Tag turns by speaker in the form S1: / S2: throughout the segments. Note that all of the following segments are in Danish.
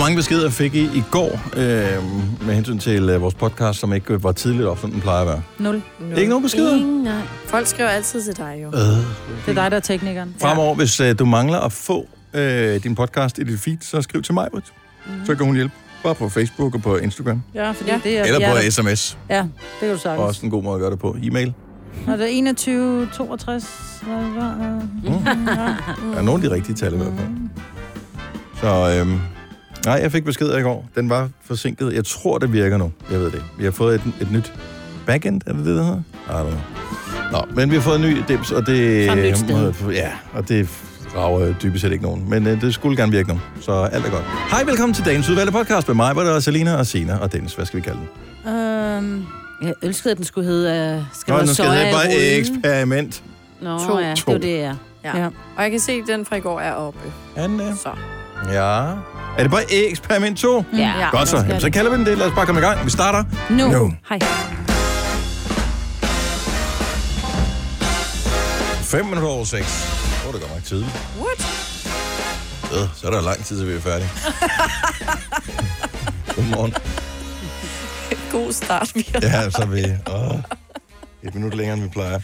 S1: mange beskeder fik I i går øh, med hensyn til øh, vores podcast, som ikke var tidligt op, som den plejer at være?
S2: Nul.
S1: Ikke nogen beskeder?
S3: Ingen, nej.
S2: Folk skriver altid til dig, jo.
S1: Øh.
S3: Det er dig, der er teknikeren.
S1: Fremover, hvis øh, du mangler at få øh, din podcast i dit feed, så skriv til mig, mm-hmm. så kan hun hjælpe. Bare på Facebook og på Instagram.
S3: Ja, fordi ja. det er...
S1: Eller
S3: ja,
S1: på sms.
S3: Ja, det kan du
S1: Og
S3: sagtens.
S1: også en god måde at gøre det på. E-mail.
S3: Når det er 21, 62... hvad var det?
S1: Der Mm. er nogle af de rigtige tal i hvert fald. Så øhm, nej, jeg fik besked i går. Den var forsinket. Jeg tror, det virker nu. Jeg ved det. ikke. Vi har fået et, et nyt backend, er det det, der hedder? I don't know. Nå, men vi har fået en ny dims, og det...
S4: Fra et nyt sted.
S1: Ja, og det rager dybest set ikke nogen. Men øh, det skulle gerne virke nu, så alt er godt. Hej, velkommen til dagens udvalgte podcast med mig, hvor der er Selina og Sina og Dennis. Hvad skal vi kalde den?
S4: Øhm, jeg ønskede, at den skulle hedde... Øh, skal
S1: Nå,
S4: Nå,
S1: nu skal det
S4: soja
S1: bare
S4: i rullen?
S1: eksperiment.
S4: Nå,
S2: To.
S4: ja, det
S1: To.
S4: var det, ja.
S2: Ja. ja. Og jeg kan se, at den fra i går er oppe.
S1: Anne.
S2: Så.
S1: Ja. Er det bare eksperiment 2?
S4: Ja.
S1: Godt så. Jamen, så kalder vi den det. Lad os bare komme i gang. Vi starter
S4: Nu.
S1: nu.
S4: Hej.
S1: 5 minutter over 6. Åh, det går nok tidligt.
S2: What?
S1: Øh, så er der lang tid, til vi er færdige. Godmorgen.
S2: God start, vi har.
S1: Ja, så er vi... Åh, et minut længere, end vi plejer.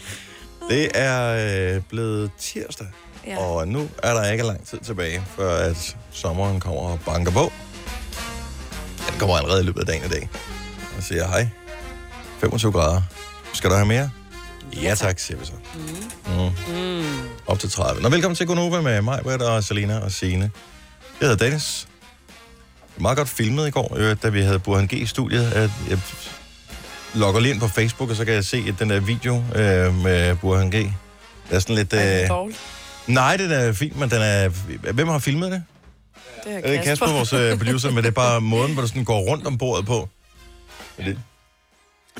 S1: Det er øh, blevet tirsdag,
S2: Ja.
S1: ja. og nu er der ikke lang tid tilbage, før at sommeren kommer og banker på. Ja, den kommer allerede i løbet af dagen i dag. Og siger hej. 25 grader. Skal du have mere? Ja tak, siger vi så. Mm. Op til 30. Nå, velkommen til Gonova med mig, Britt og Selina og Sine. Jeg hedder Dennis. Meget godt filmet i går, øh, da vi havde Burhan G i studiet. At Jeg logger lige ind på Facebook, og så kan jeg se at den der video øh, med Burhan G. Det er sådan lidt...
S2: Ej, det
S1: Øh...
S2: er dårligt.
S1: Nej, den er fint, men den er... Hvem har filmet det?
S2: Det her
S1: Er det Kasper, vores øh, producer, men det er bare måden, hvor du sådan går rundt om bordet på. Er det-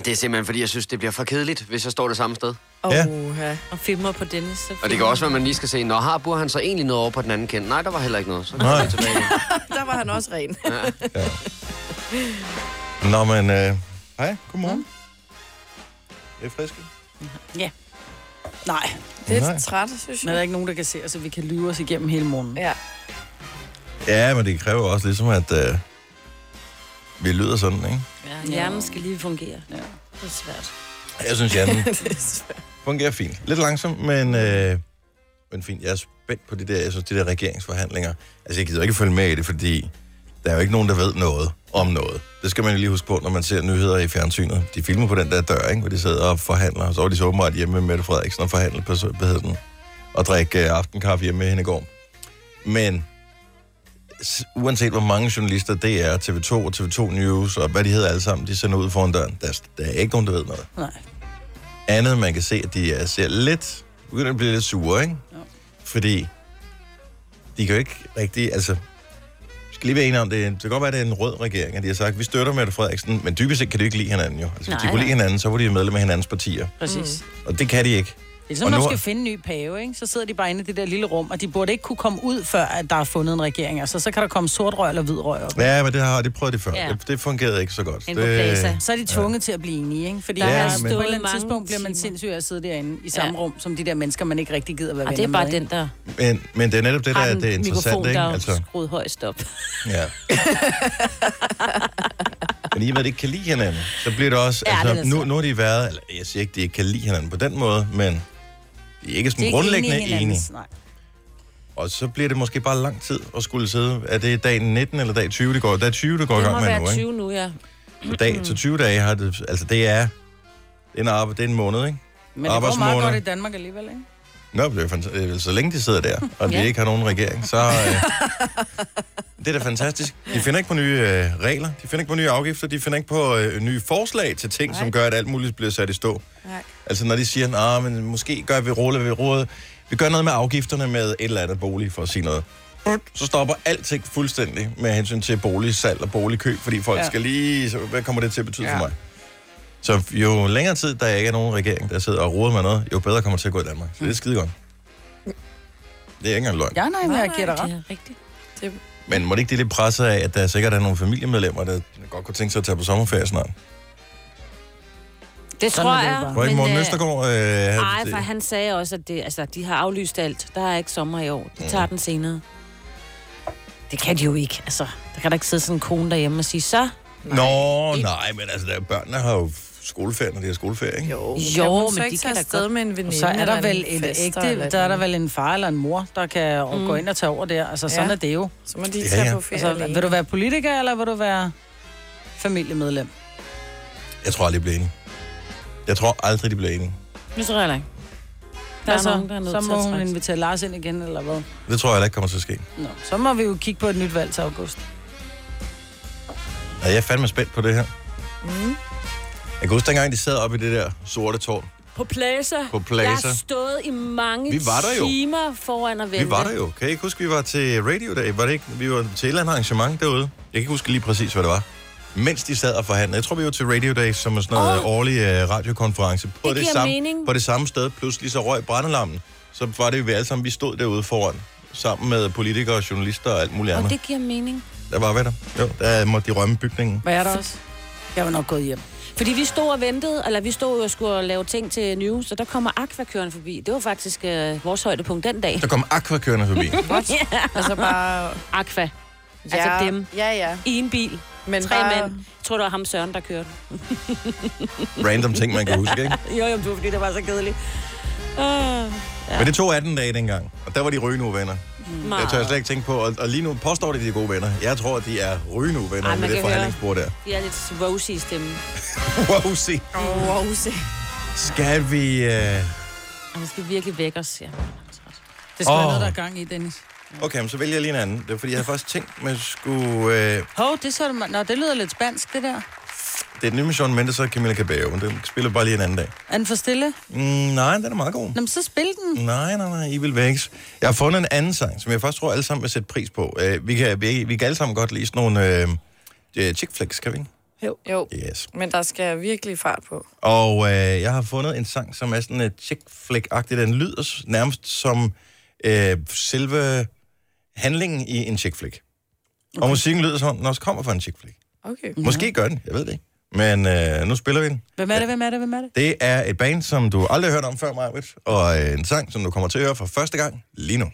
S5: Det er simpelthen, fordi jeg synes, det bliver for kedeligt, hvis jeg står det samme sted.
S1: Ja.
S2: Oha.
S6: Og filmer på Dennis. Så
S5: Og det kan også være, at man lige skal se, når har burde han så egentlig noget over på den anden kendt? Nej, der var heller ikke noget. Så
S1: Nej.
S5: Nej. tilbage. igen.
S2: Der var han også ren.
S5: Ja.
S1: Nå, men... Øh... Hej, godmorgen. Er I friske?
S3: Nej,
S2: Lidt
S1: Nej.
S2: træt, synes
S3: men der er
S2: jeg.
S3: ikke nogen, der kan se os, så vi kan lyve os igennem hele morgenen.
S2: Ja.
S1: Ja, men det kræver også ligesom, at øh, vi lyder sådan, ikke?
S6: Ja, hjernen skal lige fungere. Ja. Det er svært.
S1: Jeg synes, hjernen
S2: Det er svært.
S1: fungerer fint. Lidt langsomt, men, øh, men fint. Jeg er spændt på de der, jeg synes, de der regeringsforhandlinger. Altså, jeg gider ikke følge med i det, fordi der er jo ikke nogen, der ved noget om noget. Det skal man jo lige huske på, når man ser nyheder i fjernsynet. De filmer på den der dør, ikke? hvor de sidder og forhandler. Så var de så åbenbart hjemme med Mette Frederiksen og forhandle på hvad hedder den, og drikke øh, aftenkaffe hjemme med hende i går. Men s- uanset hvor mange journalister det er, TV2 og TV2 News og hvad de hedder alle sammen, de sender ud foran døren. Der, er s- der er ikke nogen, der ved noget
S3: Nej.
S1: andet, man kan se, at de er, ser lidt, begynder at blive lidt sure, ikke? Ja. Fordi de kan jo ikke rigtig, altså, vi skal lige være enige om, det, er- det kan godt være, at det er en rød regering, at de har sagt, vi støtter Mette Frederiksen, men dybest set kan de jo ikke lide hinanden jo. Altså, hvis de
S4: Nej,
S1: kunne lide
S4: nej.
S1: hinanden, så var de jo medlem af hinandens partier,
S3: Præcis. Mm.
S1: og det kan de ikke.
S3: Det er ligesom,
S1: Og
S3: når
S1: nu-
S3: man skal finde en ny pave, ikke? så sidder de bare inde i det der lille rum, og de burde ikke kunne komme ud, før at der er fundet en regering. Altså, så kan der komme sort røg eller hvid røg op.
S1: Ja, men det har de prøvet det før. Ja.
S6: Ja.
S1: Det, det fungerede ikke så godt.
S6: Inde på Plaza.
S3: Så er de tvunget ja. til at blive enige, ikke? Fordi
S1: Der
S3: ja, der
S1: har stået
S3: men... på et eller andet
S6: mange
S3: tidspunkt bliver man
S6: timer.
S3: sindssyg af at sidde derinde i samme ja. rum, som de der mennesker, man ikke rigtig gider være
S6: Og
S3: venner
S6: det er bare
S3: med,
S6: den, der
S1: Men, men det er netop det, der
S6: har
S1: er,
S6: den
S1: det er interessant,
S6: mikrofon,
S1: ikke?
S6: der
S1: Altså,
S6: er skruet højst op.
S1: ja. Men i og med, at de ikke kan lide hinanden, så bliver det også...
S6: Ja,
S1: altså,
S6: det er da
S1: nu,
S6: svært.
S1: nu har de været... Eller, jeg siger ikke, de ikke kan lide hinanden på den måde, men de er ikke sådan
S3: De er ikke
S1: grundlæggende
S3: enige i
S1: enige.
S3: hinandens- Nej.
S1: Og så bliver det måske bare lang tid at skulle sidde... Er det dag 19 eller dag 20, det går? Dag 20, det går i
S6: Det
S1: gang
S6: må
S1: med nu,
S6: være
S1: ikke?
S6: 20 nu, ja.
S1: Dag til 20 dage har det... Altså, det er... Det er en, arbejde, det er en måned, ikke?
S3: Men det går meget
S1: Arbejdsmåneder.
S3: godt i Danmark alligevel, ikke?
S1: Nå, det er jo fanta- øh, så længe de sidder der, og de
S6: Ja.
S1: ikke har nogen regering, så... Øh, det er da fantastisk. De finder ikke på nye øh, regler, de finder ikke på nye afgifter, de finder ikke på øh, nye forslag til ting, Nej. som gør, at alt muligt bliver sat i stå.
S2: Nej.
S1: Altså når de siger, at men måske gør vi rulle ved rådet, vi gør noget med afgifterne med et eller andet bolig, for at sige noget. Brut, Så stopper alting fuldstændig med hensyn til boligsalg og boligkøb, fordi folk ja.
S3: Ja.
S1: skal lige... Så, hvad kommer det til at betyde ja.
S3: Ja.
S1: for mig? Så jo længere tid, der ikke er nogen regering, der sidder og roder med noget, jo bedre kommer det til at gå i Danmark. Så det er skide godt. Det er ikke engang løgn. Mm. Ja.
S3: Ja, nej, men jeg giver dig
S6: Det
S3: ret.
S6: er rigtigt.
S1: Men må det ikke det lidt presse af, at der sikkert er nogle familiemedlemmer, der godt kunne tænke sig at tage på sommerferie snart?
S6: Det
S3: Sådan
S6: tror
S3: er det
S6: jeg.
S3: bare.
S1: Var ikke Morten
S6: øh,
S1: Østergaard? Øh, havde-
S6: Ej, for han sagde også, at det, altså, de har
S1: Mm.
S6: aflyst alt. Der er ikke sommer i år. De tager den senere. Det kan de jo ikke, altså. Der kan der ikke sidde sådan en kone derhjemme og sige, så
S1: Nej. Nå, nej, men altså, der, børnene har jo skoleferie, når de har skoleferie, ikke?
S2: Jo,
S6: Jo,
S2: jo men
S6: men
S2: ikke
S6: de
S2: tage
S6: kan da
S2: afsted
S6: godt-
S2: med en veninde.
S3: Så er der
S2: eller
S3: vel
S2: en
S3: en
S2: fester eller
S3: ægte,
S2: et
S3: der er der
S2: eller
S3: vel en far eller en mor, der kan mm. gå ind og tage over der. Altså, sådan
S2: Ja.
S3: er det jo.
S2: andet. Så må de
S1: Ja,
S2: tage
S1: ja.
S2: på ferie.
S3: Altså,
S2: Altså,
S3: vil du være politiker, eller vil du være familiemedlem?
S1: Jeg tror aldrig, de bliver enige. Jeg tror aldrig, de bliver enige.
S6: nu tror jeg heller ikke. Der er
S3: Hvad så?
S6: nogen, der er nødt
S3: så
S6: til
S3: må
S6: at
S3: hun
S6: trække sig.
S3: invitere Lars ind igen, eller hvad?
S1: Det tror jeg heller ikke kommer til at ske.
S3: Nå, så må vi jo kigge på et nyt valg til august.
S1: Ja, jeg er fandme spændt på det her. Mm. Jeg kan huske, dengang de sad oppe i det der sorte tårn.
S6: På Plaza.
S1: På Plaza.
S6: Jeg har stået i mange
S1: Vi var der jo.
S6: timer foran at vente.
S1: Vi var der jo. Kan I ikke huske, vi var til Radio Day? Var det ikke? Vi var til et eller andet arrangement derude. Jeg kan ikke huske lige præcis, hvad det var. Mens de sad og forhandlede. Jeg tror, vi var til Radio Day, som er sådan noget oh. årlig uh, radiokonference. På
S6: Det giver
S1: samme,
S6: mening.
S1: På det samme sted. Pludselig så røg brændelammen. Så var det jo vi alle sammen, vi stod derude foran. Sammen med politikere, journalister og alt muligt
S6: Og
S1: andet. Det...
S6: det giver mening.
S1: Der var hvad der. Jo, der måtte de rømme bygningen.
S3: Hvad er der også? Jeg var nok gået hjem.
S6: Fordi vi stod og ventede, eller vi stod og skulle lave ting til New, så der kommer Aquakøren forbi. Det var faktisk øh, vores højdepunkt den dag.
S1: Der kom Aqua kørende forbi.
S2: altså bare...
S6: Aqua.
S2: Ja,
S6: Altså dem.
S2: Ja, ja.
S6: I en bil.
S2: Men
S6: Tre
S2: bare,
S6: mænd. Jeg tror, det var ham Søren, der kørte.
S1: Random ting, man kan huske, ikke?
S6: Jo, jo, det var fordi, det var så kedeligt. Uh,
S1: Ja. Men det tog 18 dage dengang, og der var de rygende uvenner. Jeg tør slet ikke tænke på, og, og lige nu påstår de, de er gode venner. Jeg tror, de er rygende uvenner
S6: Ej, man
S1: med det
S6: kan høre.
S1: forhandlingsbord der.
S6: Mm. De er lidt rosy i stemmen.
S1: Wow, se.
S2: Wow, se.
S1: Skal vi... Øh...
S6: Og han skal virkelig vække os, ja.
S3: Det skal oh. være
S1: Åh.
S3: noget, der er gang i, Dennis.
S1: Okay, men så vælger jeg lige en anden. Det var, fordi jeg havde først tænkt, man skulle... Øh...
S3: Hov, det, så, Nå, det lyder lidt spansk, det der.
S1: Det er den nye med Shawn Mendes og Camilla Cabello, men den spiller vi bare lige en anden dag.
S3: Er den for stille?
S1: Mm, nej, den er meget god.
S3: Nå, men så spil den.
S1: Nej, nej, nej, I vil vækkes. Jeg har fundet en anden sang, som jeg først tror, alle sammen vil sætte pris på. Øh, vi, kan, vi, vi kan alle sammen godt lide sådan nogle øh, øh, chick flicks, kan vi ikke?
S2: Jo. jo.
S1: Yes.
S2: Men der skal virkelig fart på.
S1: Og øh, jeg har fundet en sang, som er sådan et chick flick agtig Den lyder s- nærmest som øh, selve handlingen i en chick flick. Okay. Og musikken lyder som om, den også kommer fra en chick flick.
S2: Okay.
S1: Mm. Måske gør den, jeg ved det ikke. Men øh, nu spiller vi den.
S3: Hvem er det, hvem er det, hvem er det?
S1: Det er et band, som du aldrig har hørt om før, Marvitt, og øh, en sang, som du kommer til at høre for første gang lige nu.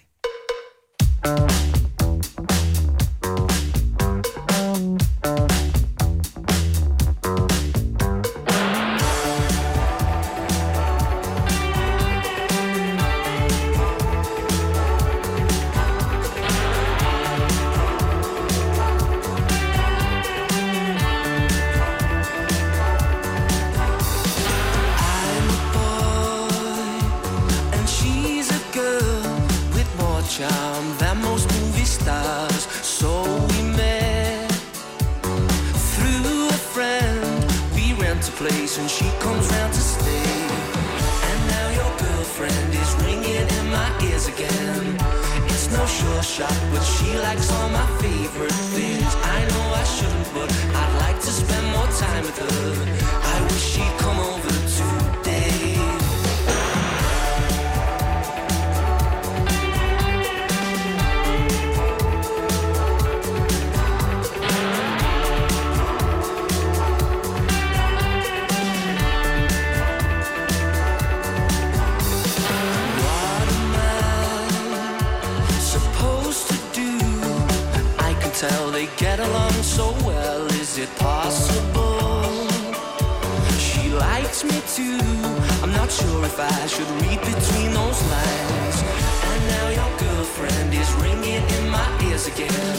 S7: and she's a girl with more charm than most movie stars. So we met through a friend. We rent a place and she comes round to stay. And now your girlfriend is ringing in my ears again. It's no sure shot, but she likes all my favorite things. I know I shouldn't, but I'd like to spend more time with her. I wish she'd come over today. supposed to do? I can tell they get along so well. Is it possible? She likes me too. I'm not sure if I should read between those lines. And now your girlfriend is ringing in my ears again.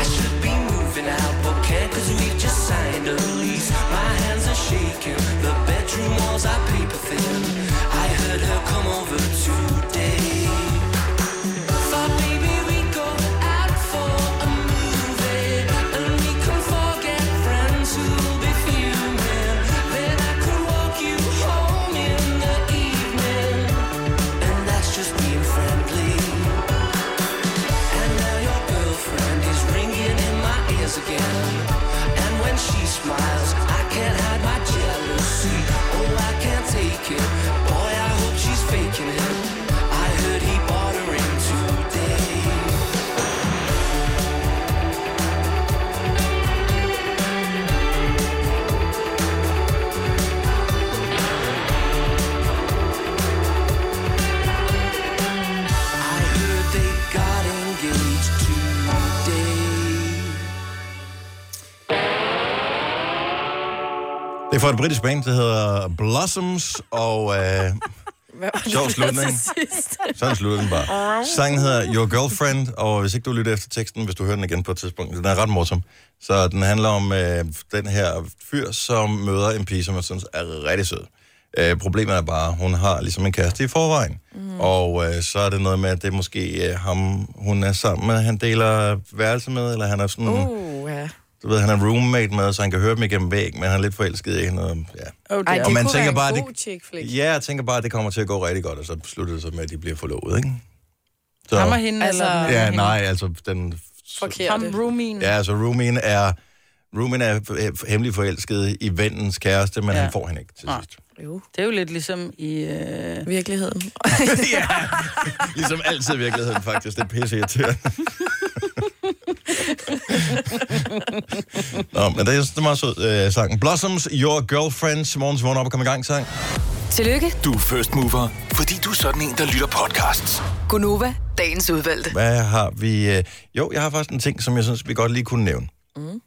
S7: I should be moving out, but can't cause we just signed a lease. My hands are shaking, the bedroom walls are paper thin. I heard her come over today. Thought maybe we'd go out for a movie and we could forget friends who'll be fuming. Then I could walk you home in the evening, and that's just being friendly. And now your girlfriend is ringing in my ears again, and when she smiles, I can't hide my jealousy. Oh, I can't take it.
S1: er fra et britisk band, der hedder Blossoms, og øh,
S2: Hvad var det,
S1: Sjov
S2: der
S1: slutning.
S2: til sidst?
S1: sådan slutter den bare. Sangen hedder Your Girlfriend, og hvis ikke du lytter efter teksten, hvis du hører den igen på et tidspunkt, den er ret morsom. Så den handler om øh, den her fyr, som møder en pige, som jeg synes er rigtig sød. Øh, problemet er bare, hun har ligesom en kæreste i forvejen.
S2: Mhm.
S1: Mm. Og øh, så er det noget med, at det er måske øh, ham, hun er sammen med, han deler værelse med, eller han er sådan... Uh.
S2: Uh, ja.
S1: Du ved, han er roommate med, så han kan høre dem igennem væggen, men han er lidt forelsket i hende. og Ja.
S3: Oh,
S2: Ej,
S3: det er.
S2: det
S1: man
S2: kunne
S1: tænker
S2: være en
S1: bare,
S2: bare,
S1: det-
S2: god chick flick.
S1: Ja, jeg tænker bare, at det kommer til at gå rigtig godt, og så slutter det så med, at de bliver forlovet, ikke? Så,
S3: Ham og hende,
S2: Altså-
S3: eller den anden
S1: ja,
S3: hende? Mm.
S1: nej, altså den...
S2: Forkert.
S3: Ham roomien.
S1: Ja, altså roomien er... Roomien er øh, hemmelig forelsket i vennens kæreste, men ja.
S3: Ja.
S1: han får hende ikke til
S3: Nej.
S1: sidst.
S2: Jo,
S3: Det er jo lidt ligesom i... Øh...
S2: virkeligheden.
S1: ja, ligesom altid i virkeligheden faktisk. Det er pisse irriterende. Nå, men det er sådan meget sød øh, sangen. Blossoms, Your Girlfriends, morgens vågen op og kom i gang sang.
S8: Tillykke,
S9: Du er first mover, fordi du er sådan en, der lytter podcasts.
S8: Gunova, dagens udvalgte.
S1: Hvad har vi? øh, Jo, jeg har faktisk en ting, som jeg synes, vi godt lige kunne nævne. Mm.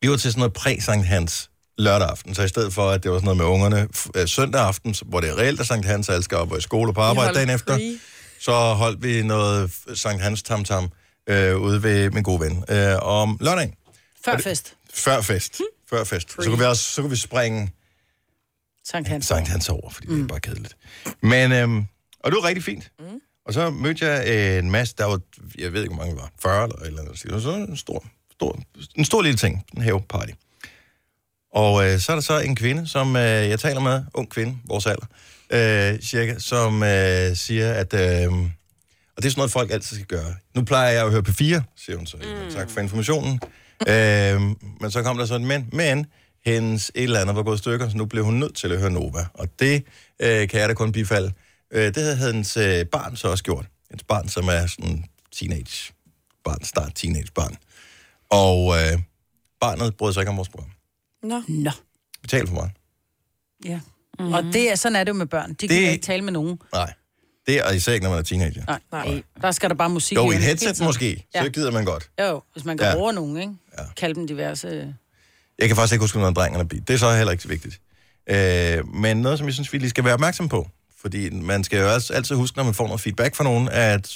S1: Vi var til sådan noget præ-Sankt Hans lørdag aften, så i stedet for, at det var sådan noget med ungerne f- øh, søndag aften, så- hvor det er reelt, at Sankt Hans alle skal op og i skole og på arbejde dagen efter,
S2: Fri.
S1: så holdt vi noget f- Sankt Hans tamtam øh, ude ved min gode ven øh, om lørdagen.
S3: Før fest.
S1: Før fest.
S3: Hmm.
S1: Før fest. Så kunne vi også så kunne vi springe
S3: Sankt Hans. Hmm.
S1: Sankt Hans over, fordi mm. det er bare kedeligt. Men, øhm, og det var rigtig fint. Mm. Og så mødte jeg øh, en masse, der var, jeg ved ikke, hvor mange det var, 40 eller et eller andet. Så det var sådan en stor, stor, en stor lille ting, en haveparty. Og øh, så er der så en kvinde, som øh, jeg taler med, ung kvinde, vores alder, øh, cirka, som øh, siger, at... Øh, og det er sådan noget, folk altid skal gøre. Nu plejer jeg at høre på fire, siger hun så.
S3: Hmm.
S1: Mm. Tak for informationen. øhm, men så kom der sådan, men, men hendes et eller andet var gået i stykker, så nu blev hun nødt til at høre Nova. Og det øh, kan jeg da kun bifalde. Øh, det havde hendes øh, barn så også gjort. Hendes barn, som er sådan teenage barn, start teenage barn. Og øh, barnet brød sig ikke om vores program.
S2: Nå,
S3: Nå.
S1: Betal for meget.
S3: Ja. Mm-hmm. Og det er, sådan er det jo med børn. De det...
S1: Det-
S3: kan ikke tale med nogen.
S1: Nej. Det er især ikke, når man er teenager.
S3: Nej.
S2: nej.
S3: Nej. Der skal der bare musik.
S1: Jo,
S3: i
S1: i et
S3: ørerne.
S1: headset måske. Så
S3: Ja.
S1: gider man godt.
S3: Jo, hvis man kan
S1: Ja.
S3: ja. bruge nogen, ikke?
S1: Ja.
S3: Ja. Kalde dem diverse...
S1: Jeg kan faktisk ikke huske, om noget om drengene beat. Det er så heller ikke så vigtigt. Øh, men noget, som jeg synes, vi lige skal være opmærksom på, fordi man skal jo også altid huske, når man får noget feedback fra nogen, at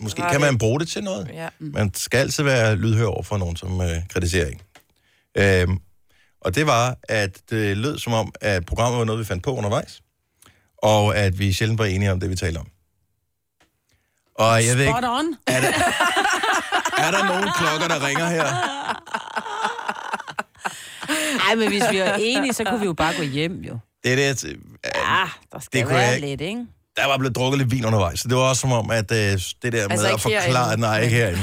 S1: måske
S2: Var
S1: kan
S2: det-
S1: man bruge det til noget.
S2: Ja. Mm.
S1: Man skal altid være lydhør over for nogen, som øh, kritiserer en. Øh, og det var, at det lød som om, at programmet var noget, vi fandt på undervejs, og at vi sjældent var enige om det, vi talte om. Og jeg ved ikke,
S3: Spot on!
S1: er der, er der nogen klokker, der ringer her?
S6: Nej, men hvis vi var enige, så kunne vi jo bare gå hjem, jo.
S1: Det er det, at, øh,
S6: Ah, der skal
S1: Det
S6: det
S1: kunne jeg
S6: være
S1: ikke.
S6: lidt, ikke?
S1: der var blevet drukket lidt vin undervejs, så det var også som om, at øh, det der med
S2: Altså
S1: altså, at
S2: ikke
S1: forklare,
S2: herinde.
S1: nej, ikke herinde,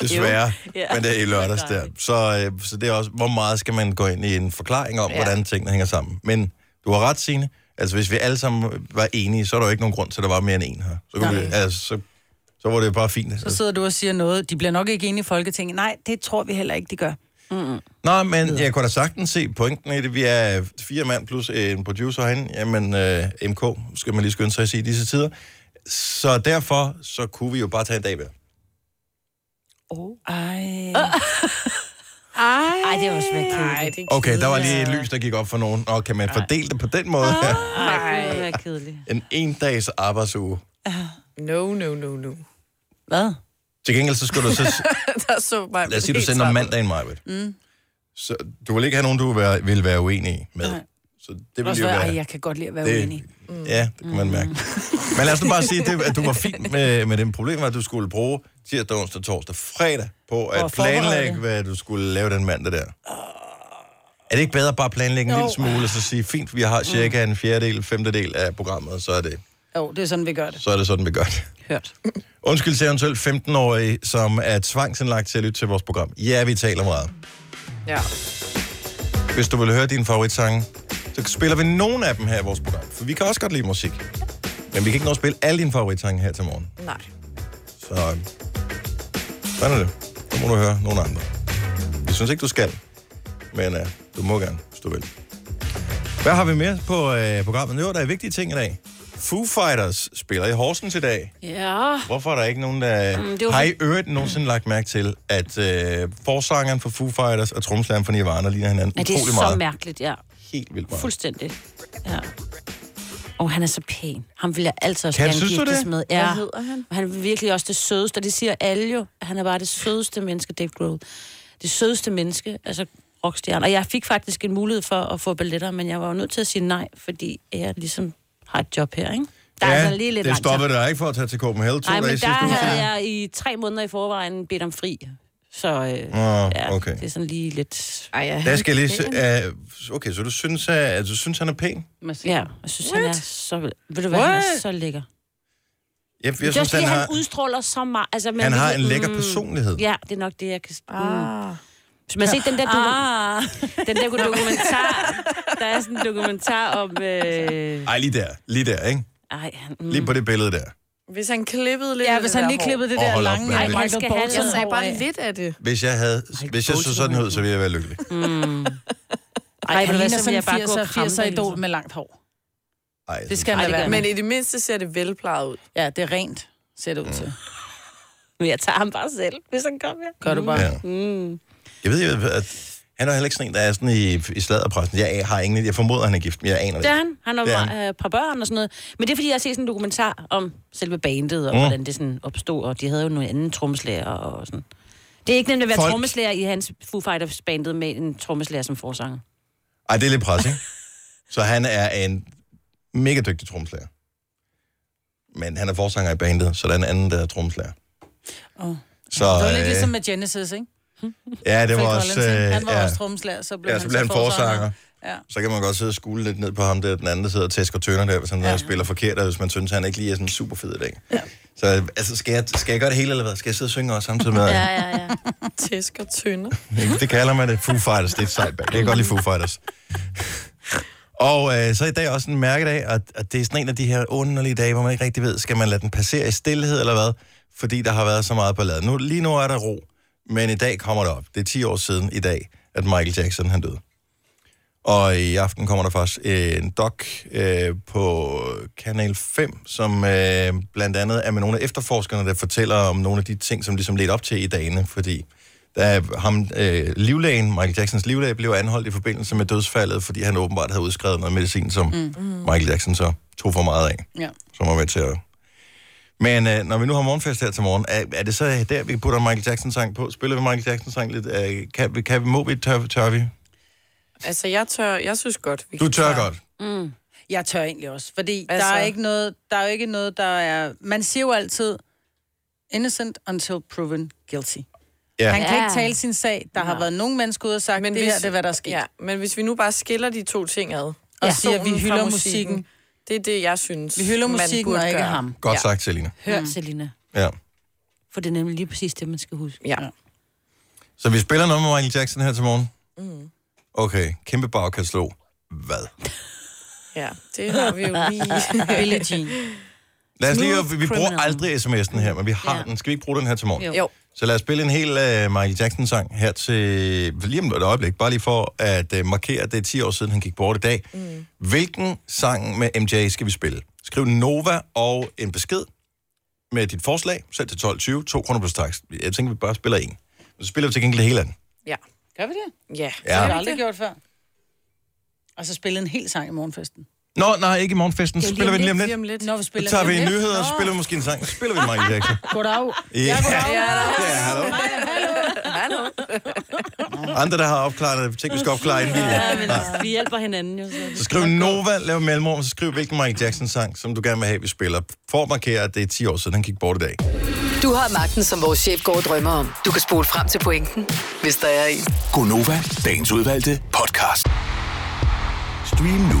S1: desværre, ja. men det er i lørdags der. Så, øh, så det er også, hvor meget skal man gå ind i en forklaring om, ja. hvordan tingene hænger sammen. Men du har ret, Signe. Altså, hvis vi alle sammen var enige, så er der jo ikke nogen grund til, at der var mere end en her. Så, kunne vi, altså, så, så var det bare fint.
S3: Så sidder du og siger noget. De bliver nok ikke enige i Folketinget. Nej, det tror vi heller ikke, de gør.
S1: Nå, men jeg kunne da sagtens se pointen i det. Vi er fire mand plus en producer herinde. Jamen, øh, MK skal man lige skynde sig at sige i disse tider. Så derfor, så kunne vi jo bare tage en dag hver.
S6: Øh. Ej, det var også være
S2: Nej,
S6: kedeligt.
S2: det er
S1: Okay, der var lige et lys, der gik op for nogen. Og kan man fordele det på den måde
S3: Ah.
S1: her?
S6: Ej, det var være kedeligt.
S1: En en-dags arbejdsuge.
S2: No, no, no, no.
S3: Hvad?
S1: Til gengæld, så skal du så...
S2: Der så mig
S1: Lad os sige, du sender om mandagen, Majbet. Mm. Så du vil ikke have nogen, du vil være, vil være uenig med. Så det vil
S3: Også
S1: jo
S3: være,
S1: være...
S3: ej, jeg kan godt lide at være det... uenig. Mm.
S1: Det, ja, det kan man mærke. Men lad os nu bare sige, det, at du var fint med, med den problem, at du skulle bruge tirsdag, onsdag, torsdag, fredag på at
S3: at forberede
S1: planlægge,
S3: det.
S1: hvad du skulle lave den mandag der. Er det ikke bedre bare at planlægge en lille smule, og så sige, fint, vi har cirka en fjerdedel, femtedel af programmet, og så er det,
S3: Jo, det er sådan, vi gør det.
S1: så er det sådan, vi gør det.
S3: Hørt.
S1: Undskyld til eventuelt 15-årige, som er tvangsindlagt til at lytte til vores program. Ja, vi taler meget.
S2: Ja.
S1: Hvis du vil høre dine favoritsange, så spiller vi nogle af dem her i vores program. For vi kan også godt lide musik. Men vi kan ikke nå at spille alle dine favoritsange her til morgen.
S2: Nej.
S1: Så øh, sådan er det. Så må du høre nogle andre. Vi synes ikke, du skal. Men øh, du må gerne, hvis du vil. Hvad har vi mere på øh, programmet? Jo, der er vigtige ting i dag. Foo Fighters spiller i Horsens i dag.
S6: Ja,
S1: Hvorfor er der ikke nogen, der... Mm,
S6: det var
S1: har I
S6: fordi-
S1: øvrigt nogensinde lagt mærke til, at øh, forsangeren for Foo Fighters og tromslæren for Nirvana ligner hinanden
S6: men det
S1: utrolig
S6: er så
S1: meget?
S6: mærkeligt, ja.
S1: helt vildt meget.
S6: Fuldstændig. Ja. Og han er så pæn. Ham vil jeg altid også
S1: Kan-
S6: gerne
S1: synes du
S6: giftes
S1: det?
S6: med. Ja.
S2: Hvad hedder han?
S6: Og han er virkelig også det sødeste, og det siger alle jo. at Han er bare det sødeste menneske, Dave Grohl. Det sødeste menneske, altså rockstjerne. Og jeg fik faktisk en mulighed for at få balletter, men jeg var jo nødt til at sige nej, fordi jeg ligesom har et job her, ikke? Der er
S1: ja,
S6: altså lige lidt
S1: det
S6: langt
S1: stoppede dig ikke for at tage til Copenhagen to
S6: Nej, men
S1: dage
S6: der
S1: sidste uge.
S6: havde jeg i tre måneder i forvejen bedt om fri. Så øh,
S1: Nå,
S6: ja,
S1: Ah, okay.
S6: det er sådan lige lidt...
S2: Ej, ja.
S1: Der skal jeg lige... se- øh, okay, så du synes, at, at du synes, han er pæn?
S6: Ja, jeg synes, What? han er så... Ved du hvad, What? han er
S2: What?
S6: så lækker.
S1: Jeg,
S6: Jeg
S1: jeg
S6: synes,
S1: synes,
S6: det er,
S1: han
S6: fordi, han,
S1: har,
S6: han udstråler så meget. Altså, man
S1: han har en
S6: virkelig-
S1: lækker
S6: Mm.
S1: personlighed.
S6: Ja, det er nok det, jeg kan... Mm.
S2: Ah.
S6: Hvis man har set den der, doku- den der dokumentar... Der er sådan en dokumentar om... Øh...
S1: Ej, lige der. Lige der, ikke?
S6: Ej, han, mm.
S1: Lige på det billede der.
S2: Hvis han klippede lidt
S3: Ja,
S2: af
S3: hvis
S2: det
S3: han
S2: der
S3: lige
S2: hår.
S3: klippede det
S1: Åh,
S3: der
S1: hold op,
S3: lange
S1: mand.
S3: Michael
S6: Ej, man skal have
S3: Bolton
S2: Jeg sagde
S3: hår
S2: bare
S3: af.
S2: lidt af det.
S1: Hvis jeg, havde, hvis jeg så sådan ud, så ville jeg være lykkelig.
S6: Mm, Ej,
S3: Ej,
S6: ved du hvad,
S3: han ligner
S6: så vil
S3: sådan en
S6: jeg bare gå
S3: 80'er,
S6: og kramme
S3: 80'er
S6: dig,
S3: idol
S6: ligesom.
S3: med langt hår.
S1: Ej, jeg
S3: Det
S1: synes-
S3: skal han
S6: Ej,
S3: da
S6: det
S3: være.
S6: gør
S3: Men,
S2: Men i det mindste ser det velplejet ud.
S3: ja, det er rent, ser det
S1: Mm.
S3: ud til.
S6: Men jeg tager ham bare selv, hvis han kommer.
S3: Gør du bare.
S1: Ja.
S6: mm.
S1: Jeg ved jo, at han er heller ikke sådan en, der er sådan i, i sladderpressen. Jeg har ingen... Jeg formoder, han er gift, men jeg aner det
S6: Det er
S1: ikke.
S6: han. Han har
S1: Det er
S6: et øh, par børn og sådan noget. Men det er, fordi jeg har set sådan en dokumentar om selve bandet, og mm. hvordan det sådan opstod, og de havde jo nogle anden trommeslager og sådan. Det er ikke nemt at være
S1: Folk-
S6: trommeslager i hans Foo Fighters-bandet med en trommeslager som forsanger.
S1: Ej, det er lidt pres, ikke? Så han er en mega dygtig tromslager. Men han er forsanger i bandet, så der er en anden, der er tromslager.
S3: Åh.
S1: Så,
S3: Det var lidt
S1: øh,
S3: ligesom med Genesis, ikke?
S1: ja, det
S3: Phil
S1: var
S3: Collins,
S1: også...
S3: ikke?
S1: øh,
S3: han var
S1: ja.
S3: også trommeslager, så blev
S1: Ja,
S3: han,
S1: så bliver han forsanger.
S3: Ja.
S1: Så kan man godt sidde og skule lidt ned på ham, der den anden, der sidder og tæsker tønder der, hvis han ja. spiller forkert, og hvis man synes, han ikke lige er sådan super fed i dag. Ja. Så altså, skal, jeg, skal jeg gøre det hele, eller hvad? Skal jeg sidde og synge også samtidig med? ja.
S6: ja, ja.
S2: Tæsk og tynder.
S1: Det kalder man det. Foo Fighters, det er et sejt band. Jeg kan godt lide Foo Fighters. og øh, så er i dag også en mærkedag, og, og det er sådan en af de her underlige dage, hvor man ikke rigtig ved, skal man lade den passere i stillhed eller hvad? Fordi der har været så meget ballade. Nu, lige nu er der ro, men i dag kommer det op. Det er 10 år siden i dag, at Michael Jackson han døde. Og i aften kommer der faktisk en doc øh, på Kanal 5, som øh, blandt andet er med nogle af efterforskerne, der fortæller om nogle af de ting, som ligesom ledte op til i dagene, fordi der er ham, øh, livlægen, Michael Jacksons livlæge, blev anholdt i forbindelse med dødsfaldet, fordi han åbenbart havde udskrevet noget medicin, som mm. Michael Jackson så tog for meget af,
S3: Ja.
S1: som var med til at... Men øh, når vi nu har morgenfest her til morgen, er, er det så der, vi putter en Michael Jackson-sang på? Spiller vi Michael Jackson-sang lidt? Øh, kan, vi, kan vi, må vi, tør, tør vi?
S2: Altså, jeg tør, jeg synes godt, vi
S1: Du
S2: kan
S1: tør
S2: tørre.
S1: godt.
S3: Jeg tør egentlig også, fordi
S2: Mm. Altså-
S3: altså... der, er ikke noget, der er jo ikke noget, der er... Man siger jo altid, innocent until proven guilty.
S1: Ja.
S3: Han kan
S6: Ja.
S3: ikke tale sin sag. Der har været nogle mennesker ude og sagt, men det her, det er, hvad der er sket.
S2: Ja, men hvis vi nu bare skiller de to ting ad, og
S3: Ja.
S2: siger,
S3: Vi hylder
S2: fra
S3: musikken.
S2: Det er det, jeg synes,
S3: Vi hylder
S2: man
S3: musikken
S2: burde
S3: og ikke
S2: gøre.
S3: ham.
S1: Godt
S2: Ja.
S1: sagt, Selina.
S6: Hør, mm. Selina.
S1: Ja.
S6: For det er nemlig lige præcis det, man skal huske.
S2: Ja.
S1: Så vi spiller noget med Michael Jackson her til morgen? Mm. Okay, kæmpe bagkatalog. Hvad?
S2: ja, det har vi jo lige.
S3: Billie Jean.
S1: Lad os lige,
S6: Smooth
S1: vi, vi bruger
S6: criminal.
S1: aldrig sms'en her, men vi har
S6: Ja.
S1: den. Skal vi ikke bruge den her til morgen?
S6: Jo.
S2: jo,
S1: Så lad os spille en hel uh, Michael Jackson-sang her til lige om et øjeblik, bare lige for at uh, markere, at det er 10 år siden, han gik bort i dag. Mm. Hvilken sang med MJ skal vi spille? Skriv Nova og en besked med dit forslag, selv til 12.20, 2 kroner plus tax. Jeg tænker, vi bare spiller en. Så spiller vi til gengæld det hele af den.
S2: ja,
S3: Gør vi det?
S2: ja.
S3: Det har
S1: Ja.
S3: vi aldrig gjort før. Og så spillede en hel sang i morgenfesten.
S1: Nå, nej, ikke i morgenfesten. Så spiller vi den lige om lidt.
S2: Lige om lidt.
S3: Når vi spiller
S1: Så tager vi en
S3: lidt.
S1: nyhed og
S3: Nå,
S1: spiller måske en sang. Så spiller vi Michael Jackson.
S3: Goddag.
S1: Ja,
S2: Ja,
S1: ja, hallo.
S2: hallo.
S1: Andre, der har opklaret det. Tænk, vi skal opklare en video.
S6: Ja, men vi hjælper hinanden jo. Så.
S1: Så skriv Nova, lav mellemrum, så skriv hvilken Michael Jackson-sang, som du gerne vil have, vi spiller. For at markere, at det er 10 år siden, han gik bort i dag.
S8: Du har magten, som vores chef går og drømmer om. Du kan spole frem til pointen, hvis der er en.
S9: Gonova, dagens udvalgte podcast. Stream nu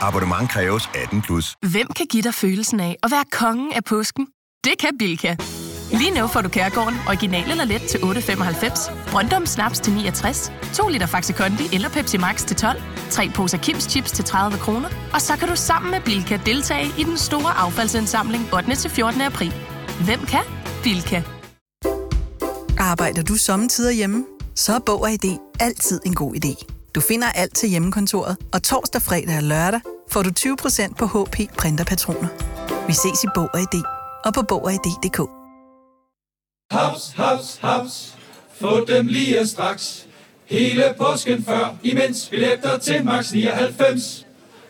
S9: Abonnement kræves 18 plus.
S10: Hvem kan give dig følelsen af at være kongen af påsken? Det kan Bilka!
S11: Lige nu får du Kærgården original eller let til 8.95, Brøndum Snaps til 69, 2 liter Faxi Kondi eller Pepsi Max til 12, 3 poser Kims Chips til 30 kroner, og så kan du sammen med Bilka deltage i den store affaldsindsamling 8. til 14. april. Hvem kan? Bilka.
S12: Arbejder du sommetider hjemme? Så er Bog og ID altid en god idé. Du finder alt til hjemmekontoret, og torsdag, fredag og lørdag får du 20% på HP Printerpatroner. Vi ses i Bog og ID og på Bog og ID.dk.
S13: Haps, haps, haps. Få dem lige straks. Hele påsken før, imens billetter til max 99.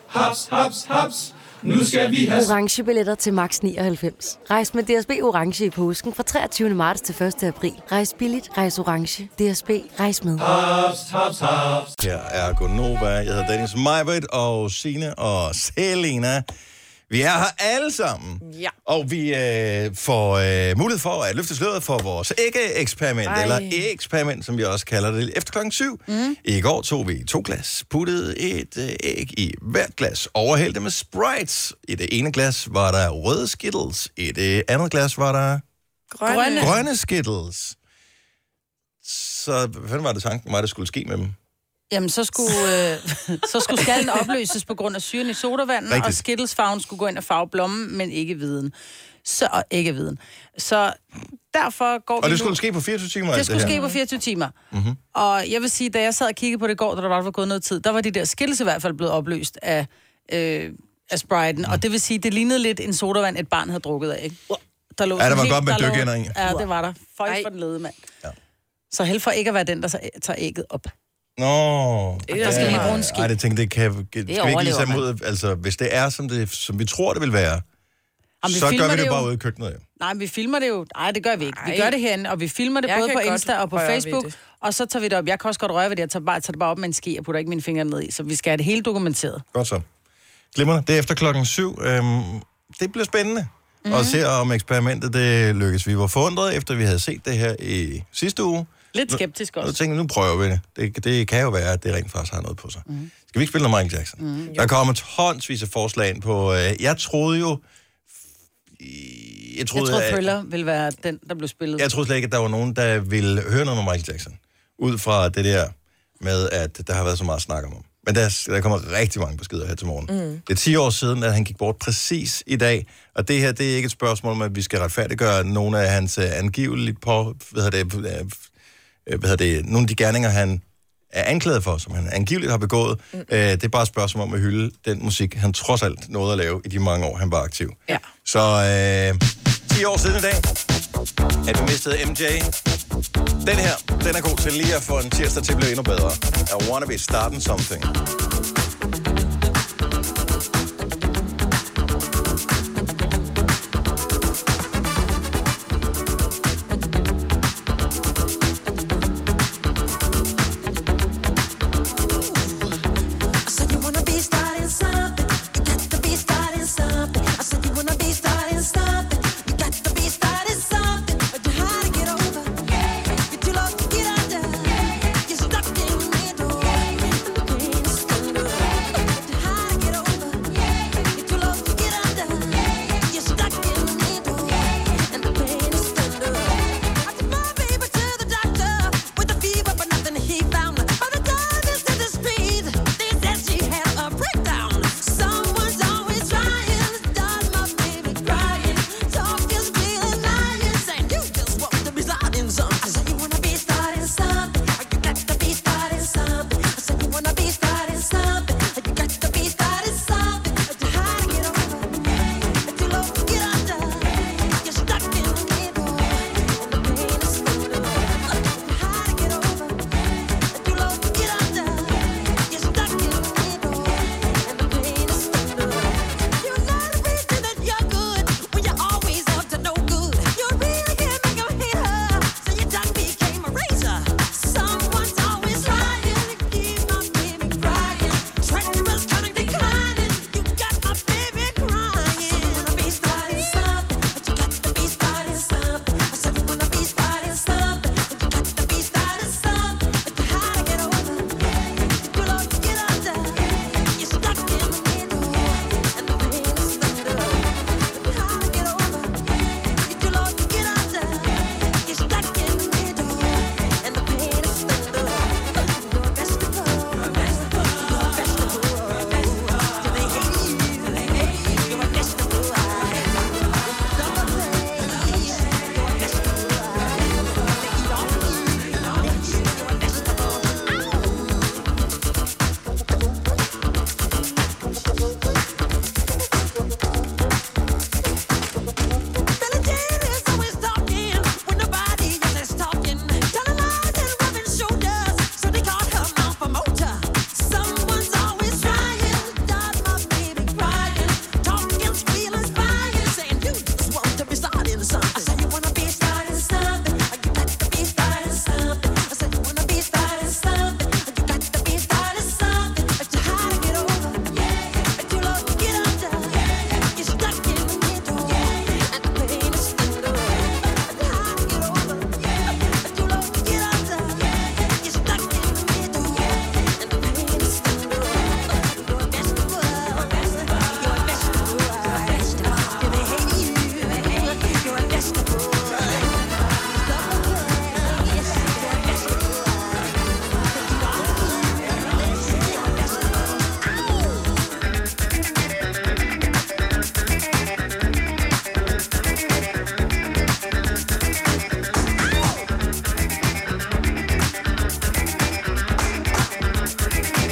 S13: Haps, haps, haps. Nu skal vi have...
S8: orange billetter til max 99. Rejs med DSB orange i påsken fra 23. marts til 1. april. Rejs billigt, rejs orange. DSB rejs med.
S1: Hops, hops, hops. Her er Gonova. Jeg hedder Dennis Meibert og Sine og Selena. Vi er her alle sammen.
S6: Ja.
S1: Og vi øh, får øh, mulighed for at løfte sløret for vores ægge-eksperiment,
S6: Ej.
S1: eller æg-eksperiment, som vi også kalder det, efter klokken syv. Mm. I går tog vi to glas, puttede et øh, æg i hvert glas, overhældte det med Sprites. I det ene glas var der røde Skittles, i det andet glas var der
S6: Grønne.
S1: grønne Skittles. Så hvad fanden var det tanken, var det skulle ske med dem?
S3: Jamen, så skulle, øh, så skulle skallen opløses på grund af syren i sodavandet, Rigtigt. og
S1: Rigtigt.
S3: skittelsfarven skulle gå ind og farve blommen, men ikke viden. Så, og ikke viden. Så derfor går vi
S1: Og det
S3: nu-
S1: skulle ske på 24 timer,
S3: Det
S1: alt
S3: skulle
S1: det her.
S3: ske på 24 timer.
S1: Mhm.
S3: Og jeg vil sige, da jeg sad og kiggede på det i går, da der var, var gået noget tid, der var de der skills i hvert fald blevet opløst af, øh, af Spriten.
S1: Mm.
S3: Og det vil sige, det lignede lidt en sodavand, et barn havde drukket af. Ikke? Der lå
S1: Ja, der
S3: sådan
S1: var
S3: helt-
S1: godt med
S3: der lå-
S1: dykænder i.
S3: Ja, det var der. Folk for den lede, mand. Ja. Så held for ikke at være den, der så- tager ægget op.
S1: Nå.
S3: Der skal lige bruge en ski.
S1: Ej, det tænkte, det kan, skal vi ikke lige
S3: overlever
S1: sammen
S3: man.
S1: ud? Altså, hvis det er, som, det, som vi tror, det vil være,
S3: Jamen, vi
S1: så
S3: filmer
S1: gør vi det,
S3: det jo.
S1: bare ude i køkkenet. Jo.
S3: Nej, men vi filmer det jo. Nej, det gør vi ikke. Vi
S6: Ej.
S3: gør det herinde, og vi filmer det
S6: Jeg
S3: jeg både
S6: kan
S3: på
S6: godt
S3: Insta og på
S6: røre ved
S3: Facebook.
S6: det.
S3: Og så tager vi det op. Jeg kan også godt røre ved det. Jeg tager, bare, jeg tager det bare op med en ski og putter ikke mine fingre ned i. Så vi skal have det hele dokumenteret.
S1: Godt så. Glimrende. Det er efter klokken syv. Øhm, det bliver spændende. Mm. Og se om eksperimentet det lykkes. Vi var forundret, efter vi havde set det her i sidste uge.
S3: Lidt skeptisk
S1: Nu, nu
S3: også.
S1: tænkte jeg, nu prøver vi det. det. Det kan jo være, at det rent faktisk har noget på sig. Mm. Skal vi ikke spille noget Michael Jackson? Mm. Der kommer tonsvis af forslag ind på... Øh, jeg troede jo... Jeg
S3: Jeg
S1: troede,
S3: tror,
S1: at-
S3: Thriller vil være den, der blev spillet.
S1: Jeg troede slet ikke, at der var nogen, der ville høre noget med Michael Jackson. Ud fra det der med, at der har været så meget snak om ham. Men der, der kommer rigtig mange beskeder her til morgen. Mm. Det er 10 år siden, at han gik bort præcis i dag. Og det her, det er ikke et spørgsmål om, at vi skal retfærdiggøre nogle af hans øh, angiveligt på... Hvad hedder det, øh, øh, hvad hedder det, nogle af de gerninger, han er anklaget for, som han angiveligt har begået. Mm. Øh, det er bare et spørgsmål om at hylde den musik, han trods alt nåede at lave i de mange år, han var aktiv.
S3: Ja.
S1: Så øh, 10 år siden i dag, at vi mistede MJ. Den her, den er god til lige at få en tirsdag til at blive endnu bedre. I wanna be starting something.
S14: I said you wanna be starting something. You got to be starting something. I said you wanna be starting something. You got to be starting something. But you're hard to get over. You're too low to get under. You're stuck in the middle. And you can't stand up.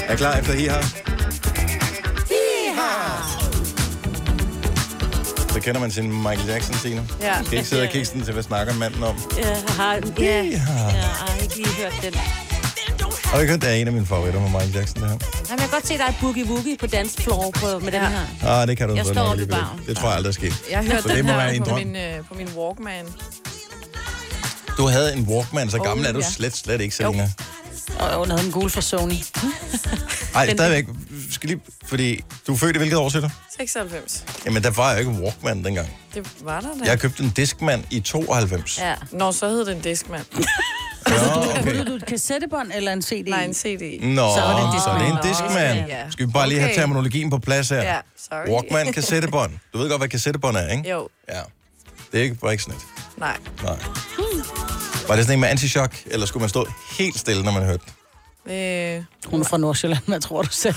S1: er klar efter I har. Så kender man sin Michael Jackson scene.
S6: Ja.
S1: Skal ikke sidde og kigge sådan til, hvad snakker manden om.
S6: Jeg har, ja, jeg har ikke lige hørt den.
S1: Og jeg det er en af mine favoritter med Michael Jackson, det her.
S6: Jamen, jeg kan godt se, at der er boogie woogie på dancefloor på, med den her.
S1: Ah, det kan du
S6: Jeg
S1: så
S6: står
S1: nok
S6: oppe i
S1: alligevel.
S6: baren.
S1: Det tror jeg aldrig er sket.
S2: Jeg
S1: så
S2: hørte
S1: det
S2: den
S1: må være
S2: her
S1: en
S2: på
S1: drøm.
S2: min, øh, på min Walkman.
S1: Du havde en Walkman, så
S2: Oh,
S1: gammel er du
S2: ja.
S1: slet, slet ikke, Selina.
S3: Og hun havde en gul fra Sony.
S1: Nej, stadigvæk. Vi Skal lige, fordi du er født i hvilket år, siger du?
S2: 96.
S1: Jamen, der var jo ikke Walkman dengang.
S2: Det var der da.
S1: Jeg købte en Discman i 92.
S2: Ja. Nå, så hed den Discman.
S3: Kunne du et kassettebånd eller en CD? Nej, en
S2: CD.
S1: Nå,
S3: så
S1: så
S3: var det en
S1: er det
S3: Discman.
S1: en Discman.
S2: Ja.
S1: Skal vi bare lige have
S2: Okay.
S1: terminologien på plads her?
S2: Ja, sorry.
S1: Walkman, kassettebånd. Du ved godt, hvad kassettebånd er, ikke?
S2: Jo,
S1: Ja. Det er ikke bare ikke sådan et.
S2: nej.
S1: Nej. Var det sådan en med antichok, eller skulle man stå helt stille, når man hørte den?
S2: Øh,
S3: Hun er fra Nordsjælland, hvad tror du selv?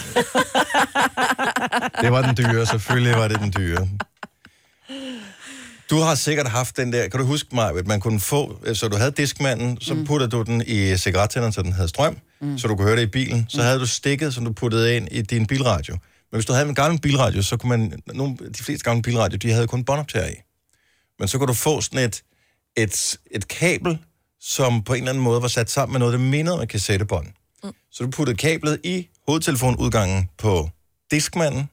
S1: Det var den dyre, selvfølgelig var det den dyre. Du har sikkert haft den der, kan du huske mig, at man kunne få, så du havde diskmanden, så mm. puttede du den i cigarettænderen, så den havde strøm, mm. så du kunne høre det i bilen. Så havde du stikket, som du puttede ind i din bilradio. Men hvis du havde en gammel bilradio, så kunne man, nogle, de fleste gamle bilradio, de havde kun båndoptager i. Men så kunne du få sådan et, et, et kabel, som på en eller anden måde var sat sammen med noget, der mindede om et kassettebånd. Mm. Så du puttede kablet i hovedtelefonudgangen på diskmanden,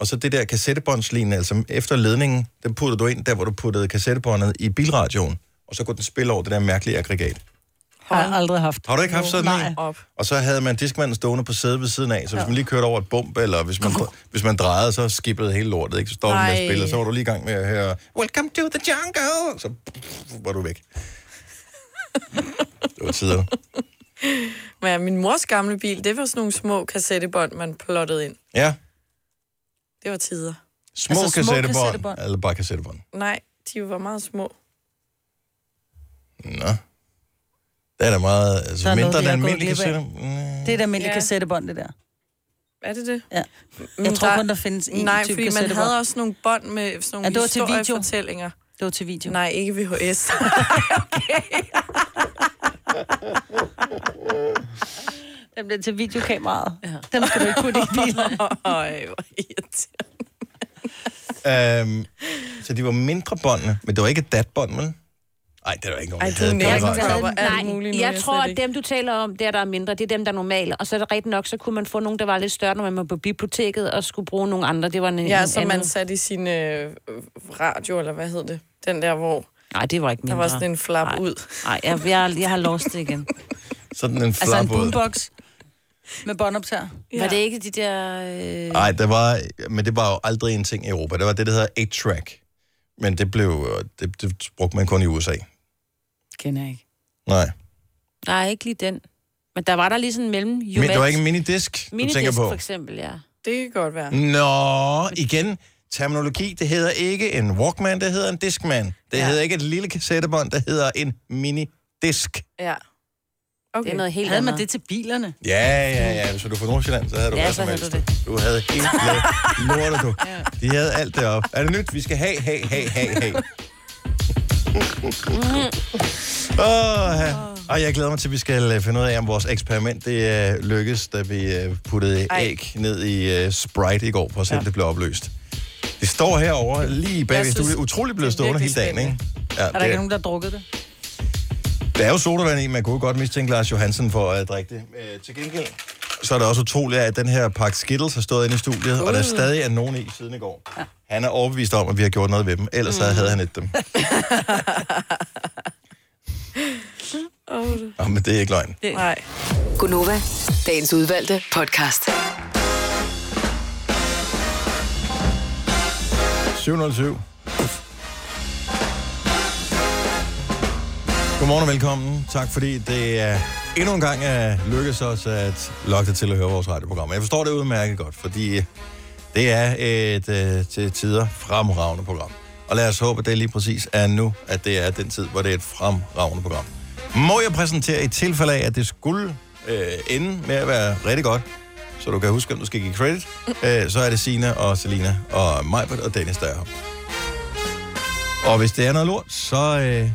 S1: og så det der kassettebåndslinje, altså efter ledningen, den puttede du ind der, hvor du puttede kassettebåndet i bilradioen, og så kunne den spille over det der mærkelige aggregat.
S3: Har jeg aldrig haft.
S1: Har du ikke haft sådan
S3: Nej.
S1: en? Og så havde man diskmanden stående på sædet ved siden af, så hvis man lige kørte over et bump, eller hvis man, hvis man drejede, så skippede hele lortet, ikke? Så stod den med at
S15: Ej.
S1: spille, og så var du lige i gang med at høre, Welcome to the jungle! Så var du væk. Det var tider.
S2: Men ja, min mors gamle bil, det var sådan nogle små kassettebånd, man plottede ind.
S1: Ja,
S2: Det var tider.
S1: små, altså, kassettebånd, Eller bare kassettebånd.
S2: Nej, de var meget små.
S1: Nå. Det er da meget, altså
S3: Der er noget,
S1: mindre
S3: vi
S1: end
S3: har
S1: almindelige
S3: gået glip af.
S1: kassetter.
S3: Det er et almindeligt
S2: Ja.
S3: ja. kassettebånd, det der.
S2: Er det det?
S3: Ja. Jeg tror kun, der findes én
S2: Nej,
S3: type
S2: fordi man
S3: kassettebånd.
S2: havde også nogle bånd med sådan
S3: Ja,
S2: nogle
S3: det var til video.
S2: historiefortællinger.
S3: Det var til video.
S2: Nej, ikke VHS.
S3: Den blev til videokameraet. Ja. Den skal du ikke putte i bilen.
S2: Øj, hvor irriterende.
S1: Øhm, så de var mindre båndene, men det var ikke et datbånd, vel? Nej, det var ikke nogen,
S2: Ej,
S1: der
S2: du
S1: havde
S2: nærer
S1: det.
S2: ikke
S1: Nej.
S2: noget. alt
S6: Nej,
S2: muligt nu,
S6: jeg
S2: jeg
S6: tror,
S2: slet
S6: at dem, du taler om, der, der er mindre, det er dem, der er normale. Og så er det rigtigt nok, så kunne man få nogle, der var lidt større, når man var på biblioteket og skulle bruge nogle andre. Det var en,
S2: Ja,
S6: en
S2: som
S6: anden.
S2: man satte i sin øh, radio, eller hvad hed det? Den der, hvor...
S6: Nej, det var ikke
S2: Der
S6: mindre.
S2: var sådan en flap ud.
S6: Nej, jeg, jeg, jeg har lost det igen.
S1: Sådan en
S3: Altså en
S1: flap ud.
S3: boombox med båndoptager.
S6: Ja. Var det ikke de der... Øh...
S1: Nej, der var, men det var jo aldrig en ting i Europa. Det var det, der hedder 8-track. Men det blev, øh, det, det brugte man kun i USA.
S3: Kender jeg ikke.
S1: Nej.
S6: Nej, ikke lige den. Men der var der lige sådan en mellem...
S1: Men det var ikke en minidisk, du tænker
S6: Minidisk
S1: på.
S6: for eksempel, ja.
S2: Det kan godt være.
S1: Nå, igen, terminologi, det hedder ikke en Walkman, det hedder en Discman. Det ja. hedder ikke et lille kassettebånd, det hedder en minidisk.
S2: Ja. Okay.
S6: Det er noget helt
S3: Havde
S6: andet.
S3: man det til bilerne?
S1: Ja, ja, ja. Hvis du er fra Nordsjælland, så havde du
S3: Ja,
S1: hvad
S3: så
S1: som
S3: havde
S1: helst.
S3: du
S1: Du, du havde helt lort- lortet, du. De havde alt det op. Er det nyt? Vi skal have, have, have, have, have. Åh, ja. og jeg glæder mig til, at vi skal øh, finde ud af, om vores eksperiment det øh, lykkes, da vi øh, puttede
S2: Ej.
S1: æg ned i øh, Sprite i går, for at se, om det blev opløst. Det står herovre lige bag
S3: Jeg
S1: ved
S3: synes,
S1: studiet. Utroligt blevet stående hele dagen, ikke? Ja,
S3: er der ikke nogen, der har drukket det?
S1: der er jo sodavand i, man kunne jo godt mistænke Lars Johansen for at drikke det. Øh, til gengæld, så er det også utroligt, at den her pakke Skittles har stået inde i studiet, uh. og der stadig er nogen i siden i går. Ja. Han er overbevist om, at vi har gjort noget ved dem, ellers mm. havde han et dem.
S2: Åh, det-
S1: Nå, men det er ikke løgn.
S2: Nej.
S8: Gunova, dagens udvalgte podcast.
S1: 707. Godmorgen og velkommen. Tak fordi det er endnu en gang er lykkedes os at lokke dig til at høre vores radioprogram. Jeg forstår det udmærket godt, fordi øh, det er et øh, til tider fremragende program. Og lad os håbe, at det lige præcis er nu, at det er den tid, hvor det er et fremragende program. Må jeg præsentere i tilfælde af, at det skulle øh, ende med at være rigtig godt, så du kan huske, om du skal give credit, øh, så er det Sina og Selina og Majbert og Dennis, der er her. Og hvis det er noget lort, så øh,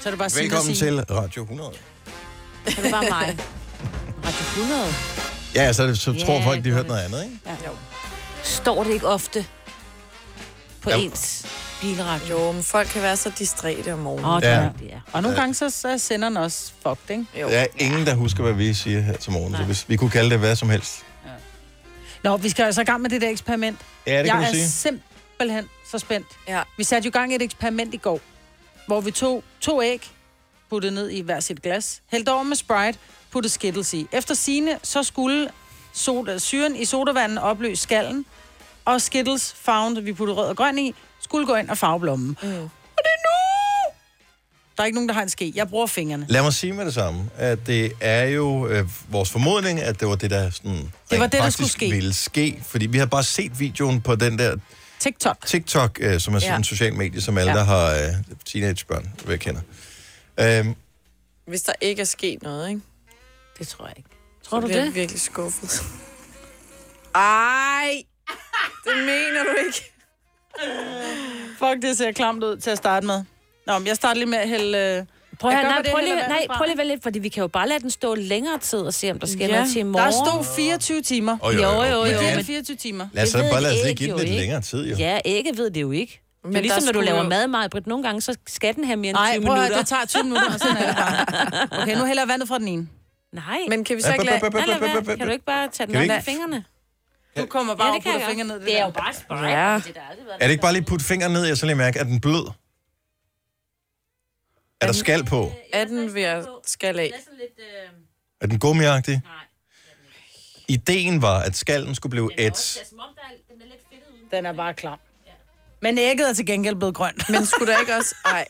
S3: Så er det bare Signe og
S1: velkommen
S3: Signe.
S1: til Radio 100.
S6: Så er det bare mig. Radio 100.
S1: Ja, så, så
S6: Ja,
S1: tror folk, de
S6: det
S1: har
S6: gør
S1: hørt noget andet, ikke?
S6: Ja. Står det ikke ofte på
S1: Ja.
S6: ens bilradio?
S2: Jo, men folk kan være så distræte om morgenen.
S1: Åh, det Ja. er rigtigt,
S6: ja.
S3: Og nogle gange så, så sender den også fucked, ikke?
S1: Jo. Der er ingen, der husker, hvad vi siger her til morgen. Så hvis vi kunne kalde det hvad som helst.
S3: Nå, vi skal altså i gang med det der eksperiment.
S1: Ja, det kan
S3: jeg
S1: du
S3: er
S1: sige.
S3: simpelthen så spændt. Ja. Vi satte jo i gang i et eksperiment i går, hvor vi tog to æg, puttede ned i hver sit glas, hældte over med Sprite, puttede Skittles i. Efter sine så skulle soda, syren i sodavanden opløse skallen, og Skittles found, vi puttede rød og grøn i, skulle gå ind og farve blommen. Mm. Og det er nu! Der er ikke nogen, der har en ske. Jeg bruger fingrene.
S1: Lad mig sige med det samme, at det er jo øh, vores formodning, at det var det, der sådan,
S3: det,
S1: rent
S3: der
S1: faktisk
S3: skulle ske.
S1: ville ske. Fordi vi har bare set videoen på den der
S3: TikTok,
S1: TikTok øh, som er sådan
S2: Ja.
S1: en social medie, som alle,
S2: Ja.
S1: der har øh, teenagebørn, vil jeg kender. Øhm,
S2: Hvis der ikke er sket noget, ikke?
S6: Det tror jeg ikke.
S2: Tror
S6: du
S2: så bliver
S6: det?
S2: Jeg virkelig skuffet. Ej! Det mener du ikke.
S3: Fuck, det ser klamt ud til at starte med. Nå, men jeg starter lige med at hælde... øh,
S6: Prøv,
S3: jeg
S6: at,
S3: gør,
S6: nej,
S3: hvad det
S6: prøv,
S3: hælder
S6: lige,
S3: vand
S6: nej,
S3: fra.
S6: prøv lige at være lidt, fordi vi kan jo bare lade den stå længere tid og se, om der sker
S3: Ja.
S6: ja. noget til i
S3: Der
S6: morgen.
S3: stod 24 timer.
S6: Jo, jo, jo. jo,
S1: Men det er-
S6: men-
S3: 24 timer.
S1: Lad os
S6: Det
S1: da
S6: ved
S1: bare lade os
S6: et
S1: lige
S6: æg
S1: give den
S6: jo
S1: lidt
S6: ikke.
S1: længere tid, jo.
S6: Ja, ikke ved det jo ikke. Men
S2: der
S6: det er ligesom, når du
S2: skulle
S6: laver
S2: jo-
S6: mad, Maja, Britt. Nogle gange, så skal den have mere end 20
S3: Nej, prøv at
S6: minutter.
S3: høre, det tager 20 minutter, og sådan er det bare. Okay, nu hælder jeg vandet fra den ene.
S6: Nej.
S2: Men kan vi så ikke lade-
S6: Nej, lad være. Kan du ikke bare tage den
S1: Kan vi
S6: op med
S1: ikke-
S6: fingrene?
S3: Du kommer bare
S6: ja,
S3: og
S6: det kan
S3: putter
S6: jeg
S3: fingrene ned. i
S6: Det, det er jo bare spejl. Ja.
S1: Er det ikke bare lige putte fingeren ned, og så lige mærke, er den blød? Er der skal på?
S2: Er den ved at skal af?
S1: Er den gummiagtig? Ideen var, at skallen skulle blive et.
S3: Den er bare klam. Men ægget er til gengæld blevet grønt.
S2: Men skulle der ikke også... Ej.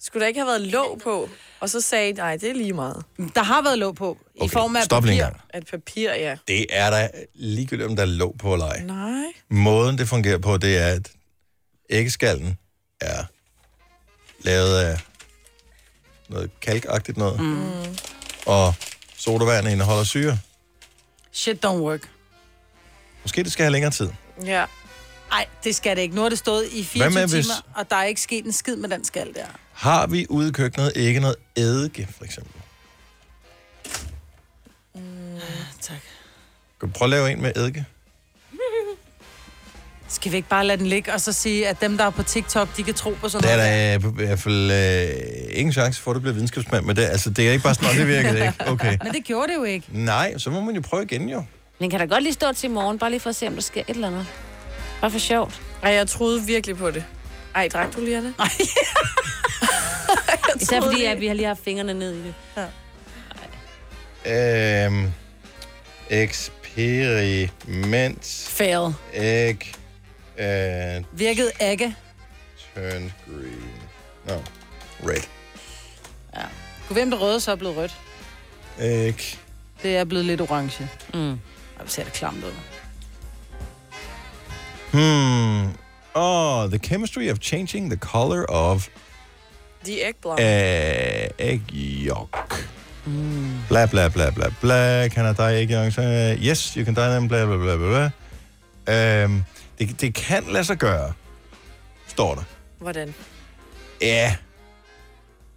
S2: Skulle der ikke have været låg på? Og så sagde I, nej, det er lige meget.
S3: Der har været låg på.
S1: Okay, form af stop lige en papir. gang.
S2: At papir, ja.
S1: Det er da ligegyldigt, om der er låg på eller ej.
S2: Nej.
S1: Måden, det fungerer på, det er, at æggeskallen er lavet af noget kalkagtigt noget,
S3: Mm.
S1: og sodavand indeholder syre.
S3: Shit don't work.
S1: Måske det skal have længere tid.
S2: Ja.
S3: Nej, det skal det ikke. Nu har det stået i 24
S1: Hvad
S3: timer,
S1: med hvis-
S3: og der er ikke sket en skid med den skal der.
S1: Har vi ude i køkkenet ikke noget eddike, for eksempel?
S3: Tak.
S1: Kan du prøve at lave en med eddike?
S3: Skal vi ikke bare lade den ligge, og så sige, at dem, der er på TikTok, de kan tro på sådan
S1: Der er
S3: noget?
S1: der i hvert fald øh, ingen chance for, at du bliver videnskabsmand med det. Altså, det er ikke bare sådan, "Nå, det virkede ikke. Okay.
S3: Men det gjorde det jo ikke.
S1: Nej, så må man jo prøve igen, jo.
S6: Den kan da godt lige stå til i morgen, bare lige for at se, om der sker et eller andet. Bare for sjovt.
S2: Ej, jeg troede virkelig på det. Ej, drak du lige af det? Nej.
S6: Især fordi, at vi har lige haft fingrene ned i det. Ja.
S1: Øhm, eksperiment.
S3: Fail.
S1: Egg. Øh,
S3: Virkede ægge.
S1: turn green. No, red.
S3: Kunne hvem det røde så er blevet rødt?
S1: Egg.
S3: Det er blevet lidt orange. Mm. Og ser det klamt ud.
S1: Hmm. Oh, the chemistry of changing the color of
S2: De er ikke blå.
S1: øh, ægyok. Bla, bla, bla, bla, bla. Can I dye ægyok? Uh, yes, you can dye them, bla, bla, bla, bla, bla. Um, det, det kan lade sig gøre, står der.
S2: Hvordan?
S1: Ja.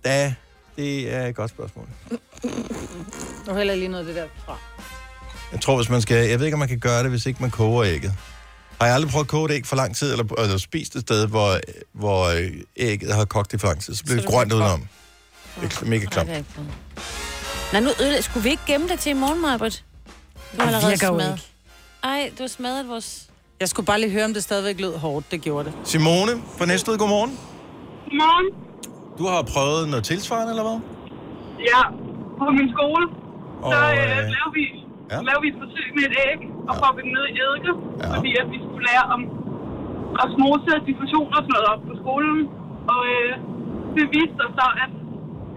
S1: Da, det er et godt spørgsmål.
S3: Nu hælder jeg lige noget af det der fra.
S1: Jeg tror, hvis man skal... Jeg ved ikke, om man kan gøre det, hvis ikke man koger ægget. Har jeg aldrig prøvet at koge et æg for lang tid, eller, eller spist et sted, hvor, hvor øh, ægget har kogt i for lang tid, så bliver det grønt udenom. Det er mega klamt.
S6: Okay. Nå, nu ødelæg- Skulle vi ikke gemme det til i morgen, Maja, Britt? Du har
S3: Det
S6: allerede
S3: virker jo
S6: smadret. Ej, du har smadret vores...
S3: Jeg skulle bare lige høre, om det stadigvæk lød hårdt. Det gjorde det.
S1: Simone fra Næstved, godmorgen.
S15: Godmorgen.
S1: Du har prøvet noget tilsvarende, eller hvad?
S15: Ja, på min skole, så
S1: Og,
S15: øh,
S1: øh,
S15: lavede, vi,
S1: ja.
S15: ja. lavede vi et forsøg med et æg og ja. proppede det ned i eddike, ja. fordi at vi skulle lære om osmose og diffusion og sådan noget op på skolen. Og øh, det viste sig så, at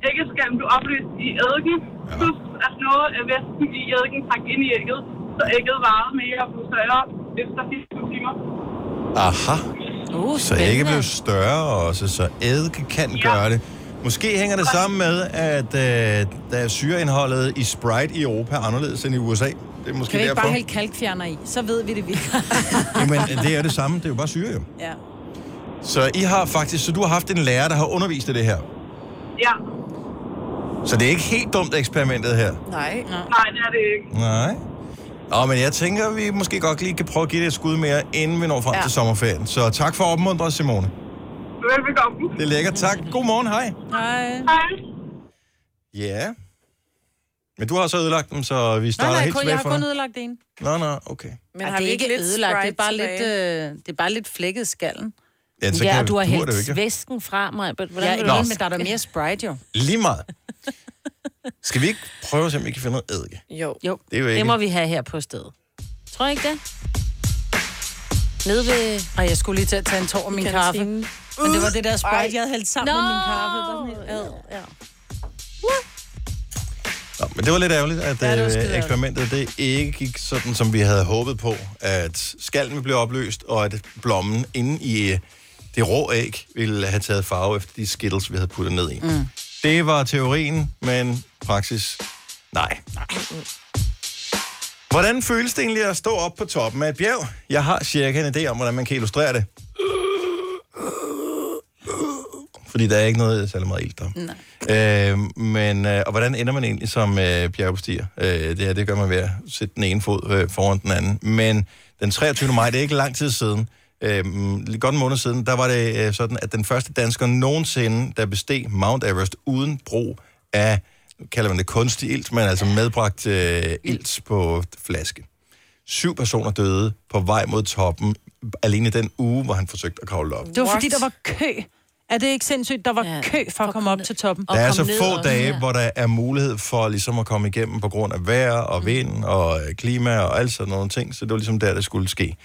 S15: æggeskallen blev opløst i eddike, ja. plus at noget af væsken i eddiken trak ind i ægget, så ægget varede mere og blev større efter 24 timer.
S1: Aha.
S6: Uh,
S1: så ægget blev større også, så eddike kan gøre det. Måske hænger det sammen med, at øh, der er syreindholdet i Sprite i Europa anderledes end i USA. Det er måske
S3: Kan vi ikke
S1: derfor.
S3: bare hælde kalkfjerner i? Så ved vi det virkelig.
S1: Jamen, det er det samme. Det er jo bare syre, jo.
S3: ja.
S1: Så I har faktisk, så du har haft en lærer, der har undervist i det her.
S15: Ja,
S1: Så det er ikke helt dumt eksperimentet her.
S2: Nej.
S15: nej, det er det ikke.
S1: Nej. Nå, men jeg tænker, vi måske godt lige kan prøve at give det et skud mere, inden vi når frem ja.
S15: Ja.
S1: til sommerferien. Så tak for at opmuntre, Simone.
S15: Velbekomme.
S1: Det er lækkert. Tak. God morgen. Hej.
S3: Hej.
S15: Hej.
S1: Ja. Men du har så ødelagt dem, så vi
S3: Nej,
S1: starter
S3: nej,
S1: helt
S3: kun,
S1: tilbage
S3: jeg har
S1: fra.
S3: kun ødelagt en.
S1: Nå, nå, okay.
S2: Men
S3: Ej,
S2: har
S3: det
S2: vi
S3: er
S2: ikke
S3: ikke
S2: lidt
S3: ødelagt, det er, bare
S2: Sprite
S3: lidt, øh, det er bare lidt flækket skallen.
S1: Ja, så Ja, kan- og du har duer det jo hældt ikke.
S3: væsken fra mig. Hvordan
S1: vil
S3: ja,
S1: du
S3: du
S1: Nå.
S3: men der er da mere Sprite jo.
S1: Lige meget. Skal vi ikke prøve at se, om vi kan finde noget eddike?
S2: Jo.
S3: jo.
S1: Det er jo ikke-
S6: det må vi have her på stedet. Tror I ikke det? Nede ved...
S3: Og jeg skulle lige til at tage en tår af min kaffe. Men det var det der Sprite, jeg havde hældt sammen
S6: Nå!
S3: med min kaffe. Det var sådan helt, ad, ja.
S1: Nå, men det var lidt ærgerligt, at
S3: Ja, det var skide
S1: ja,
S3: ærgerligt.
S1: eksperimentet det ikke gik sådan, som vi havde håbet på. At skallen ville blive opløst, og at blommen inde i øh, det rå æg ville have taget farve efter de skittles, vi havde puttet ned i. Mm. Det var teorien, men praksis, nej. Hvordan føles det egentlig at stå op på toppen af et bjerg? Jeg har cirka en idé om, hvordan man kan illustrere det. Fordi der er ikke noget særlig meget ild der. Øh, men, øh, og hvordan ender man egentlig som øh, bjergbestiger? Øh, det her, det gør man ved at sætte den ene fod øh, foran den anden. Men den 23. maj, det er ikke lang tid siden, øh, godt en måned siden, der var det øh, sådan, at den første dansker nogensinde, der besteg Mount Everest uden brug af, nu kalder man det kunstig ilt, men altså medbragt øh, ilt på flaske. Syv personer døde på vej mod toppen, alene i den uge, hvor han forsøgte at kravle op.
S3: Det var fordi, der var kø. Er det ikke sindssygt? Der var ja, kø for at komme op til toppen.
S1: Der er så få dage, hvor der er mulighed for ligesom at komme igennem på grund af vejr
S8: Mm.
S1: og vind og øh, klima og alt sådan nogle ting, så det var ligesom der, det skulle ske.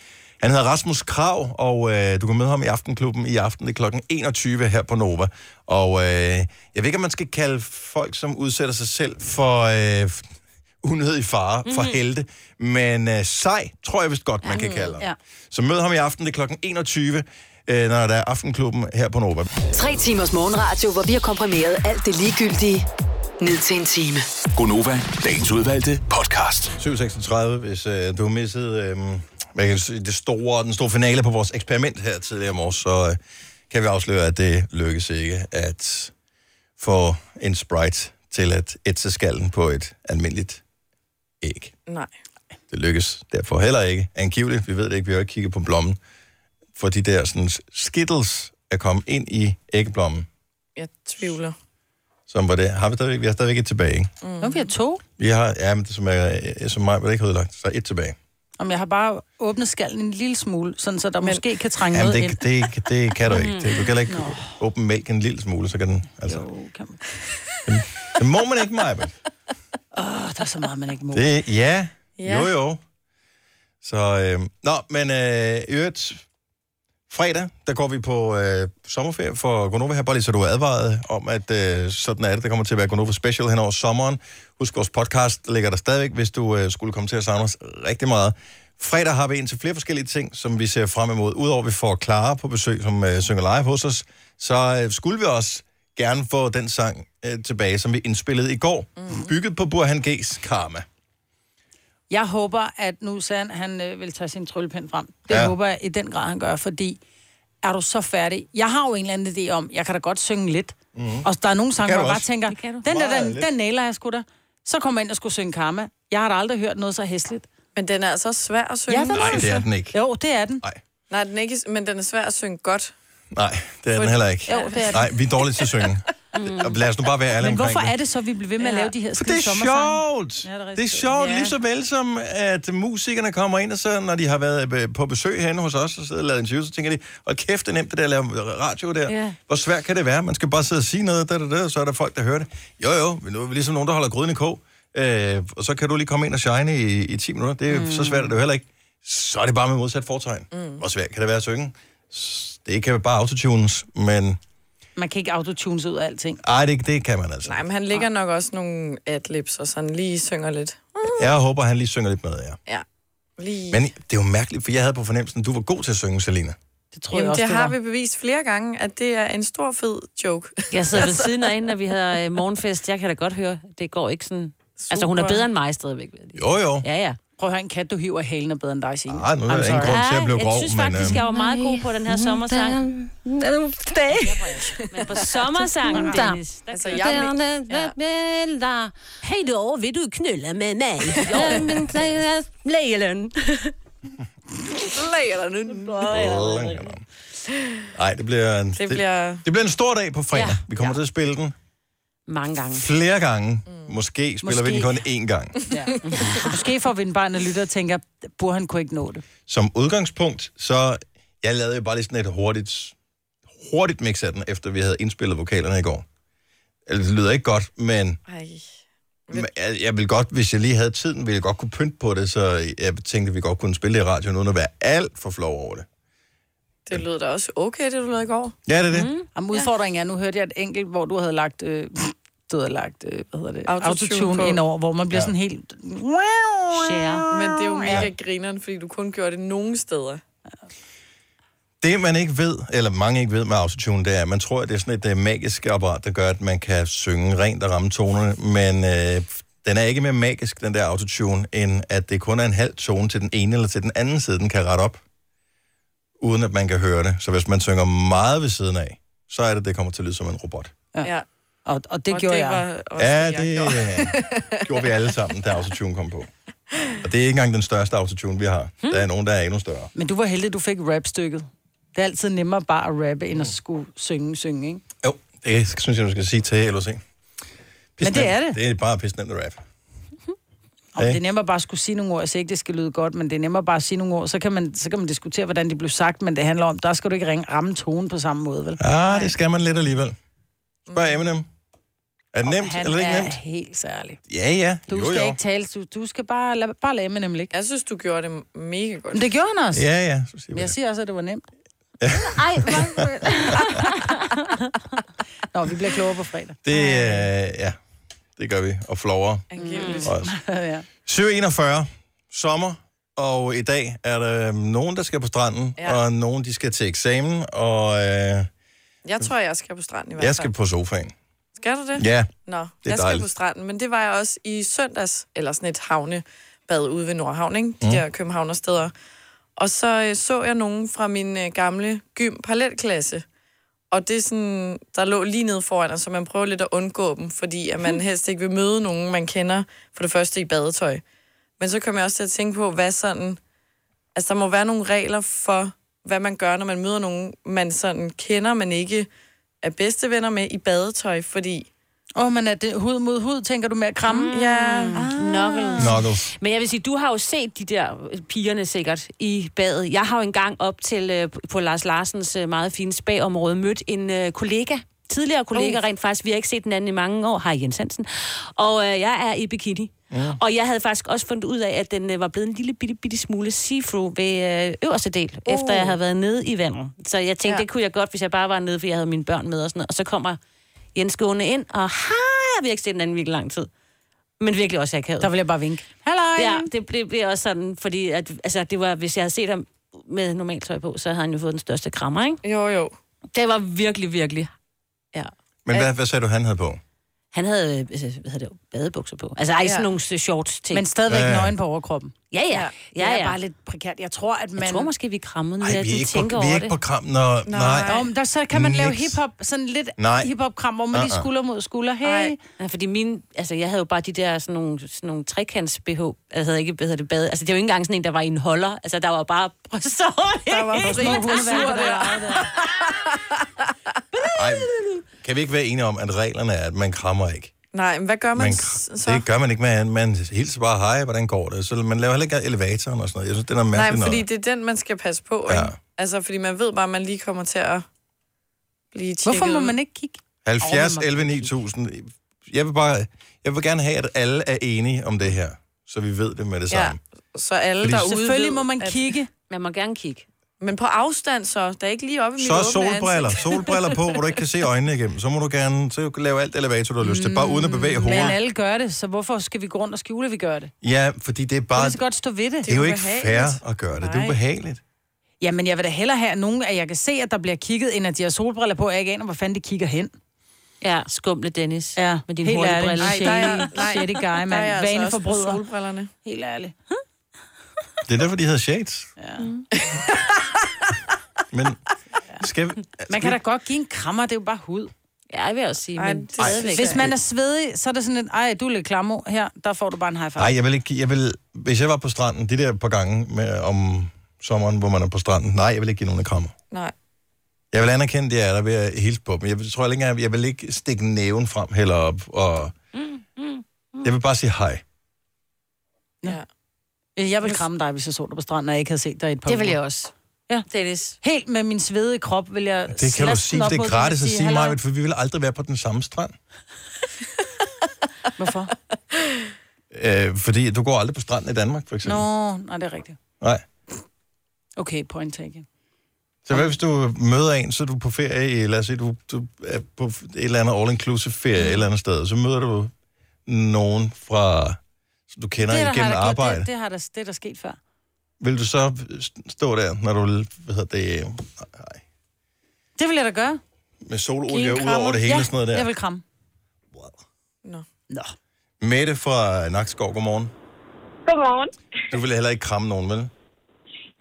S1: Han hedder Rasmus Krav, og øh, du kan møde ham i Aftenklubben i aften. Det er kl. 21 her på Nova. Og øh, jeg ved ikke, om man skal kalde folk, som udsætter sig selv for øh, unødig fare, for
S9: Mhm.
S1: helte. Men øh, sej, tror jeg vist godt, man kan kalde ham.
S8: Ja.
S1: Så mød ham i aften, det er kl. 21, øh, når der er Aftenklubben her på Nova.
S8: Tre timers morgenradio, hvor vi har komprimeret alt det ligegyldige ned til en time.
S1: Gonova, dagens udvalgte podcast. 7.36, hvis øh, du har misset øh, hvad kan jeg sige, det store, den store finale på vores eksperiment her tidligere i morges, så øh, kan vi afsløre, at det lykkes ikke at få en Sprite til at ætse skallen på et almindeligt æg.
S2: Nej.
S1: Det lykkes derfor heller ikke. Angiveligt, vi ved det ikke, vi har jo ikke kigget på blommen. For de der sådan, skittles er kommet ind i æggeblommen,
S2: Jeg tvivler.
S1: som var det. Har vi stadigvæk, vi har stadigvæk et tilbage, ikke?
S3: Mm. Nu vi har to.
S1: Vi har, ja, men det som, er, som mig var det ikke ødelagt, så et tilbage.
S3: Om jeg har bare åbnet skallen en lille smule, sådan så der men, måske kan trænge
S1: Jamen,
S3: noget
S1: det,
S3: ind.
S1: det, det kan du ikke. Det, du kan heller ikke
S3: Nå.
S1: åbne mælk en lille smule, så kan den... Altså, jo, kan man. Det må man ikke, Maja.
S3: Åh, der er så meget, man ikke må.
S1: Det, ja,
S3: Ja.
S1: jo jo. Så, øh, nå, men øh, i øvrigt, fredag, der går vi på øh, sommerferie for Gonova her, bare lige så du er advaret om, at øh, sådan er det. Der kommer til at være Gonova Special hen over sommeren. Husk, vores podcast der ligger der stadigvæk, hvis du øh, skulle komme til at savne os rigtig meget. Fredag har vi en til flere forskellige ting, som vi ser frem imod. Udover at vi får Clara på besøg, som øh, synger live hos os, så øh, skulle vi også gerne få den sang øh, tilbage, som vi indspillede i går. Mm. Bygget på Burhan G's Karma.
S3: Jeg håber, at nu Sand, han øh, vil tage sin tryllepind frem. Det
S1: Ja.
S3: ja. håber jeg i den grad, han gør, fordi er du så færdig? Jeg har jo en eller anden idé om, jeg kan da godt synge lidt. Mm.
S1: Mhm.
S3: Og der er nogle sange,
S6: Kan
S3: hvor
S6: du
S3: jeg bare
S6: også?
S3: tænker,
S6: Det kan du.
S3: den der,
S6: Meget
S3: den,
S6: lidt.
S3: den næler jeg sgu da. Så kommer jeg ind og skulle synge karma. Jeg har da aldrig hørt noget så hæsligt.
S2: Men den er altså også svær at synge.
S3: Ja, den
S1: Nej, det er den ikke.
S3: Jo, det er den.
S1: Nej.
S2: Nej, den er ikke, men den er svær at synge godt.
S1: Nej, det er den heller ikke.
S2: Jo, det er den.
S1: Nej, vi er dårlige til at synge. Og Lad os nu bare være ærlige
S3: Men
S1: omkring
S3: hvorfor er det så, vi bliver ved med at lave de her
S1: For det
S3: skide
S1: er sjovt. Ja, det, er sjovt, lige så vel som, at musikerne kommer ind, og så når de har været øh, på besøg herinde hos os, og sidder og lavet interviews, så tænker de, og kæft, det er nemt det der at lave radio der.
S9: Ja.
S1: Hvor svært kan det være? Man skal bare sidde og sige noget, der, der, der, og så er der folk, der hører det. Jo, jo, men nu er vi ligesom nogen, der holder gryden i kog, øh, og så kan du lige komme ind og shine i, i 10 minutter. Det er mm. så svært, er det jo heller ikke. Så er det bare med modsat fortegn. Mm. Hvor svært kan det være at synge? S- Det kan bare autotunes, men
S3: Man kan ikke autotunes ud af alting.
S1: ej, det, det kan man altså.
S2: Nej, men han ligger nok også nogle adlibs, og sådan lige synger lidt.
S1: Jeg håber, han lige synger lidt med, ja.
S2: Ja. Lige.
S1: Men det er jo mærkeligt, for jeg havde på fornemmelsen, at du var god til at synge, Selina.
S3: Det
S1: tror
S2: Jamen, det har vi bevist flere gange, at det er en stor, fed joke.
S6: Jeg sidder ved siden af hende, når vi havde øh, morgenfest. Jeg kan da godt høre, det går ikke sådan... Altså, hun er
S2: Super.
S6: bedre end mig stadigvæk.
S1: Jo, jo.
S6: Ja, ja.
S3: Prøv at høre, en kat, du hiver i halen er bedre end dig, Signe.
S1: Ah, nu er der ingen grund til at blive
S6: Ej,
S1: grov,
S6: jeg synes
S1: men,
S6: faktisk,
S1: øh,
S6: jeg var meget god på den her sommersang.
S4: Dag.
S6: Men på sommersangen, Dennis, der
S4: Altså,
S6: kører
S4: jeg
S6: den
S4: er
S6: ikke. Ja.
S4: med Hej då, vil du knulle med mig? Ja, men Lejlen.
S2: Lejlen.
S1: Nej, det bliver, en, det,
S2: bliver-
S1: det, det bliver en stor dag på fredag.
S6: Ja.
S1: Ja. Vi kommer ja. til at spille den
S6: Mange gange.
S1: flere gange. Mm. Måske spiller Måske. vi den kun
S3: Måske.
S1: én gang.
S3: Ja. Og Måske får vi en barn, der lytter og tænker, burde han kunne ikke nå det.
S1: Som udgangspunkt, så jeg lavede jo bare lige sådan et hurtigt, hurtigt mix af den, efter vi havde indspillet vokalerne i går. Altså, Det lyder ikke godt, men
S2: Ej.
S1: men jeg, jeg ville godt, hvis jeg lige havde tiden, ville jeg godt kunne pynte på det, så jeg tænkte, at vi godt kunne spille det i radioen, uden at være alt for flov over det.
S2: Det lød da også okay, det du lavede i går.
S1: Ja, det er det. Mm.
S3: Mm. Jamen, udfordringen er, nu hørte jeg et enkelt, hvor du havde lagt, øh, du havde lagt øh, hvad hedder det,
S2: Autotune
S3: autotune, autotune
S2: på.
S3: ind over, hvor man bliver ja. sådan helt...
S2: Share. Men det er jo mega
S3: Ja.
S2: grineren, fordi du kun gjorde det nogen steder.
S1: Det, man ikke ved, eller mange ikke ved med autotune, det er, at man tror, at det er sådan et uh, magisk apparat, der gør, at man kan synge rent og ramme tonerne, men øh, den er ikke mere magisk, den der autotune, end at det kun er en halv tone til den ene eller til den anden side, den kan rette op, uden at man kan høre det. Så hvis man synger meget ved siden af, så er det, det kommer til at lyde som en robot.
S2: Ja.
S3: Og, og det gjorde jeg.
S1: Ja, det øh, gjorde. gjorde vi alle sammen, da autotune kom på. Og det er ikke engang den største autotune, vi har. Der er nogen, der er endnu større.
S3: Men du var heldig, du fik rapstykket. Det er altid nemmere bare at rappe, end at skulle synge, synge, ikke?
S1: Jo, det synes jeg, du skal sige til LOC. Pisse
S3: Men det er det.
S1: Det er bare pisse nemt at rap.
S3: Og det er nemmere bare at skulle sige nogle ord. Jeg siger ikke, det skal lyde godt, men det er nemmere bare at sige nogle ord. Så kan man, så kan man diskutere, hvordan det blev sagt, men det handler om, der skal du ikke ringe ramme tonen på samme måde, vel?
S1: Ah, det skal man lidt alligevel. Spørg Eminem. Er det nemt
S3: Han
S1: eller ikke
S3: er
S1: nemt?
S3: helt særlig.
S1: Ja, ja.
S3: Du jo, skal jo. ikke tale, du, du skal bare, lad, bare lade Eminem ligge.
S2: Jeg synes, du gjorde det mega godt.
S3: Men det gjorde han også.
S1: Ja, ja.
S3: Men jeg siger også, at det var nemt.
S4: Ej,
S3: Nå, vi bliver klogere på fredag.
S1: Det, øh, ja, det gør vi. Og flowere.
S3: Angiveligt.
S1: Også.
S3: ja.
S1: 741. Sommer. Og i dag er der øhm, nogen, der skal på stranden,
S2: Ja.
S1: ja. og nogen, de skal til eksamen, og øh,
S2: Jeg tror, jeg skal på stranden i hvert fald.
S1: jeg skal på sofaen.
S2: Skal du det?
S1: Ja,
S2: Nå, jeg
S1: det er
S2: skal
S1: dejligt.
S2: på stranden, men det var jeg også i søndags, eller sådan et havnebad ude ved Nordhavn, ikke? De mm.
S1: Mm.
S2: der københavnersteder. Og så øh, så jeg nogen fra min øh, gamle gym parallelklasse. Og det er sådan, der lå lige nede foran os, så man prøver lidt at undgå dem, fordi at
S3: Hmm.
S2: man helst ikke vil møde nogen, man kender for det første i badetøj. Men så kom jeg også til at tænke på, hvad sådan... Altså, der må være nogle regler for, hvad man gør, når man møder nogen, man sådan kender, men ikke er bedste venner med i badetøj, fordi...
S3: Åh, oh, men er det hud mod hud, tænker du med at kramme? Mm.
S2: Ja.
S6: Knuckles.
S1: Knuckles.
S6: Men jeg vil sige, du har jo set de der øh, pigerne sikkert i badet. Jeg har jo engang op til øh, på Lars Larsens øh, meget fine spagområde mødt en øh, kollega, tidligere kollega
S4: Oh.
S6: rent faktisk. Vi har ikke set den anden i mange år. Hej Jens Hansen. Og øh, jeg er i bikini.
S4: Ja.
S6: Og jeg havde faktisk også fundet ud af, at den øh, var blevet en lille bitte, bitte smule see-through ved øh, øverste del, oh. efter jeg havde været nede i vandet. Så jeg tænkte, ja.
S4: Ja.
S6: det kunne jeg godt, hvis jeg bare var nede, for jeg havde mine børn med og sådan noget. Og så kommer Jens gående ind, og har vi har ikke set den anden i virkelig lang tid. Men virkelig også akavet.
S3: Der vil jeg bare vinke. Hallo!
S6: Ja, det blev, blev også sådan, fordi at, altså, det var, hvis jeg havde set ham med normalt tøj på, så havde han jo fået den største krammer, ikke?
S2: Jo, jo.
S6: Det var virkelig, virkelig.
S1: Men hvad, hvad sagde du, han havde på?
S6: Han havde, øh, altså, hvad hedder det, badebukser på. Altså, ej,
S3: Ja.
S6: sådan nogle øh, shorts ting.
S3: Men stadigvæk
S1: Ja, ja.
S3: nøgen på overkroppen.
S6: Ja, ja.
S3: Det er
S6: ja.
S3: bare lidt prekært. Jeg tror, at man...
S6: Jeg tror måske, vi krammede nu,
S1: Ej,
S6: at
S1: vi er
S6: du
S1: ikke
S6: tænker
S1: på, vi er
S6: over
S1: ikke
S6: det.
S1: på kram, når... Nej.
S3: Nå, men der, så kan man lave
S1: Niks.
S3: hiphop, sådan lidt
S1: Nej.
S3: hiphop-kram, hvor man lige
S6: Uh-uh.
S3: skulder mod skulder. Hey.
S6: Ja, fordi mine, altså jeg havde jo bare de der sådan nogle, sådan nogle trekants BH. Altså jeg havde ikke, hvad hedder det, bade. Altså det var jo ikke engang sådan en, der var i en holder. Altså der var bare så
S2: Der var små hudsuger der.
S1: Ej, kan vi ikke være enige om, at reglerne er, at man krammer ikke?
S2: Nej, men hvad gør man,
S1: Man,
S2: man
S1: kr-
S2: så?
S1: det gør man ikke, man, man hilser bare, hej, hvordan går det? Så man laver heller ikke elevatoren og sådan noget. Jeg synes, det er noget
S2: Nej,
S1: mærkeligt
S2: men fordi
S1: noget.
S2: det er den, man skal passe på, ja. ikke? Altså, fordi man ved bare, at man lige kommer til at blive tjekket.
S3: Hvorfor må man ikke kigge?
S1: 70, 11, 9000. Jeg vil bare, jeg vil gerne have, at alle er enige om det her, så vi ved det med det samme.
S2: så alle
S1: Fordi-
S2: derude
S1: Selvfølgelig
S2: ved,
S1: må
S3: man kigge.
S6: Man må gerne kigge.
S2: Men på afstand så. Der er ikke lige oppe i mit
S1: Så
S2: åbne
S1: solbriller.
S2: ansigt.
S1: Solbriller på, hvor du ikke kan se øjnene igennem. Så må du gerne så kan du lave alt elevator, du har lyst til. Bare uden at bevæge
S3: Mm, Men
S1: hovedet.
S3: alle gør det, så hvorfor skal vi gå rundt og skjule, at vi gør det?
S1: Ja, fordi det er
S3: Bare,
S1: bare...
S3: det så godt stå ved det.
S1: Det er jo ikke fair at gøre det. Det er
S3: Nej.
S1: ubehageligt.
S3: Ja, men jeg vil da hellere have nogen, at jeg kan se, at der bliver kigget, end at de har solbriller på, og jeg ikke aner, hvor fanden de kigger hen.
S6: Ja, skumle Dennis.
S3: Ja,
S6: med dine
S3: helt
S6: hurtige
S3: ærligt.
S6: briller.
S3: Nej, der er- nej,
S6: Shady
S3: der er jeg altså også på
S6: Vaneforbryder.
S2: solbrillerne.
S3: Helt ærligt.
S1: Det er derfor, de hedder shades. Ja.
S6: Mm.
S1: Men skal,
S3: Man kan da godt give en krammer, det er jo bare hud.
S6: Ja, jeg vil også sige,
S3: ej,
S6: men
S3: det er Hvis man er svedig, så er det sådan et, ej, du er lidt klammer her, der får du bare en high five.
S1: Nej, jeg vil ikke... give- Jeg vil, hvis jeg var på stranden, de der par gange med, om sommeren, hvor man er på stranden, nej, jeg vil ikke give nogen en krammer.
S2: Nej.
S1: Jeg vil anerkende, det er der ved at hilse på dem. Jeg vil- tror ikke engang, jeg vil ikke stikke næven frem heller op, og
S3: Mm,
S1: jeg vil bare sige hej.
S3: Ja. Øh, Jeg vil kramme dig, hvis jeg så dig på stranden, og jeg ikke havde set dig i et par
S6: Det vil jeg
S3: uger.
S6: også.
S3: Ja,
S6: Dennis.
S3: Helt med min svedige krop vil jeg
S1: Det kan du
S3: slaske
S1: sige,
S3: den
S1: for
S3: op
S1: det
S3: mod
S1: er
S3: den
S1: gratis
S3: og
S1: at
S3: sige,
S1: sige
S3: "Hallo."
S1: mig, for vi vil aldrig være på den samme strand.
S3: Hvorfor?
S1: Øh, fordi du går aldrig på stranden i Danmark, for eksempel.
S3: Nå, nej, det er rigtigt.
S1: Nej.
S3: Okay, point taken.
S1: Så hvad hvis du møder en, så er du på ferie, i- lad os sige, du, du er på et eller andet all-inclusive ferie et eller andet sted, så møder du nogen fra, som du kender
S3: det, er der
S1: igennem
S3: har der-
S1: arbejde.
S3: Det, det, har der, det er der sket før.
S1: Vil du så stå der, når du, hvad hedder det,
S3: Det vil jeg da gøre.
S1: med sololie
S3: Give en
S1: ud
S3: krammer.
S1: over det hele
S3: ja,
S1: og sådan noget der?
S3: jeg vil kramme.
S2: Nå.
S3: Nå.
S1: Mette fra Nakskov, godmorgen.
S16: Godmorgen.
S1: Du vil heller ikke kramme nogen, vel?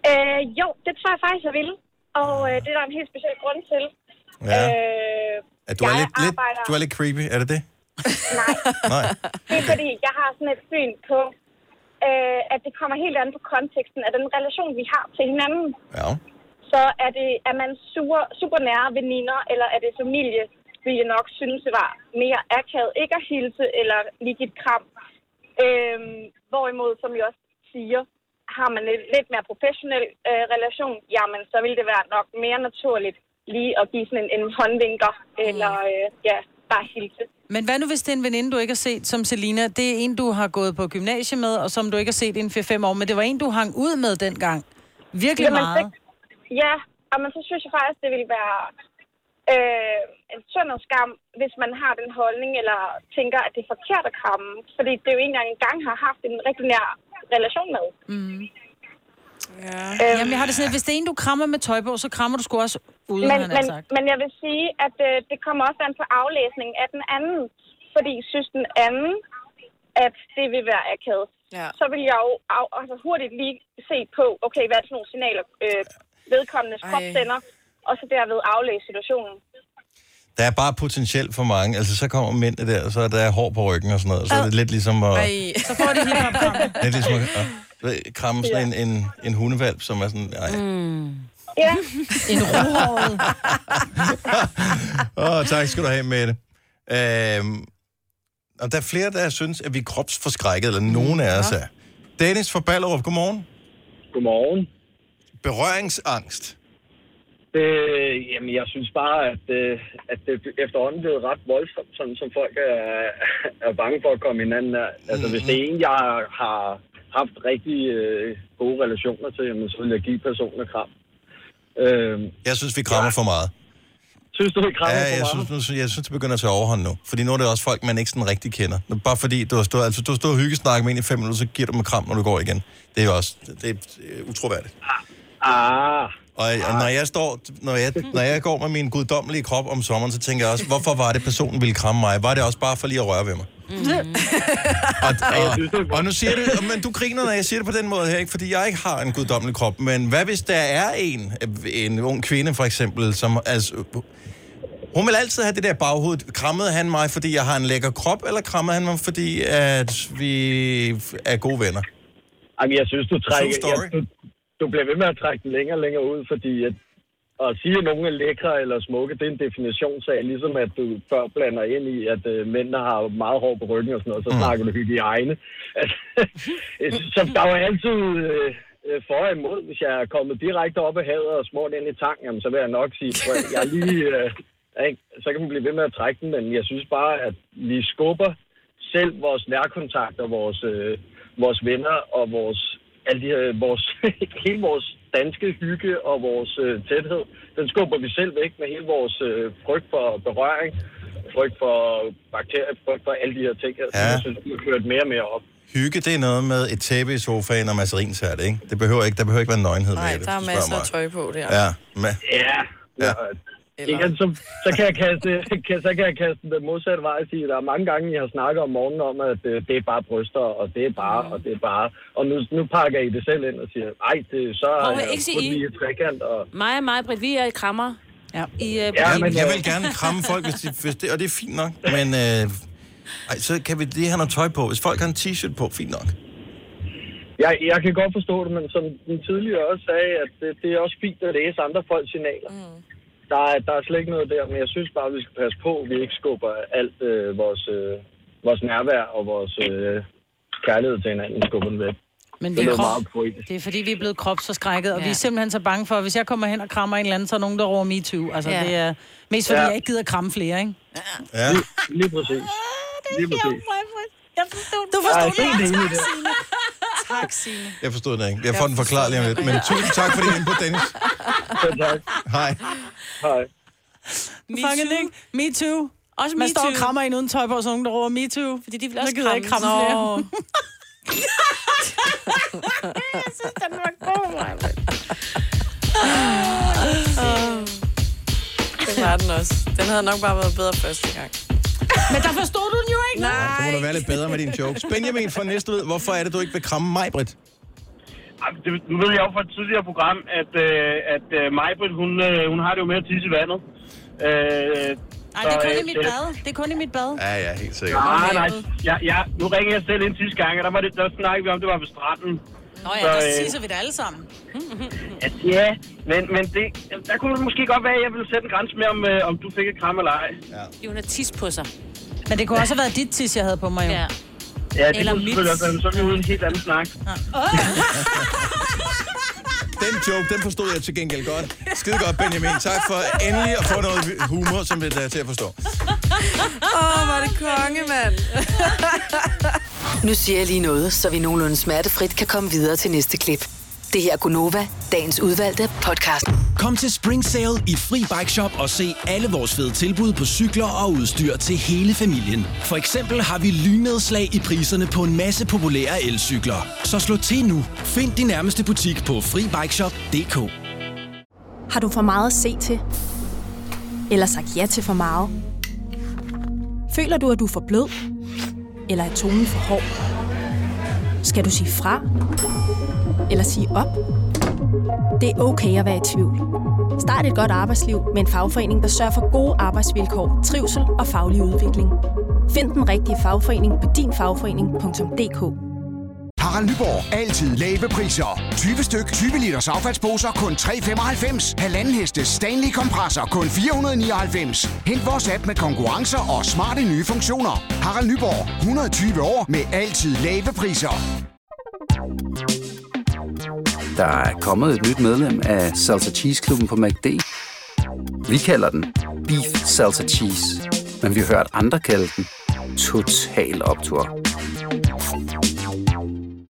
S16: Øh, jo, det tror jeg faktisk, jeg vil. Og øh, det er der en helt speciel grund til.
S1: Ja.
S16: Øh,
S1: At du, er
S16: jeg
S1: lidt, lidt,
S16: arbejder...
S1: du er lidt creepy, er det det? Nej.
S16: Det er fordi, jeg har sådan et syn på, øh, at det kommer helt an på konteksten af den relation, vi har til hinanden.
S1: Ja.
S16: Så er, det, er man super, super nære veninder, eller er det familie, vil jeg nok synes, det var mere akavet ikke at hilse eller lige give et kram. Øhm, hvorimod, som jeg også siger, har man en lidt mere professionel øh, relation, jamen så vil det være nok mere naturligt lige at give sådan en, en håndvinker, eller øh, ja, bare hilse.
S3: Men hvad nu, hvis det er en veninde, du ikke har set, som Selina? Det er en, du har gået på gymnasiet med, og som du ikke har set inden 4-5 år, men det var en, du hang ud med dengang. Virkelig
S16: Jamen,
S3: meget.
S16: Ja, og men så synes jeg faktisk, det ville være øh, en synd og skam, hvis man har den holdning, eller tænker, at det er forkert at kramme. Fordi det er jo ikke engang engang har haft en rigtig nær relation med.
S3: Mm. Ja. Jamen, jeg har det sådan, at hvis det er en, du krammer med tøj på, så krammer du sgu også uden,
S16: men,
S3: men, han har
S16: men,
S3: sagt.
S16: men jeg vil sige, at øh, det kommer også an på aflæsningen af den anden. Fordi synes den anden, at det vil være akavet,
S2: ja.
S16: så vil jeg jo af, altså hurtigt lige se på, okay, hvad er det for nogle signaler, øh, vedkommendes krop sender, og så derved aflæse situationen.
S1: Der er bare potentielt for mange. Altså, så kommer mændene der, og så er der hår på ryggen og sådan noget. Så er det lidt ligesom at...
S3: Så får det hele
S1: Det er ligesom at, at du ved, kramme sådan en, en, en hundevalp, som er sådan, nej.
S16: Ja.
S3: en rohåret.
S1: Åh, oh, tak skal du have, Mette. Øhm, og der er flere, der synes, at vi er kropsforskrækket, eller nogen af os er. Dennis fra Ballerup, godmorgen.
S17: Godmorgen.
S1: Berøringsangst.
S17: Øh, jamen, jeg synes bare, at, øh, at det efterhånden er blevet ret voldsomt, sådan, som folk er, er bange for at komme hinanden af. Altså, hvis det er en, jeg har haft rigtig øh, gode relationer til, jamen, så vil jeg give personen et kram. Øh,
S1: Jeg synes, vi krammer for meget.
S17: Synes du, vi krammer
S1: ja,
S17: for
S1: jeg
S17: meget?
S1: Synes, nu, jeg synes, det begynder at tage overhånd nu. Fordi nu er det også folk, man ikke sådan rigtig kender. Men Bare fordi du har stået, altså, du har stået og hyggesnakket med en i fem minutter, så giver du dem et kram, når du går igen. Det er jo også det er øh, utroværdigt.
S17: Ah.
S1: Og, og når, jeg står, når, jeg, når jeg går med min guddommelige krop om sommeren, så tænker jeg også, hvorfor var det, personen ville kramme mig? Var det også bare for lige at røre ved mig? Og, og nu siger du, men du griner, når jeg siger det på den måde her, ikke? fordi jeg ikke har en guddommelig krop. Men hvad hvis der er en, en ung kvinde for eksempel, som... Altså, hun vil altid have det der baghoved. Krammede han mig, fordi jeg har en lækker krop, eller krammede han mig, fordi at vi er gode venner?
S17: Jamen, jeg synes, du trækker...
S1: True story.
S17: Jeg, du, du bliver ved med at trække den længere og længere ud, fordi at, at sige, at nogen er lækre eller smukke, det er en definitionssag, ligesom at du før blander ind i, at øh, mændene har meget hår på ryggen og sådan noget, så
S18: Mm.
S17: snakker du hygiejne. Altså, jeg synes, så der er jo altid øh, øh, for og imod. Hvis jeg er kommet direkte op af havet og smurt ind i tang, jamen, så vil jeg nok sige, prøv, at- jeg er lige... Øh, ikke? Så kan man blive ved med at trække den, men jeg synes bare, at vi skubber selv vores nærkontakter, vores, øh, vores venner og vores, alle de her, vores, hele vores danske hygge og vores øh, tæthed, den skubber vi selv væk med hele vores øh, frygt for berøring, frygt for bakterier, frygt for alle de her ting her, ja. som jeg synes, vi har kørt mere og mere op.
S1: Hygge, det er noget med et tæppe i sofaen og masserinsært, ikke? Det behøver ikke, der behøver ikke være nøgenhed med
S2: Nej,
S1: det,
S2: der er
S1: hvis du
S2: masser
S1: spørger
S2: af tøj på der.
S1: mig. Ja, ma-
S17: ja.
S1: ja.
S17: Eller... Igen, så, så, kan jeg kaste, kan, så kan jeg kaste den den modsatte vej og sige, der er mange gange, I har snakket om morgenen om, at øh, det er bare bryster, og det er bare, og det er bare. Og nu, nu pakker I det selv ind og siger, nej, det, så
S6: Må
S17: har
S6: jeg
S17: jeg
S6: ikke sige
S17: kun
S6: I?
S17: lige et trekant. Og...
S6: Mig og mig, Britt, vi er i krammer. Ja. I, uh,
S1: Ja, men jeg vil gerne kramme folk, hvis de, hvis det, og det er fint nok. Men øh, ej, så kan vi lige have noget tøj på. Hvis folk har en t-shirt på, fint nok.
S17: Jeg, jeg kan godt forstå det, men som den tidligere også sagde, at det, det er også fint at læse andre folks signaler. Mm. Der, er, der er slet ikke noget der, men jeg synes bare, vi skal passe på, at vi ikke skubber alt øh, vores, øh, vores nærvær og vores øh, kærlighed til hinanden, skubber den væk.
S3: Men
S17: det
S3: vi
S17: lyder
S3: krop-
S17: meget poetisk.
S3: Det er fordi, vi er blevet kropsforskrækket, og vi er simpelthen så bange for, at hvis jeg kommer hen og krammer en eller anden, så er nogen, der råber me too. Altså,
S17: Ja.
S3: ja. det er mest fordi,
S17: Ja.
S3: ja. jeg ikke gider at kramme flere, ikke?
S1: Ja.
S17: Lige, lige præcis. Lige præcis.
S3: Jeg forstod
S2: Du
S17: Jeg
S2: forstod
S17: er helt
S2: det.
S17: enig i
S2: Tak,
S17: det.
S2: Signe. Tak, Signe.
S1: Jeg forstod den ikke. Jeg får den forklaret lige om lidt. Men tusind tak for din input, Dennis.
S17: tak.
S1: Hej.
S17: Hej.
S3: Me Fanget too. Ikke? Me too.
S6: Også
S3: Også Man
S6: me
S3: står og
S6: too.
S3: krammer en uden tøj på, og så er nogen, der råber me too.
S6: Fordi de vil
S3: Så
S6: også
S3: gider jeg ikke
S6: kramme.
S3: kramme flere.
S6: Nå.
S3: jeg synes, den var god, Maja.
S2: Det var den også. Den havde nok bare været bedre første gang.
S3: Men der forstod du den jo ikke.
S1: Du må da være lidt bedre med dine jokes. Benjamin fra næste ved, hvorfor er det, du ikke vil kramme mig, Britt?
S18: Jamen, det, nu ved jeg jo fra et tidligere program, at, øh, at øh, Majbrit, hun, øh, hun har det jo med at tisse i vandet. Øh,
S3: Nej,
S18: så,
S3: det er kun
S18: øh, Ah,
S3: i mit bad. Det er kun i mit bad.
S1: Ja, ja, helt sikkert.
S18: Nej, nej. Jeg, jeg, nu ringede jeg selv ind sidste gang, og der, var det, der snakkede vi om, det var ved stranden.
S3: Nå ja, der
S18: øh,
S3: tisser vi det alle sammen.
S18: at, ja, men, men det, der kunne det måske godt være, at jeg ville sætte en grænse med, om, øh, om du fik et kram eller ej.
S1: Ja.
S6: Jo, hun har tis på sig.
S3: Men det kunne også have været dit tis, jeg havde på mig jo. Ja.
S18: Ja, det kunne selvfølgelig også være, men så er vi ude i en helt anden snak.
S1: Den joke, den forstod jeg til gengæld godt. Skide godt, Benjamin. Tak for endelig at få noget humor, som det er til at forstå.
S2: Åh, oh, var det konge, mand.
S8: Nu siger jeg lige noget, så vi nogenlunde smertefrit kan komme videre til næste klip. Det her er Gunova, dagens udvalgte podcast.
S19: Kom til Spring Sale i Fri Bike Shop og se alle vores fede tilbud på cykler og udstyr til hele familien. For eksempel har vi lynedslag i priserne på en masse populære elcykler. Så slå til nu. Find din nærmeste butik på FriBikeShop.dk
S20: Har du for meget at se til? Eller sagt ja til for meget? Føler du, at du er for blød? Eller er tonen for hård? Skal du sige fra? Eller sige op? Det er okay at være i tvivl. Start et godt arbejdsliv med en fagforening, der sørger for gode arbejdsvilkår, trivsel og faglig udvikling. Find den rigtige fagforening på dinfagforening.dk.
S21: Harald Nyborg. Altid lave priser. 20 styk, 20 liters affaldsposer kun 3,95. Halvanden heste Stanley kompresser kun 499. Hent vores app med konkurrencer og smarte nye funktioner. Harald Nyborg. 120 år med altid lave priser.
S22: Der er kommet et nyt medlem af Salsa Cheese Klubben på MACD. Vi kalder den Beef Salsa Cheese, men vi har hørt andre kalde den Total Optor.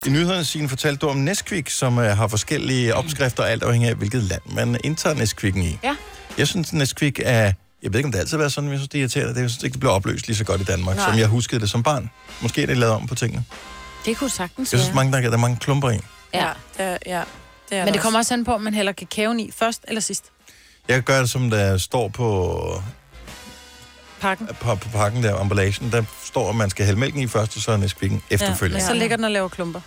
S1: I nyhederne, Signe, fortalte du om Nesquik, som øh, har forskellige opskrifter, alt afhængig af, hvilket land man indtager Nesquikken i.
S6: Ja.
S1: Jeg synes, Nesquik er... Jeg ved ikke, om det altid har været sådan, men jeg synes, det er irriterende. Det- Jeg synes ikke, det bliver opløst lige så godt i Danmark,
S6: Nej.
S1: Nej. som jeg huskede det som barn. Måske er det lavet om på tingene.
S6: Det kunne sagtens
S1: Jeg
S6: være.
S1: synes, mange, der, der er mange klumper i.
S3: Ja.
S2: ja, ja. Det
S3: Men det kommer også an på, om man hælder kakaoen i først eller sidst.
S1: Jeg gør det, som der står på,
S3: Pakken.
S1: på, på pakken der, emballagen. Der står, at man skal hælde mælken i først, og så Nesquikken efterfølgende.
S3: Ja, men så ligger den og laver klumper.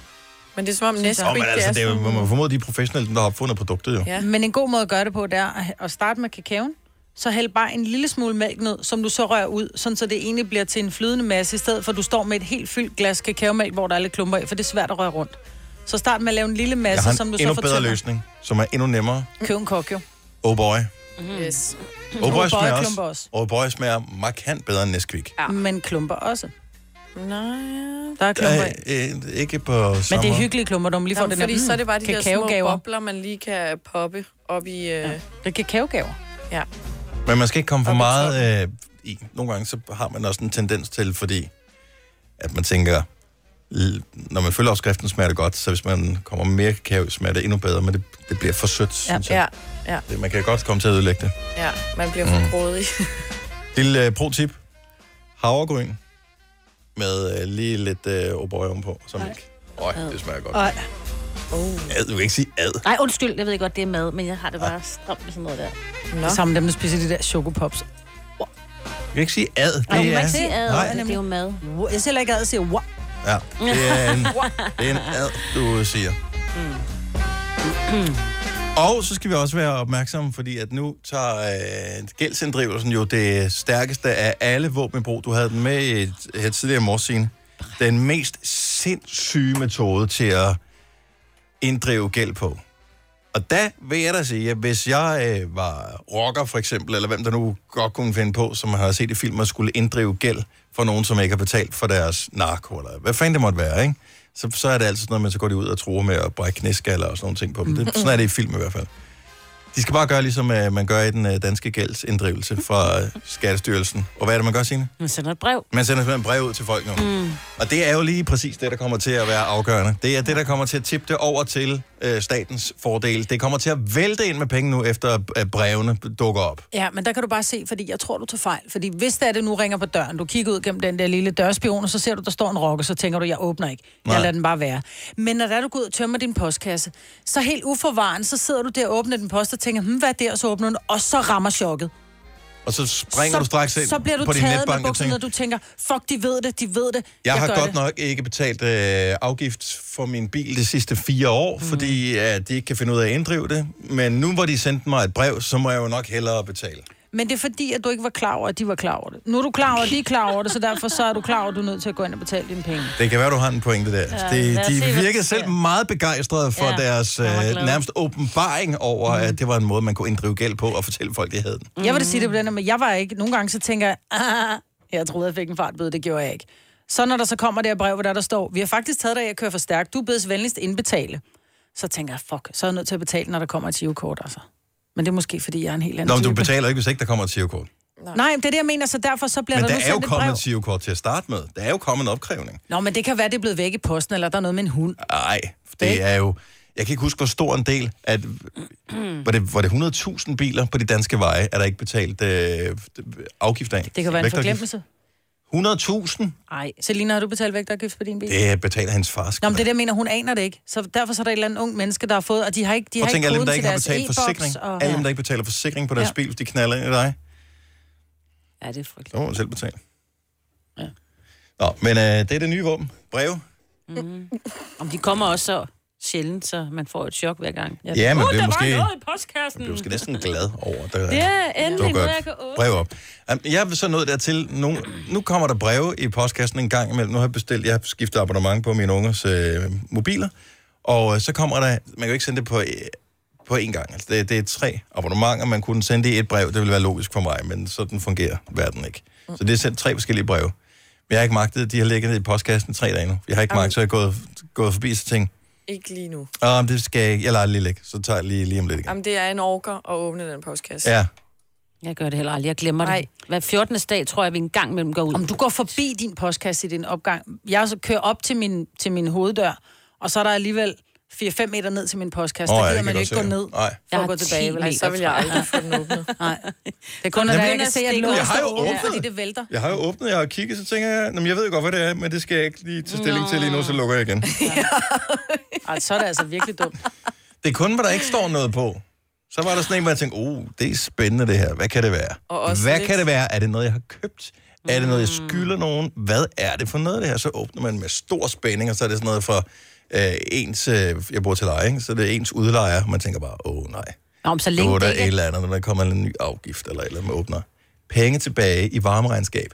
S2: Men det er som om
S1: Åh, men altså, det er jo, man må formode, de er professionelle, der har opfundet produktet jo.
S3: Ja. Men en god måde at gøre det på, det er at- at starte med kakaoen, så hæld bare en lille smule mælk ned, som du så rører ud, sådan så det egentlig bliver til en flydende masse, i stedet for at du står med et helt fyldt glas kakaomælk, hvor der er lidt klumper i, for det er svært at røre rundt. Så start med at lave en lille
S1: Jeg
S3: masse,
S1: har
S3: altså, som
S1: en
S3: du
S1: endnu
S3: så
S1: bedre løsning, som er endnu nemmere.
S3: Køb en kok, jo.
S1: Oh boy.
S3: Mm. Yes.
S1: Oh boy, smager
S3: klumper
S1: også.
S3: også.
S1: Oh boy smager markant bedre end Nesquik.
S3: Ja. Men klumper også.
S2: Nej, ja.
S3: Der er klumper i.
S1: Øh, ikke på samme
S3: Men det er
S1: måde.
S3: hyggelige klumper, når man lige får
S2: Jamen,
S3: den
S2: fordi
S3: der, hmm,
S2: så er det bare de der små
S3: kakaogaver.
S2: bobler, man lige kan poppe op i... Øh... Ja.
S3: Det er kakaogaver.
S2: Ja.
S1: Men man skal ikke komme for meget øh, i. Nogle gange så har man også en tendens til, fordi at man tænker, l- når man følger opskriften, smager det godt, så hvis man kommer med mere kakao, smager det endnu bedre, men det, det bliver for sødt,
S2: Ja,
S1: synes jeg.
S2: ja, ja,
S1: Det- Man kan godt komme til at ødelægge det.
S2: ja. Man bliver for
S1: Mm.
S2: grådig.
S1: Lille øh, pro-tip. Havregryn med øh, lige lidt øh, oboy ovenpå, som ikke. Øj, det smager godt.
S3: Ej.
S1: Ad, du kan ikke sige ad.
S6: Nej, undskyld, jeg ved godt, det er mad, men jeg har det bare stramt med sådan noget der.
S3: Nå. Sammen med dem, der spiser de der chokopops.
S1: Du kan ikke sige ad. Det
S6: Nej, man
S1: er-
S6: kan ikke sige ad,
S1: Nej.
S6: det er jo mad.
S3: Jeg selv ikke ad og siger, wow.
S1: Ja, det er en, det er en ad, du siger. Og så skal vi også være opmærksomme, fordi at nu tager øh, gældsinddrivelsen jo det stærkeste af alle våbenbrug. Du havde den med i et, her tidligere morgen. Den mest sindssyge metode til at inddrive gæld på. Og der vil jeg da sige, at hvis jeg øh, var rocker for eksempel, eller hvem der nu godt kunne finde på, som har set i film, at skulle inddrive gæld for nogen, som ikke har betalt for deres narko, eller hvad fanden det måtte være, ikke? Så, så er det altid sådan noget, man så går de ud og truer med at brække knæskaller og sådan nogle ting på dem. Det, sådan er det i film i hvert fald. De skal bare gøre, ligesom øh, man gør i den øh, danske gældsinddrivelse fra øh, Skattestyrelsen. Og hvad er det, man gør, Signe?
S6: Man sender et brev.
S1: Man sender simpelthen brev ud til folk nu.
S6: Mm.
S1: Og det er jo lige præcis det, der kommer til at være afgørende. Det er det, der kommer til at tippe det over til øh, statens fordel. Det kommer til at vælte ind med penge nu, efter at brevene dukker op.
S3: Ja, men der kan du bare se, fordi jeg tror, du tager fejl. Fordi hvis det er det, nu ringer på døren, du kigger ud gennem den der lille dørspion, og så ser du, der står en rokke, så tænker du, jeg åbner ikke. Jeg
S6: Nej.
S3: lader den bare være. Men når der er, du går ud og tømmer din postkasse, så helt uforvaren, så sidder du der og åbner din post og tænker, hm, hvad er det, og så åbner den, og så rammer chokket.
S1: Og så springer
S3: så,
S1: du straks ind
S3: så bliver du
S1: på din
S3: taget
S1: netbank
S3: med
S1: og
S3: bukserne,
S1: tænker,
S3: og du tænker, fuck, de ved det, de ved det.
S1: jeg har
S3: gør
S1: godt
S3: det.
S1: nok ikke betalt øh, afgift for min bil de sidste fire år, mm. fordi øh, de ikke kan finde ud af at inddrive det. Men nu hvor de sendte mig et brev, så må jeg jo nok hellere betale.
S3: Men det er fordi, at du ikke var klar over, at de var klar over det. Nu er du klar over, at de er klar over det, så derfor så er du klar over, at du er nødt til at gå ind og betale dine penge.
S1: Det kan være, du har en pointe der.
S3: Ja,
S1: Ja,
S3: lad
S1: de
S3: os se, hvad
S1: de
S3: der
S1: virkede selv meget begejstrede for ja,
S3: Ja,
S1: deres øh,
S3: glad. Mhm.
S1: nærmest åbenbaring over, mm. at det var en måde, man kunne inddrive gæld på og fortælle folk, de havde den.
S3: Jeg vil da sige det på den her, men jeg var ikke. Nogle gange så tænker jeg, ah, jeg troede, jeg fik en fartbøde, det gjorde jeg ikke. Så når der så kommer det her brev, hvor der, der står, vi har faktisk taget dig, i at køre for stærkt, du bedes venligst indbetale. Så tænker jeg, fuck, så er jeg nødt til at betale, når der kommer et kort altså. Men det er måske, fordi jeg er en helt anden
S1: Nå, men du
S3: type.
S1: betaler ikke, hvis ikke der kommer et CO-kort.
S3: Nej, men det er det, jeg mener, så derfor så bliver
S1: Men
S3: der,
S1: der
S3: nu
S1: er jo
S3: sendt et brev.
S1: kommet et CO-kort til at starte med. Der er jo kommet en opkrævning.
S3: Nå, men det kan være, det er blevet væk i posten, eller der er noget med en hund.
S1: Nej, det er jo... Jeg kan ikke huske, hvor stor en del, at var det, var det 100.000 biler på de danske veje, er der ikke betalt øh, afgift af?
S3: Det kan være en
S1: Vægtafgift.
S3: forglemmelse.
S1: 100.000?
S3: Nej. Selina, har du betalt vægtafgift på din bil?
S1: Det betaler hans far.
S3: Nå, men det er det, jeg mener, hun aner det ikke. Så derfor så er der et eller andet ung menneske, der har fået, og de har ikke, de
S1: Prøv
S3: har
S1: at tænke
S3: ikke
S1: alle dem,
S3: koden
S1: der
S3: til
S1: ikke har
S3: deres
S1: betalt
S3: e-boks.
S1: forsikring.
S3: Og...
S1: Alle dem, der ikke betaler forsikring på deres
S3: Ja.
S1: bil, hvis de knaller ind i dig.
S6: Ja, det er frygteligt.
S1: Så må man selv betale. Ja. Nå, men øh, det er det nye våben. Brev.
S6: Mm. Om de kommer også så sjældent, så man får et chok hver gang.
S1: Ja, men
S6: uh,
S1: det er
S6: der
S1: måske-
S6: var noget i postkassen.
S1: Du skal næsten glad over, at der
S6: Ja, endelig
S1: dukker
S6: noget,
S1: et
S6: jeg kan åbne.
S1: brev op. Jamen, Jeg er så nået dertil, nu, nu kommer der breve i postkassen en gang imellem. Nu har jeg bestilt, jeg har skiftet abonnement på mine ungers øh, mobiler, og øh, så kommer der, man kan jo ikke sende det på, øh, på én gang. Altså, det, det er tre abonnementer, man kunne sende det i et brev, det ville være logisk for mig, men sådan fungerer verden ikke. Så det er sendt tre forskellige breve. Men jeg har ikke magtet, det. de har ligget nede i postkassen i tre dage nu. Jeg har ikke magtet, så jeg er gået, gået forbi, så tænkte,
S2: Ikke lige nu.
S1: Åh, men det skal jeg ikke. Jeg lader det lige ligge. Så tager jeg lige, lige om lidt igen.
S2: Jamen, det er en orker at åbne den postkasse.
S1: Ja.
S6: Jeg gør det heller aldrig. Jeg glemmer Nej. det. Hver 14. dag tror jeg, vi en gang mellem går ud.
S3: Om du går forbi din postkasse i din opgang. Jeg så kører op til min, til min hoveddør, og så er der alligevel 4-5 meter ned til min postkasse.
S1: Åh,
S3: Oh,
S1: ja,
S3: der
S1: det
S3: gider
S1: kan
S3: man jo
S1: jeg
S3: ikke gå
S1: godt se.
S3: ned
S1: Nej.
S3: for
S2: Jeg
S3: at gå
S2: har 10
S3: tilbage.
S2: meter, så vil jeg aldrig
S3: få den åbnet. Nej. Det er kun, når
S1: Jamen,
S3: jeg
S1: jeg
S3: kan se, at
S1: stikker-
S3: låsen
S1: Jeg har jo
S3: er åbent,
S1: åbnet.
S3: fordi det vælter.
S1: Jeg har jo åbnet, jeg har kigget, så tænker jeg, "Nå, men jeg ved jo godt, hvad det er, men det skal jeg ikke lige tage stilling til lige nu, så lukker jeg igen.
S3: Ej, så er det altså virkelig dumt.
S1: Det er kun, hvor der ikke står noget på. Så var der sådan en, hvor jeg tænkte, oh, det er spændende det her. Hvad kan det
S2: Og
S1: være?
S2: også
S1: Hvad
S2: lidt-
S1: kan det være? Er det noget, jeg har købt? Er det noget, jeg
S6: Mm.
S1: skylder nogen? Hvad er det for noget, det her? Så åbner man med stor spænding, og så er det sådan noget for øh, ens, øh, jeg bor til leje, ikke? så det er ens udlejer, og man tænker bare, åh oh, nej.
S6: Nå, men så
S1: Nu
S6: længe
S1: er
S6: det
S1: der
S6: ikke
S1: et
S6: er-
S1: eller andet, når der kommer en ny afgift eller et eller andet, man åbner. Penge tilbage i varmeregnskab.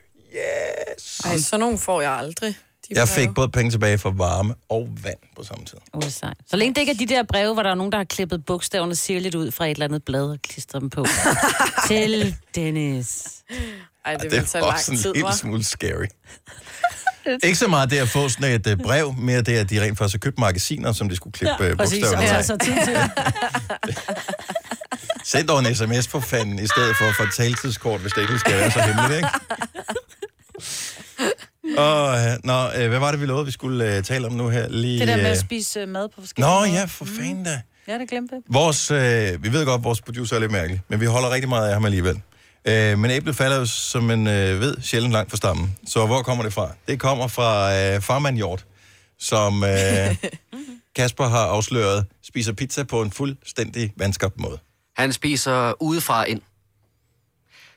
S2: Ej, sådan nogle får jeg aldrig. De
S1: Jeg
S2: breve.
S1: fik både penge tilbage for varme og vand på samme tid.
S6: Oh, sejt. Så længe det ikke er de der breve, hvor der er nogen, der har klippet bogstaverne sirligt ud fra et eller andet blad og klistret dem på. Til Dennis.
S2: Ej, det, det
S1: Det, det
S2: vil
S1: er
S2: tage lang
S1: også
S2: tid,
S1: en lille
S2: hva'?
S1: smule scary. Ikke så meget det at få sådan et øh, brev, mere det, at de rent faktisk har købt magasiner, som de skulle klippe ja,
S3: præcis, og
S1: bogstaverne
S3: tager
S1: øh, af.
S14: altså,
S3: sig tid til det.
S1: Send dog en sms for fanden, i stedet for at få et taltidskort, hvis det ikke skal være så hemmeligt, ikke? Og, øh, nå, øh, hvad var det, vi lovede, vi skulle øh, tale om nu her? Lige,
S3: Det der med
S1: øh,
S3: at spise øh, mad på forskellige
S1: Nå
S3: måder.
S1: ja, for fanden da.
S3: Ja, det glemte jeg.
S1: Vores, øh, vi ved godt, at vores producer er lidt mærkelig, men vi holder rigtig meget af ham alligevel. Øh, men æblet falder jo, som man øh, ved, sjældent langt fra stammen. Så hvor kommer det fra? Det kommer fra øh, farmand Hjort, som øh, Kasper har afsløret, spiser pizza på en fuldstændig vanskabt måde.
S5: Han spiser udefra ind.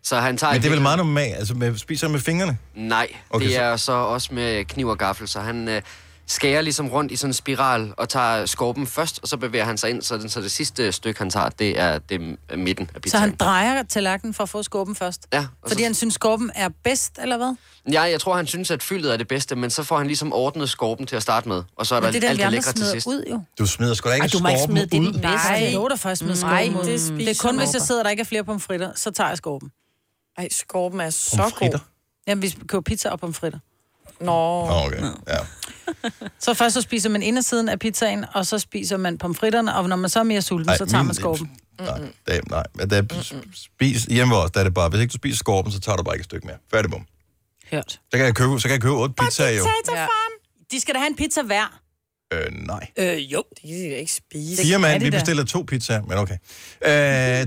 S5: Så
S1: Men
S5: han tager
S1: det er vel
S5: virkelig-
S1: meget normalt, altså med, spiser med fingrene?
S5: Nej,
S1: Okay,
S5: okay, det
S1: så-
S5: er så... så også med kniv og gaffel, så han øh, skærer ligesom rundt i sådan en spiral og tager skorpen først, og så bevæger han sig ind, så, den, så det sidste stykke, han tager, det er det er midten af
S3: Så
S5: pizzaen.
S3: han drejer tallerkenen for at få skåben først?
S5: Ja, og
S3: Fordi
S5: så-
S3: han synes, skåben er bedst, eller hvad?
S5: Ja, jeg tror, han synes, at fyldet er det bedste, men så får han ligesom ordnet skorpen til at starte med, og så er
S3: Men
S5: der
S3: det er den,
S5: alt
S3: vi
S5: det
S3: andre
S5: lækre til
S3: smider
S5: sidst.
S3: ud, jo.
S1: Du smider sgu da ikke
S3: Ej, du må ikke
S1: skorpen
S3: smide det i
S1: ud.
S3: den bedste. Nej, jeg lover dig for, at smide
S2: Nej,
S3: skorpen ud.
S2: det spiser
S3: Det er kun, hvis jeg
S2: man.
S3: sidder, der ikke er flere pomfritter, så tager jeg skorpen.
S2: Ej, skorpen er så god.
S3: Jamen, vi køber pizza og pomfritter.
S2: Nå.
S1: Okay, ja.
S3: Så først så spiser man indersiden af pizzaen, og så spiser man pomfritterne, og når man så er mere sulten,
S1: Ej,
S3: så tager
S1: min-
S3: man skorpen.
S1: Nej, det, nej. Men Der, spis, hjemme hos os, der er det bare, hvis ikke du spiser skorpen, så tager du bare ikke et stykke mere. Færdig bum.
S3: Hørt.
S1: Så kan jeg købe, så kan jeg købe otte pizzaer jo.
S3: Potato-farm! De skal da have en pizza hver.
S1: Øh, nej.
S3: Øh, jo.
S2: Det kan de da ikke spise.
S1: Fire mand, vi bestiller to pizzaer, men okay. Øh,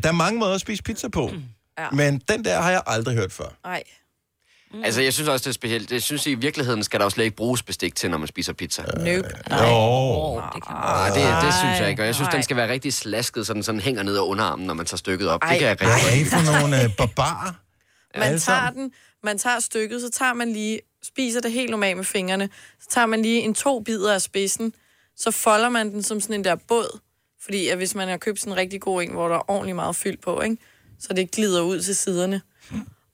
S1: der er mange måder at spise pizza på,
S2: Ja.
S1: men den der har jeg aldrig hørt før.
S2: Nej. Mm.
S5: Altså, jeg synes også, det er specielt. Jeg synes, i virkeligheden skal der jo slet ikke bruges bestik til, når man spiser pizza.
S2: Nope.
S1: Øh, Jo.
S5: Ah, det, det synes jeg ikke, og jeg synes,
S2: Nej.
S5: den skal være rigtig slasket, så den sådan hænger ned ad underarmen, når man tager stykket op.
S2: Ej.
S5: Det kan jeg
S1: Hvad
S5: rigtig
S1: er I for nogle øh, barbarer?
S2: Man tager den, man tager stykket, så tager man lige, spiser det helt normalt med fingrene, så tager man lige en to bidder af spidsen, så folder man den som sådan en der båd, fordi at hvis man har købt sådan en rigtig god en, hvor der er ordentlig meget fyld på, ikke? så det glider ud til siderne.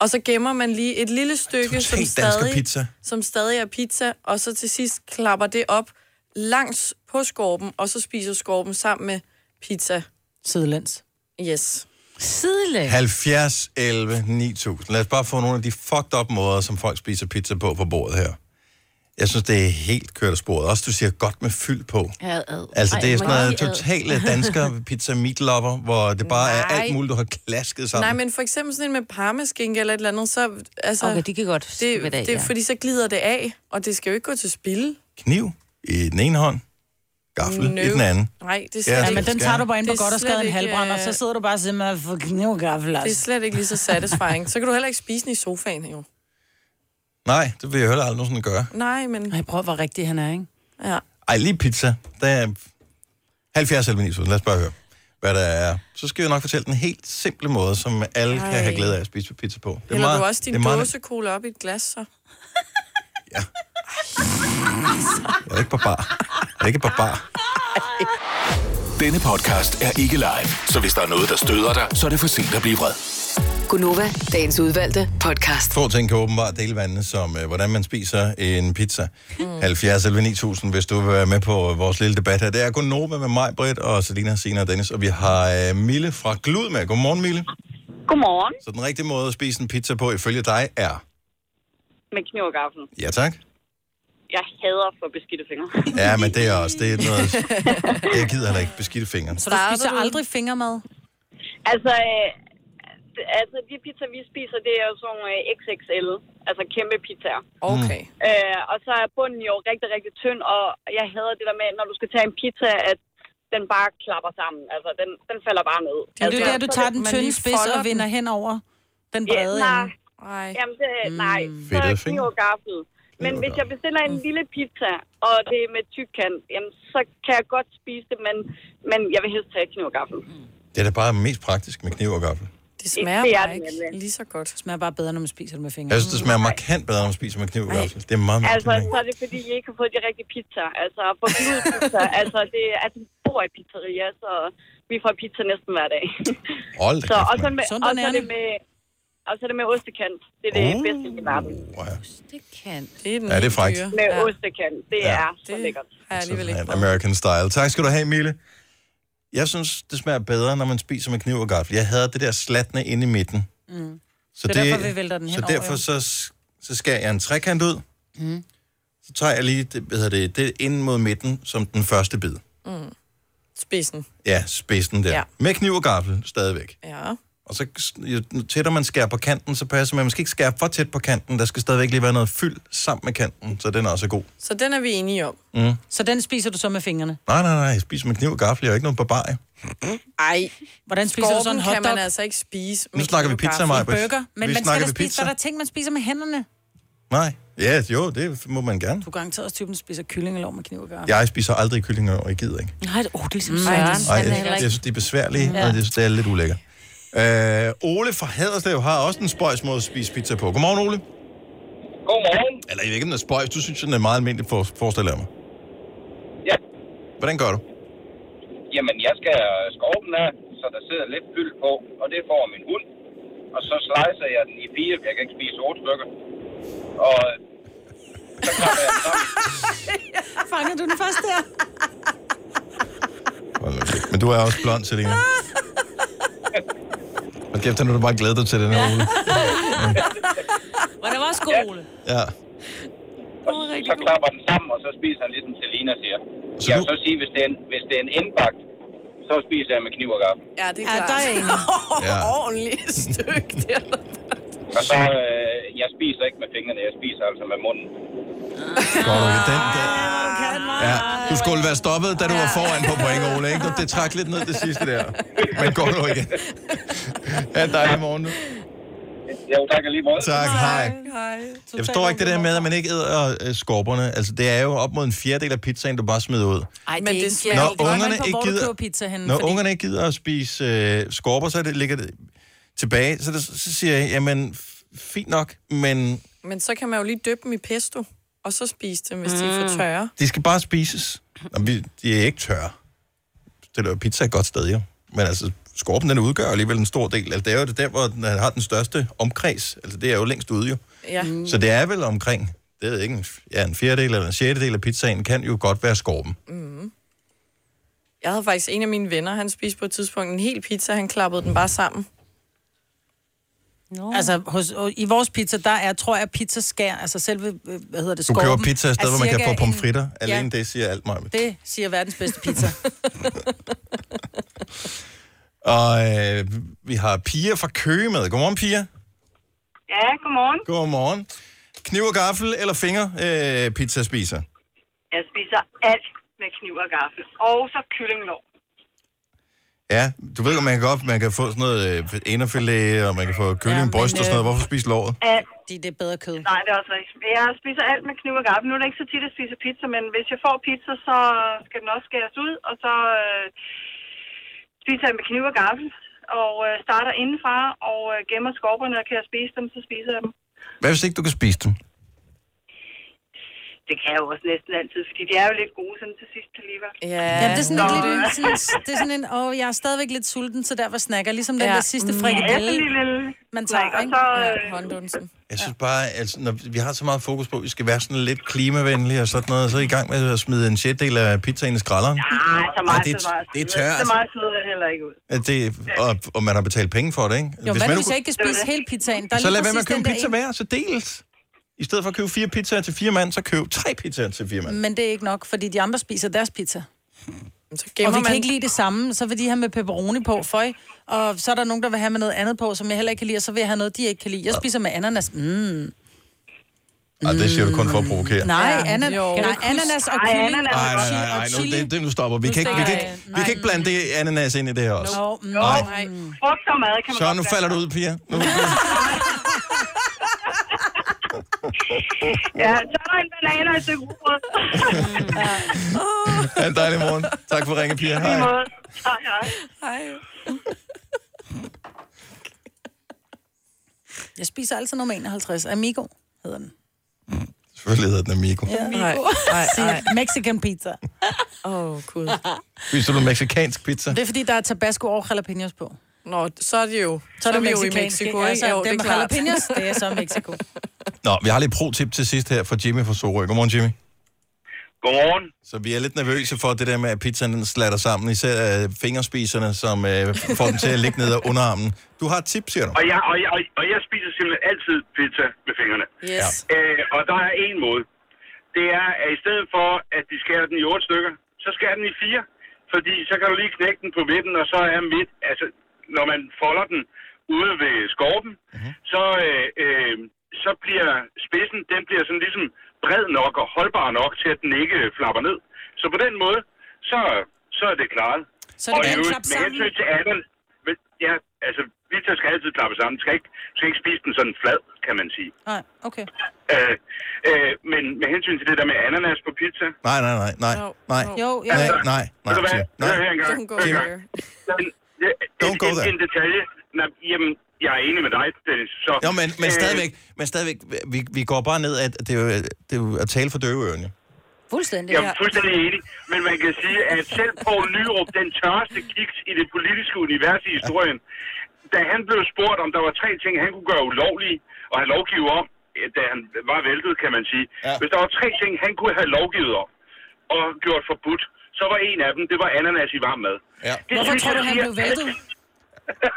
S2: Og så gemmer man lige et lille stykke, som
S1: Totalt dansker
S2: stadig,
S1: pizza.
S2: som stadig er pizza, og så til sidst klapper det op langs på skorpen, og så spiser skorpen sammen med pizza.
S3: Sidelæns.
S2: Yes.
S3: Sidelæns?
S1: 70, 11, 9000. Lad os bare få nogle af de fucked up måder, som folk spiser pizza på på bordet her. Jeg synes, det er helt kørt af sporet. Også du siger godt med fyld på.
S6: Ad, ad.
S1: Altså, det er
S6: Ej,
S1: sådan
S6: må jeg
S1: noget
S6: sige ad?
S1: totale dansker pizza meatlopper, hvor det bare er
S2: Nej.
S1: alt muligt, du har klasket sammen.
S2: Nej, men for eksempel sådan en med parmaskinke eller et eller andet, så... Altså,
S6: Okay, de kan godt
S2: det,
S6: det af,
S2: det, ja.
S6: ja.
S2: Fordi så glider det af, og det skal jo ikke gå til spil.
S1: Kniv i den ene hånd, gaffel no. i den anden.
S2: Nej, det er slet
S1: Ja,
S2: ja,
S1: det
S3: Men den
S1: skal.
S3: tager du bare ind på
S2: Det er
S3: godt og skade
S2: slet
S3: en
S2: ikke,
S3: halvbrand, og
S2: øh,
S3: så sidder du bare og siger, man får knivgaffel,
S2: Det er
S3: altså.
S2: slet ikke lige så satisfying. så kan du heller ikke spise den i sofaen, jo.
S1: Nej, det vil jeg heller aldrig nogensinde gøre.
S2: Nej, men...
S3: Nej, prøv hvor rigtig han er, ikke?
S2: Ja.
S1: Ej, lige pizza. Der er 70 eller 9000. Lad os bare høre, hvad der er. Så skal jeg nok fortælle den helt simple måde, som alle Ej.
S2: Ej.
S1: kan have glæde af at spise pizza på.
S2: Eller meget, du også din
S1: meget-
S2: dåsekola op i et glas, så.
S1: Jeg er ikke barbar. Jeg er ikke barbar.
S7: Denne podcast er ikke live, så hvis der er noget, der støder dig, så er det for sent at blive vred.
S8: Gunova, dagens udvalgte podcast.
S1: Få ting kan åbenbart dele vandene, som øh, hvordan man spiser en pizza. Mm. 70 eller 9000, hvis du vil være med på øh, vores lille debat her. Det er kun Nova med mig, Britt, og Selina, Sina og Dennis. Og vi har øh, Mille fra Glud med. Godmorgen, Mille.
S23: Godmorgen
S1: Så den rigtige måde at spise en pizza på, ifølge dig, er...
S23: med kniv og gaffel.
S1: Ja, tak.
S23: Jeg hader for beskidte fingre.
S1: Ja, men det er også... Det er noget, jeg gider heller ikke beskidte fingre.
S23: Så du spiser
S3: aldrig fingermad?
S23: Altså, øh, det- altså de pizza, vi spiser, det er jo sådan nogle øh, XXL, altså kæmpe pizzaer.
S2: Okay.
S23: Øh, og så er bunden jo rigtig, rigtig tynd, og jeg hader det der med, når du skal tage en pizza, at den bare klapper sammen. Altså, den, den falder bare ned.
S3: Det er
S23: altså,
S3: jo der, du tager den
S23: man
S3: tynde
S23: lige
S3: spids
S23: folder
S3: og vender hen over den brede
S23: ja, nej.
S3: ende.
S2: Nej.
S23: Jamen, det,
S2: Mm.
S23: nej. Så
S3: Fedtede
S23: er
S3: fingre.
S23: kniv og gaffel. Men hvis jeg bestiller
S2: Mm.
S23: en lille pizza, og det er med tyk kant, jamen, så kan jeg godt spise det, men, men jeg vil helst tage kniv og gaffel.
S1: Det er da bare mest praktisk med kniv og gaffel.
S2: Mm. Det smager
S23: Det er
S2: bare
S23: det
S2: ikke lige så godt. Det
S3: smager bare bedre, når man spiser det med fingrene.
S1: Jeg synes, Altså, det smager markant bedre, når man spiser med kniv og gaffel. Det er meget
S23: Altså,
S1: mærkeligt.
S23: så er det fordi, I ikke har fået de rigtige pizza. Altså, for pizza, altså, det er, altså, vi bor i pizzeria, så vi får pizza næsten hver dag.
S1: Hold da
S23: så,
S1: kæft,
S23: og, så
S1: mand.
S23: med, og så er det med, og så er det med ostekant. Det er det
S1: Uh.
S23: bedste i verden.
S2: Ostekant. Det er, den
S1: Ja, det er
S2: helt
S1: frækt.
S2: dyre.
S23: Med
S2: Ja.
S23: ostekant. Det
S1: Ja.
S23: er så lækkert.
S2: Har jeg alligevel ikke
S1: Sådan American style. Tak skal du have, Mille. Jeg synes, det smager bedre, når man spiser med kniv og gaffel. Jeg havde det der slatne inde i midten.
S3: Mm.
S1: Så
S3: Det er derfor, vi vælter den
S1: Så
S3: henover,
S1: derfor
S3: jo.
S1: så, så skærer jeg en trekant ud.
S3: Mm.
S1: Så tager jeg lige det, hvad hedder det, det ind mod midten som den første bid.
S2: Mm. Spidsen.
S1: Ja, spidsen der. Ja.
S2: Ja.
S1: Med kniv og gaffel stadigvæk.
S2: Ja.
S1: Og så jo tættere man skærer på kanten, så passer man. Man skal ikke skære for tæt på kanten. Der skal stadigvæk lige være noget fyld sammen med kanten, så den er også god.
S2: Så den er vi enige om.
S1: Mm.
S3: Så den spiser du så med fingrene?
S1: Nej, nej, nej. Jeg spiser med kniv og gaffel. Jeg er ikke nogen barbar. jo.
S2: Ej.
S3: Hvordan spiser du så
S2: Skorpen
S3: en
S2: kan
S3: hotdog?
S2: man altså ikke spise.
S1: Nu snakker vi pizza, Maja.
S3: Burger. Men
S1: vi
S3: man skal da
S1: snakker vi
S3: spise,
S1: pizza.
S3: hvad der er ting, man spiser med hænderne.
S1: Nej. Ja, jo, det må man gerne.
S3: Du er garanteret også typen, der spiser kyllingelov med kniv og gaffel.
S1: Jeg spiser aldrig kyllinger, og jeg gider ikke.
S3: Nej, det- åh, det er ligesom
S1: Ej,
S3: Søren.
S1: jeg, jeg synes, de er besværlige,
S3: Ja.
S1: ja. og det, det er lidt ulækkert. Øh, Ole fra Haderslev har også en spøjs måde at spise pizza på. Godmorgen, Ole.
S10: Godmorgen.
S1: Eller jeg ved ikke, om den er spøjs. Du synes, den er meget almindelig, for, forestiller jeg mig.
S10: Ja.
S1: Hvordan gør du?
S10: Jamen, jeg skal skove den af, så der sidder lidt fyld på, og det får min hund. Og så slicer jeg den i fire, for jeg kan ikke spise otte stykker. Og
S3: Fanger du den først der?
S1: Men du er også blond, Selina. Og kæft, nu har du bare glædet dig til den her Ole.
S6: Var det også god, Ole?
S1: Ja.
S10: så klapper den sammen, og så spiser han ligesom Selina siger. Så jeg vil så sige, hvis det er en, hvis det er en indbagt, så spiser jeg med kniv og gaffel.
S2: Ja, det er klart. Ja, der er en
S10: Ja.
S2: ordentlig stykke der.
S10: Og så, øh, jeg spiser ikke med fingrene, jeg spiser altså med munden.
S1: Godt, Ole. Den, den. Ja, du skulle være stoppet, da du var foran på point, Ole. Ikke? Det trak lidt ned det sidste der. Men godt nu igen. Ha' en dejlig morgen nu.
S10: Jo, tak lige måde.
S1: Tak, hej.
S2: Hej.
S1: Jeg forstår ikke det der med, at man ikke æder øh, skorperne. Altså, det er jo op mod en fjerdedel af pizzaen, du bare smider ud.
S3: Ej, men det
S1: smager Når ikke godt. ungerne ikke
S3: Hvor du
S1: gider-
S3: køber pizza henne,
S1: Når
S3: fordi-
S1: fordi... ungerne ikke gider at spise øh, skorper, så er det, ligger det tilbage. Så, der, så siger jeg, jamen, f- fint nok, men
S2: Men så kan man jo lige dyppe dem i pesto, og så spise dem, hvis mm. de er for tørre.
S1: de skal bare spises. Nå, vi, de er ikke tørre. Det er jo pizza et godt sted, jo. Men altså, skorpen, den udgør alligevel en stor del. Altså, det er jo det der, hvor den har den største omkreds. Altså, det er jo længst ude, jo.
S2: Ja. Mm.
S1: Så det er vel omkring, det er ikke en, ja, en fjerdedel eller en sjettedel af pizzaen, kan jo godt være skorpen.
S2: Mm. Jeg havde faktisk en af mine venner, han spiste på et tidspunkt en hel pizza, han klappede den bare sammen.
S3: No. Altså, hos, og i vores pizza, der er, tror jeg, pizzaskær, altså selve, øh, hvad hedder det,
S1: Du
S3: skorpen.
S1: køber pizza et sted,
S3: er
S1: hvor man kan
S3: cirka
S1: få
S3: en-
S1: pomfritter. Alene
S3: ja,
S1: det siger alt mig.
S3: det siger verdens bedste pizza.
S1: Og øh, vi har Pia fra Køge med. Godmorgen, Pia.
S24: Ja, godmorgen.
S1: Godmorgen. Kniv og gaffel eller finger øh, pizza spiser?
S24: Jeg spiser alt med kniv og gaffel. Og så kyllinglår.
S1: Ja, du ved, at man kan, godt, man kan få sådan noget øh, inderfilet, og man kan få kylling, ja, bryst og sådan
S3: øh,
S1: noget. Hvorfor spise låret?
S24: Alt.
S3: De, det er bedre kød.
S24: Nej, det er også rigtigt. Jeg spiser alt med kniv og gaffel. Nu er det ikke så tit, at jeg spiser pizza, men hvis jeg får pizza, så skal den også skæres ud, og så øh, spiser jeg med kniv og gaffel og øh, starter indenfra og øh, gemmer skorperne, og kan jeg spise dem, så spiser jeg dem.
S1: Hvad hvis ikke du kan spise dem?
S24: Det kan jeg jo også næsten altid, fordi de er jo lidt gode sådan til sidst alligevel.
S2: Ja,
S3: Ja, det er sådan en lille, sådan, det er sådan en, åh, jeg er stadigvæk lidt sulten, så derfor snakker jeg. Ligesom den
S24: Ja.
S3: der sidste
S24: Mm.
S3: frikadelle,
S24: Ja, sådan en lille
S3: man tager,
S24: snack,
S3: ikke?
S24: og
S1: øh,
S3: ja, hånddunsen.
S1: Jeg synes bare, altså, når vi har så meget fokus på, at vi skal være sådan lidt klimavenlige og sådan noget, så er I i gang med at smide en sjetdel af pizzaen i skralderen.
S24: Nej, så meget,
S1: Ej, det,
S24: så meget.
S1: det er altså. tørrt.
S24: Så meget smider jeg heller ikke ud.
S1: At det, og, og man har betalt penge for det, ikke?
S3: Jo, hvad
S1: man
S3: nu, hvis
S1: kunne-
S3: jeg ikke kan spise hele pizzaen? Der er
S1: så
S3: lige
S1: lad være med at
S3: præcis
S1: købe en
S3: den der
S1: pizza
S3: ene.
S1: hver, så dels. I stedet for at købe fire pizzaer til fire mand, så køb tre pizzaer til fire mand.
S3: Men det er ikke nok, fordi de andre spiser deres pizza. Så
S2: gemmer
S3: og vi kan
S2: man-
S3: ikke lide det samme, så vil de have med pepperoni på, føj. Og så er der nogen, der vil have med noget andet på, som jeg heller ikke kan lide, og så vil jeg have noget, de ikke kan lide. Jeg spiser med ananas. Mm.
S1: Ej, det siger du kun for at provokere.
S3: Nej,
S24: Ja,
S3: anan-
S24: jo.
S3: nej, ananas og kylling.
S1: Nej, nej,
S3: og
S1: nej, nej,
S3: chili-
S1: nu, det, det, nu stopper. Vi
S3: Nu
S1: kan, ikke, vi,
S3: stikker
S1: kan ikke,
S3: jeg af.
S1: vi kan ikke blande det ananas ind i det her også.
S3: Nå, mm,
S1: Nej.
S24: nej. Frugt og mad kan man
S1: Så
S24: godt
S1: nu
S24: blande.
S1: falder du ud, Pia. Nu.
S24: Ja, så er der en banan og et stykke rugbrød.
S1: Ha' en dejlig morgen. Tak for at ringe, Pia.
S24: På lige
S1: Hej.
S24: måde. Hej, hej.
S3: Jeg spiser altid nummer 51. Amigo hedder den.
S1: Selvfølgelig hedder den Amigo.
S3: Amigo.
S2: nej, nej.
S3: Mexican pizza. Åh, oh, gud.
S1: Spiser du mexicansk pizza?
S3: Det er fordi, der er tabasco og jalapenos på.
S2: Nå, så er det jo.
S3: Så er
S2: vi
S3: det
S2: jo i
S3: mexicansk,
S2: Mexico,
S3: ikke?
S2: ikke?
S3: Altså,
S2: Jo,
S3: det
S2: det
S3: er
S2: er
S3: med
S2: klart.
S3: jalapenos, det er så Mexico.
S1: Nå, vi har lidt pro-tip til sidst her fra Jimmy fra Sorø. Godmorgen, Jimmy.
S10: Godmorgen.
S1: Så vi er lidt nervøse for det der med, at pizzaen den slatter sammen, især øh, fingerspiserne, som øh, får den til at ligge ned ad underarmen. Du har et tip, siger du?
S10: Og jeg, og, jeg, og- og jeg spiser simpelthen altid pizza med fingrene.
S2: Yes.
S10: Øh, og der er en måde. Det er, at i stedet for, at de skærer den i otte stykker, så skærer den i fire. Fordi så kan du lige knække den på midten, og så er midt... Altså, når man folder den ude ved skorpen,
S1: Mhm.
S10: mm-hmm. så, øh, øh, så bliver spidsen, den bliver sådan ligesom bred nok og holdbar nok til, at den ikke øh, flapper ned. Så på den måde, så, så er det klaret.
S13: Så er det
S10: og i
S13: bare at
S10: øvrigt,
S13: klappe
S10: med hensyn
S13: sammen.
S10: til ananas, men, ja, altså, pizza skal altid klappe sammen. Du skal ikke, du skal ikke spise den sådan flad. kan man sige.
S3: Nej, okay.
S10: Øh, øh, men med hensyn til det der med ananas på pizza...
S1: Nej, nej, nej, nej, nej.
S3: Jo, jo.
S1: Nej, nej, nej.
S10: Ved du hvad?
S1: siger-
S10: Hør her engang.
S1: Don't go
S10: Hør her
S1: there.
S10: engang. En- en- en- En detalje. Nej, jamen, jeg er enig med dig, Dennis. Så,
S1: Jo, men, men stadigvæk, men stadigvæk vi, vi går bare ned, at det er, jo, øh, det er jo at tale for døve øren, jo.
S3: Fuldstændig.
S10: Jeg er fuldstændig enig, men man kan sige, at selv Poul Nyrup, den tørste kiks i det politiske univers i historien, da han blev spurgt, om der var tre ting, han kunne gøre ulovlige, og han lovgivet om, eh, da han var væltet, kan man sige. Ja. Hvis der var tre ting, han kunne have lovgivet om, og gjort forbudt, så var en af dem, det var ananas i varm mad.
S1: Ja.
S10: Det
S3: Hvorfor
S10: synes
S3: tror
S10: jeg
S3: du, han
S10: siger
S3: blev væltet?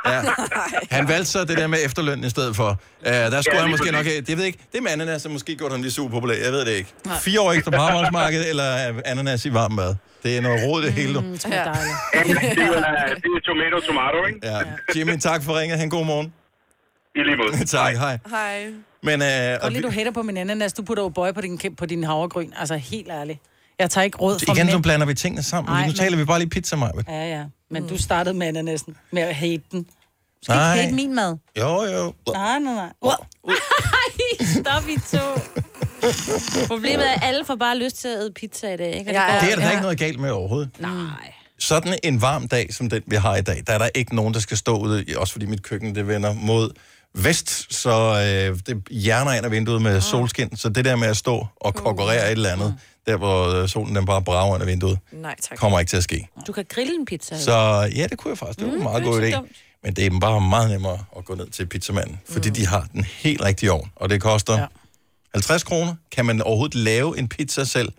S1: Ja. Han valgte så det der med efterløn i stedet for. Uh, der skulle
S10: Ja,
S1: ja, han
S10: lige
S1: måske nok
S10: præcis.
S1: have, det ved jeg ikke, det med ananas har måske gjort ham lidt super populær, jeg ved det ikke. Fire år ekstra på arbejdsmarkedet, eller øh, ananas i varm mad. Det er noget råd det hele. Mm.
S3: Ja. Dejligt.
S10: Det er, det er tomato, tomato, ikke?
S1: Ja. Jimmy, tak for ringet. Han god morgen.
S10: I lige måde.
S1: tak, hej.
S3: Hej.
S1: Men, øh,
S3: Godt lige, du hætter på min ananas. Du putter jo bøje på din, på din havregryn. Altså, helt ærligt. Jeg tager ikke råd fra
S1: igen, nu
S3: mænd.
S1: blander vi tingene sammen.
S3: Nej,
S1: nu
S3: men-
S1: taler vi bare lige pizza, Maja.
S3: Ja, ja. Men mm. du startede med ananasen. Med at hate den. Du skal
S1: Nej.
S3: ikke hate min mad.
S1: Jo, jo.
S3: Nej, nej, nej. Uh.
S6: Ej, stop i to. Problemet er, at alle får bare lyst til at æde pizza i dag, ikke? Og
S1: Ja,
S6: går-
S1: det er der ja. ikke noget galt med overhovedet.
S6: Nej.
S1: Sådan en varm dag, som den vi har i dag, der er der ikke nogen, der skal stå ude, i- også fordi mit køkken det vender mod vest, så øh, det hjerner ind af vinduet med solskin, så det der med at stå og konkurrere et eller andet, der hvor øh, solen den bare brager ind af vinduet,
S2: Nej, tak.
S1: kommer ikke til at ske.
S6: Du kan grille en pizza. jo.
S1: Så ja, det kunne jeg faktisk. Det var en
S6: Mm,
S1: meget
S6: det er
S1: god
S6: ikke så
S1: idé. Men det er bare meget nemmere at gå ned til pizzamanden, fordi mm. de har den helt rigtige ovn, og det koster ja. 50 kroner. Kan man overhovedet lave en pizza selv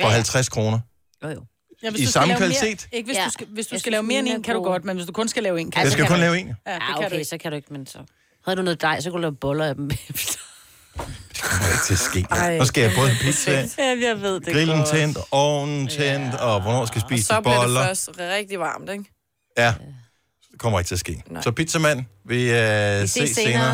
S1: for
S3: Ja, ja.
S1: 50 kroner?
S6: Jo, jo.
S3: Ja,
S1: I
S3: skal
S1: samme
S3: lave
S1: kvalitet?
S3: Mere, ikke, hvis,
S6: Ja.
S3: ja. du skal, hvis du
S6: Jeg synes,
S3: skal lave mere end
S6: mine
S3: en,
S6: er
S3: kan du
S6: gode.
S3: godt, men hvis du kun skal lave en, kan
S1: Jeg
S3: du
S1: skal
S3: ikke.
S1: kun lave en, ja.
S3: Ja, det
S6: Ja,
S3: kan du
S6: okay,
S3: ikke.
S6: så kan du ikke, men så... Havde du noget dej, så kunne du lave boller af dem efter.
S1: Det kommer ikke til at ske.
S6: Ej,
S1: Nu skal jeg
S6: det
S1: både
S6: er
S1: have pizza,
S6: perfekt. Ja, jeg ved det
S1: grillen
S6: godt.
S1: tændt, ovnen tændt, og hvornår skal jeg
S2: Og
S1: spise
S2: så bliver det
S1: boller.
S2: først rigtig varmt, ikke?
S1: Ja, det kommer ikke til at ske. Så pizzamand, vi, øh,
S6: Vi
S1: ses senere.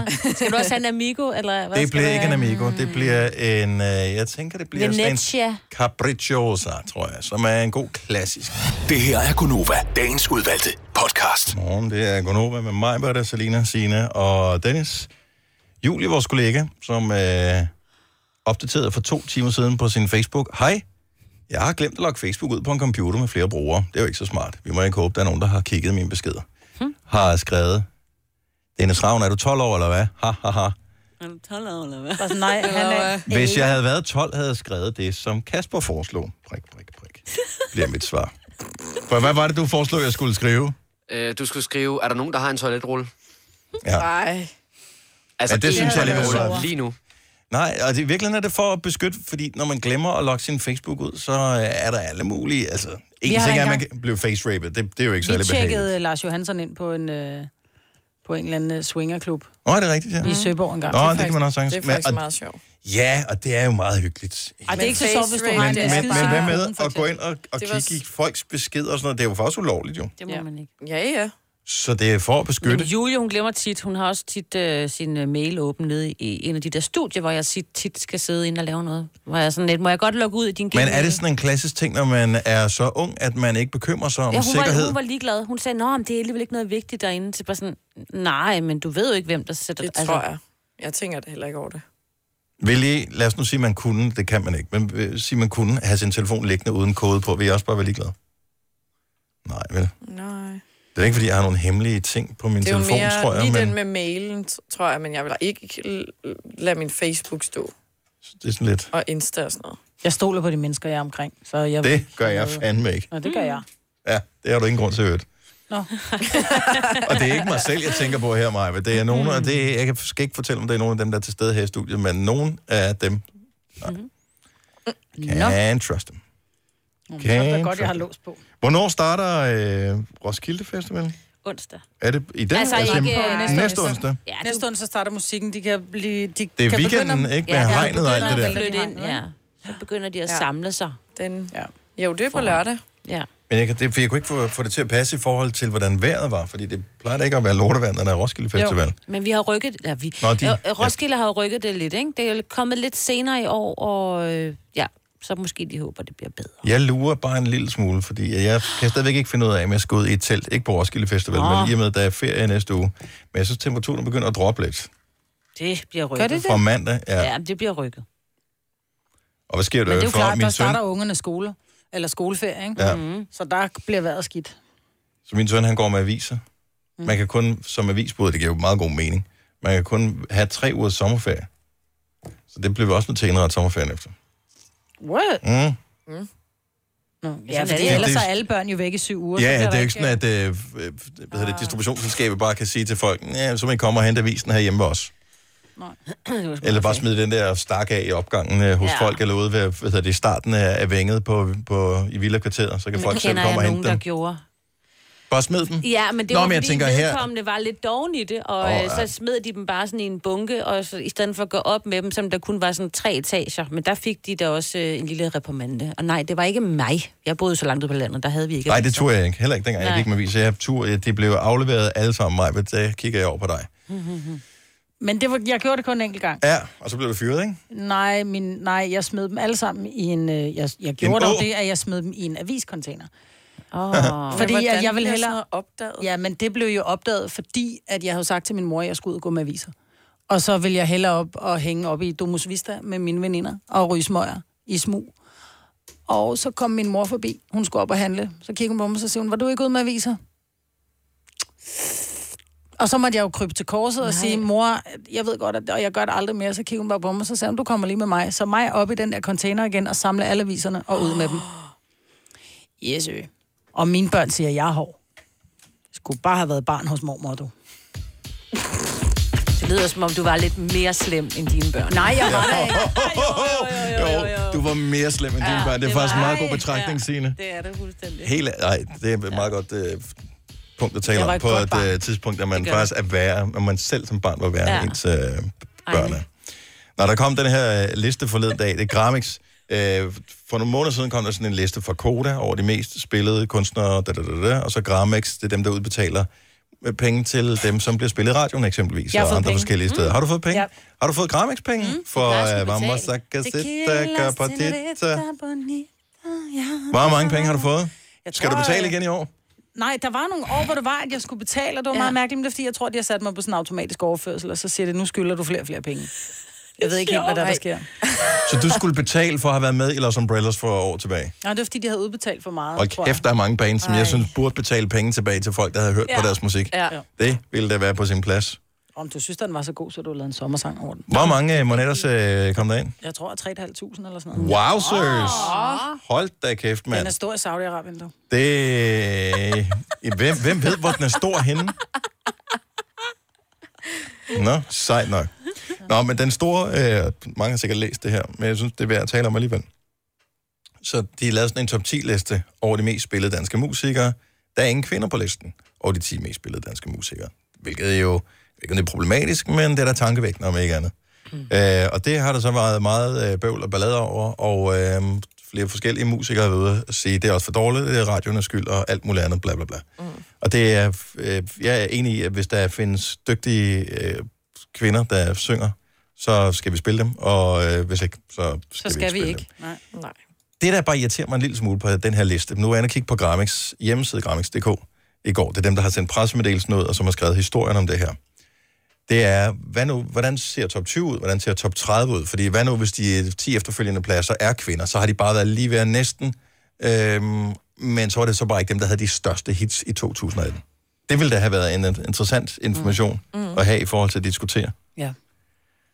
S1: senere.
S6: Skal du også have en amigo, eller hvad
S1: Det
S6: skal
S1: bliver
S6: du
S1: ikke en
S6: have?
S1: amigo, det bliver en, øh, jeg tænker, det bliver sådan
S6: Venetia.
S1: en capricciosa, tror jeg, som er en god klassisk.
S7: Det her er Gunova, dagens udvalgte podcast.
S1: Morgen, det er Gonova med mig, Bøtter, Selina, Sine og Dennis. Julie, vores kollega, som øh, opdaterede for to timer siden på sin Facebook. Hej, jeg har glemt at logge Facebook ud på en computer med flere brugere. Det er jo ikke så smart. Vi må ikke håbe, der er nogen, der har kigget mine beskeder. Hmm. Har skrevet, Dennis Ravn, er du 12 år eller hvad? Ha, ha, ha.
S6: Er du 12 år, eller hvad?
S3: Bare sådan, nej, han er...
S1: Hvis jeg havde været 12, havde jeg skrevet det, som Kasper foreslog. Prik, prik, prik. Bliver mit svar. For hvad var det, du foreslog, jeg skulle skrive?
S5: Øh, du skulle skrive, er der nogen, der har en toiletrulle?
S1: Ja.
S2: Nej.
S5: Altså,
S1: Ja, det synes jeg alligevel
S5: lige
S1: var-
S5: Lige nu.
S1: Nej, og det, i virkeligheden er det for at beskytte, fordi når man glemmer at logge sin Facebook ud, så øh, er der alle mulige, altså... En
S3: har
S1: ting er, at man
S3: engang-
S1: kan blive face-raped. Det, det er jo ikke
S3: Vi
S1: særlig behageligt.
S3: tjekkede øh, Lars Johansson ind på en, øh, på en eller anden øh, swingerklub.
S1: Nå, er det rigtigt, ja? Mm.
S3: I Søborg engang.
S1: Nå, det, det kan man også sagtens.
S3: Det er
S1: Men-
S3: faktisk
S1: og-
S3: meget sjovt.
S1: Ja, og det er jo meget hyggeligt.
S3: Ej, det er ikke så sjovt, hvis du
S1: Men,
S3: har en
S1: men, men,
S3: skide-
S1: hvad med at gå ind og, og
S2: Det var-
S1: kigge i folks beskeder og sådan noget? Det er jo faktisk ulovligt, jo.
S6: Det må ja. man ikke.
S2: Ja, ja.
S1: Så det er for at
S6: Men
S1: beskytte.
S6: Julie, hun glemmer tit, hun har også tit øh, sin øh, mail åben nede i en af de der studier, hvor jeg sit, tit skal sidde ind og lave noget. Hvor jeg er sådan lidt, må jeg godt logge ud i din
S1: Men
S6: Gmail?
S1: er det sådan en klassisk ting, når man er så ung, at man ikke bekymrer sig om
S6: ja, hun
S1: sikkerhed?
S6: Var, hun var ligeglad. Hun sagde, nå, men det er alligevel ikke noget vigtigt derinde. Så bare sådan, nej, men du ved jo ikke, hvem der sætter... Altså,
S2: Det tror jeg. Jeg tænker det heller ikke over det.
S1: Vil I, lad os nu sige, man kunne, det kan man ikke, men øh, sige, man kunne have sin telefon liggende uden kode på, vil jeg også bare være ligeglad? Nej, vel?
S2: Nej.
S1: Det er ikke, fordi jeg har nogle hemmelige ting på min
S2: det er
S1: telefon,
S2: jo mere
S1: tror jeg,
S2: lige
S1: men
S2: den med mailen, t- tror jeg, men jeg vil ikke l- lade min Facebook stå
S1: det er sådan lidt...
S2: og Insta og sådan noget.
S3: Jeg stoler på de mennesker, jeg er omkring. Så jeg
S1: Det gør jeg fandme ikke.
S3: Nå, det gør jeg.
S1: Ja, det har du ingen grund til at høre.
S3: Nå.
S1: Og det er ikke mig selv, jeg tænker på her, Maja. Det er nogen, og det, jeg kan- skal ikke fortælle, om det er nogen af dem, der er til stede her i studiet, men nogen af dem... Nej. Can't trust them.
S3: Det er
S1: Can't
S3: godt, jeg har
S1: trust them.
S3: lås på.
S1: Hvornår starter øh, Roskilde Festival?
S6: Onsdag.
S1: Er det i dag?
S3: Altså ikke, øh,
S1: næste,
S3: næste
S1: næste onsdag.
S6: Ja,
S3: Næste onsdag starter musikken. De kan blive... De
S1: Det er
S3: kan
S1: weekenden,
S3: begynde at-
S1: ikke? Med Ja, regnet og alt det der.
S6: Når de flytter ind, ja. Så begynder de at
S2: Ja.
S6: ja. samle sig.
S2: Den, ja. Jo, det er på lørdag.
S6: Ja.
S1: Men jeg, kan, det, for jeg kunne ikke få, få det til at passe i forhold til, hvordan vejret var, fordi det plejer da ikke at være lortevejr, når der er Roskilde Festival. Jo.
S6: Men vi har rykket... Ja, vi,
S1: Nå, de-
S6: Øh, øh, Roskilde har jo rykket det lidt, ikke? Det er jo kommet lidt senere i år, og øh, ja, så måske de håber, det bliver bedre.
S1: Jeg lurer bare en lille smule, fordi jeg kan stadigvæk ikke finde ud af, om jeg skal ud i et telt. Ikke på Roskilde Festival,
S6: Nå.
S1: men i og med, at der er ferie næste uge. Men jeg synes, temperaturen begynder at droppe lidt.
S6: Det bliver rykket.
S3: Gør det det?
S1: Fra mandag, ja.
S6: ja det bliver rykket.
S1: Og hvad sker
S3: Men det er
S1: der
S3: jo
S1: for
S3: klart, der
S1: min søn?
S3: starter ungerne skole. Eller skoleferie, ikke?
S1: Ja.
S6: Mhm.
S3: Mm. Så der bliver vejret skidt.
S1: Så min søn, han går med aviser.
S3: Mm.
S1: Man kan kun, som avisbud, det giver jo meget god mening, man kan kun have tre ugers sommerferie. Så det bliver vi også nødt til at indrette sommerferien efter.
S3: What?
S1: Mm.
S6: Mhm.
S3: Nå,
S6: sådan
S3: ja,
S6: er
S3: fordi
S1: det.
S3: ellers
S1: Det
S3: er
S1: er-
S3: alle børn jo væk i syv uger. så
S1: Ja,
S3: bliver
S1: det
S3: der
S1: er jo ikke sådan, at øh, øh, hvad hedder
S6: Ah.
S1: det, distributionsselskabet bare kan sige til folk, ja, så må I komme og hente avisen herhjemme ved os. Eller bare smide den der stak af i opgangen øh, hos
S6: Ja.
S1: folk, eller ude ved, hvad hedder det, i starten af, af vænget på, på, i villakvarteret, så kan folk
S6: det
S1: selv
S6: kender jeg
S1: komme og
S6: nogen,
S1: hente
S6: der
S1: dem.
S6: gjorde.
S1: Bare smid dem.
S6: Ja, men det
S1: Nå,
S6: var,
S1: men jeg
S6: fordi
S1: tænker her,
S6: vedkommende var lidt doven i det, og
S1: Åh,
S6: oh, ja.
S1: ja.
S6: så smed de dem bare sådan i en bunke, og så, i stedet for at gå op med dem, som der kun var sådan tre etager, men der fik de da også øh, en lille reprimande. Og nej, det var ikke mig. Jeg boede så langt ude på landet, der havde vi ikke.
S1: Nej, det turde jeg ikke. Heller ikke dengang, jeg
S6: Nej.
S1: gik med aviser. Jeg tur, ja, det blev afleveret alle sammen mig, men der kigger jeg over på dig.
S3: Men det var, jeg gjorde det kun en enkelt gang.
S1: Ja, og så blev du fyret, ikke?
S3: Nej, min, nej, jeg smed dem alle sammen i en... øh, Jeg, jeg gjorde
S1: En
S3: dog
S1: å?
S3: det, at jeg smed dem i en aviscontainer.
S6: Oh.
S3: Fordi
S2: hvordan
S3: at jeg ville
S2: bliver sådan
S3: hellere...
S2: noget opdaget?
S3: Ja, men det blev jo opdaget, fordi at jeg havde sagt til min mor, at jeg skulle ud og gå med aviser. Og så ville jeg hellere op og hænge op i Domus Vista med mine veninder og ryge smøger i smug. Og så kom min mor forbi. Hun skulle op og handle. Så kiggede hun på mig, og så siger hun, var du ikke ude med aviser? Og så måtte jeg jo krybe til korset Nej. og sige, mor, jeg ved godt, at, og jeg gør det aldrig mere. Så kiggede hun bare på mig, og så sagde hun, du kommer lige med mig. Så mig op i den der container igen og samle alle aviserne og ud med dem. Yes, ø. Og mine børn siger, jeg er hård. Skulle bare have været barn hos mormor, du.
S6: Det lyder som om, du var lidt mere slem end dine børn.
S3: Nej, jeg var
S6: det
S1: Jo, du var mere slem end dine børn. Det er faktisk en meget god betragtning, Signe.
S6: Det er det fuldstændig.
S1: Helt, nej, det er et meget godt øh, punkt at
S6: Det
S1: tale
S6: var
S1: om
S6: et
S1: på
S6: godt
S1: et
S6: barn.
S1: øh, tidspunkt, at man
S6: Det gør
S1: faktisk er værre, at man selv som barn var værre
S6: Ja.
S1: ja. ens øh, børn er. Når der kom den her øh, liste forleden dag, det er Gramix. Øh, for nogle måneder siden kom der sådan en liste fra Koda over de mest spillede kunstnere, da, da, da, da, og så Gramix, det er dem, der udbetaler øh, penge til dem, som bliver spillet i radioen eksempelvis,
S9: Jeg har
S1: og
S9: fået
S1: andre
S9: penge.
S1: forskellige
S9: Mm.
S1: steder. Har du fået penge? Har du fået Gramix-penge? Mm. For øh, vamos a casita, capadita. Hvor mange penge har du fået? Skal du
S3: tror,
S1: betale
S3: øh,
S1: igen i år?
S3: Nej, der var nogle år, hvor det var, at jeg skulle betale, og det var ja. meget mærkeligt, men det er, fordi jeg tror, at de har sat mig på sådan en automatisk overførsel, og så siger det, nu skylder du flere og flere penge. Jeg ved ikke helt, hvad der, der
S2: sjovt.
S3: sker.
S1: Så du skulle betale for at have været med i Los Umbrellas for år tilbage.
S3: Nå, det var, fordi de havde udbetalt for meget,
S1: Og
S3: tror jeg.
S1: kæft, der er mange bands, som jeg synes burde betale penge tilbage til folk, der havde hørt
S3: Ja.
S1: på deres musik.
S3: Ja.
S1: Det ville da være på sin plads.
S3: Om du synes, den var så god, så du lavede en sommersang over den.
S1: Hvor mange øh, monetters øh, kom der ind?
S3: Jeg tror, at 3.500 eller sådan noget.
S1: Wowzers!
S3: Åh.
S1: Hold da kæft,
S3: Den
S1: mand.
S3: er stor i Saudi-Arabien, du.
S1: Det... Hvem, hvem ved, hvor den er stor henne? Nå, sejt nok. Nå, men den store... Øh, mange har sikkert læst det her, men jeg synes, det er værd at tale om alligevel. Så de lavede sådan en top 10-liste over de mest spillede danske musikere. Der er ingen kvinder på listen over de 10 mest spillede danske musikere. Hvilket er jo hvilket er problematisk, men det er da tankevækkende, om ikke andet.
S3: Mm.
S1: Øh, og det har der så været meget øh, bøvl og ballade over, og øh, flere forskellige musikere har været ude og sige, det er også for dårligt, det er radioen er skyld og alt muligt andet, bla bla bla. Mm. Og det er, øh, jeg er enig i, at hvis der findes dygtige øh, kvinder, der synger, så skal vi spille dem, og øh, hvis ikke, så skal,
S3: Så skal vi
S1: spille
S3: ikke. Nej. Nej.
S1: det, der bare irriterer mig en lille smule på den her liste, nu er jeg inde og kigge på Gramix, hjemmeside Gramix.dk i går, det er dem, der har sendt pressemeddelelsen ud, og som har skrevet historien om det her. Det er, hvad nu, hvordan ser top 20 ud, hvordan ser top 30 ud? Fordi hvad nu, hvis de 10 efterfølgende pladser er kvinder, så har de bare været lige ved at næsten, øhm, men så var det så bare ikke dem, der havde de største hits i 2018. Det ville da have været en en interessant information mm. Mm. at have i forhold til at diskutere.
S3: Ja.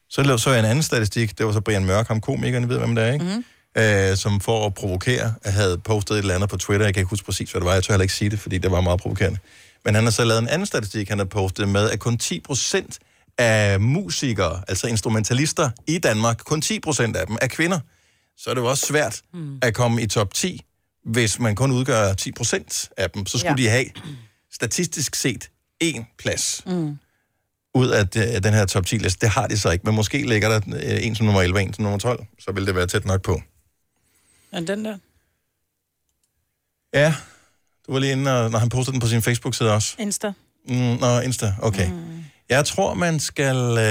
S1: Så lav- så jeg en anden statistik, det var så Brian Mørk, ham komikeren, I ved hvem det er, ikke? Mm. Øh, som for at provokere, havde postet et eller andet på Twitter, jeg kan ikke huske præcis, hvad det var, jeg tør heller ikke sige det, fordi det var meget provokerende. Men han har så lavet en anden statistik, han har postet med, at kun 10% af musikere, altså instrumentalister i Danmark, kun 10% af dem er kvinder. Så er det jo også svært mm. at komme i top 10, hvis man kun udgør 10% af dem. Så skulle
S9: Ja.
S1: ja. de have, statistisk set, én plads
S9: Mm.
S1: ud af de- den her top 10-liste. Det har de så ikke, men måske ligger der øh, en som nummer 11 og en som nummer 12. Så vil det være tæt nok på.
S3: Men den der.
S1: Ja, du var lige inde, og, når han postede den på sin Facebook-side også.
S3: Insta.
S1: Mm, nå, Insta, okay. Mm. Jeg tror, man skal... Øh...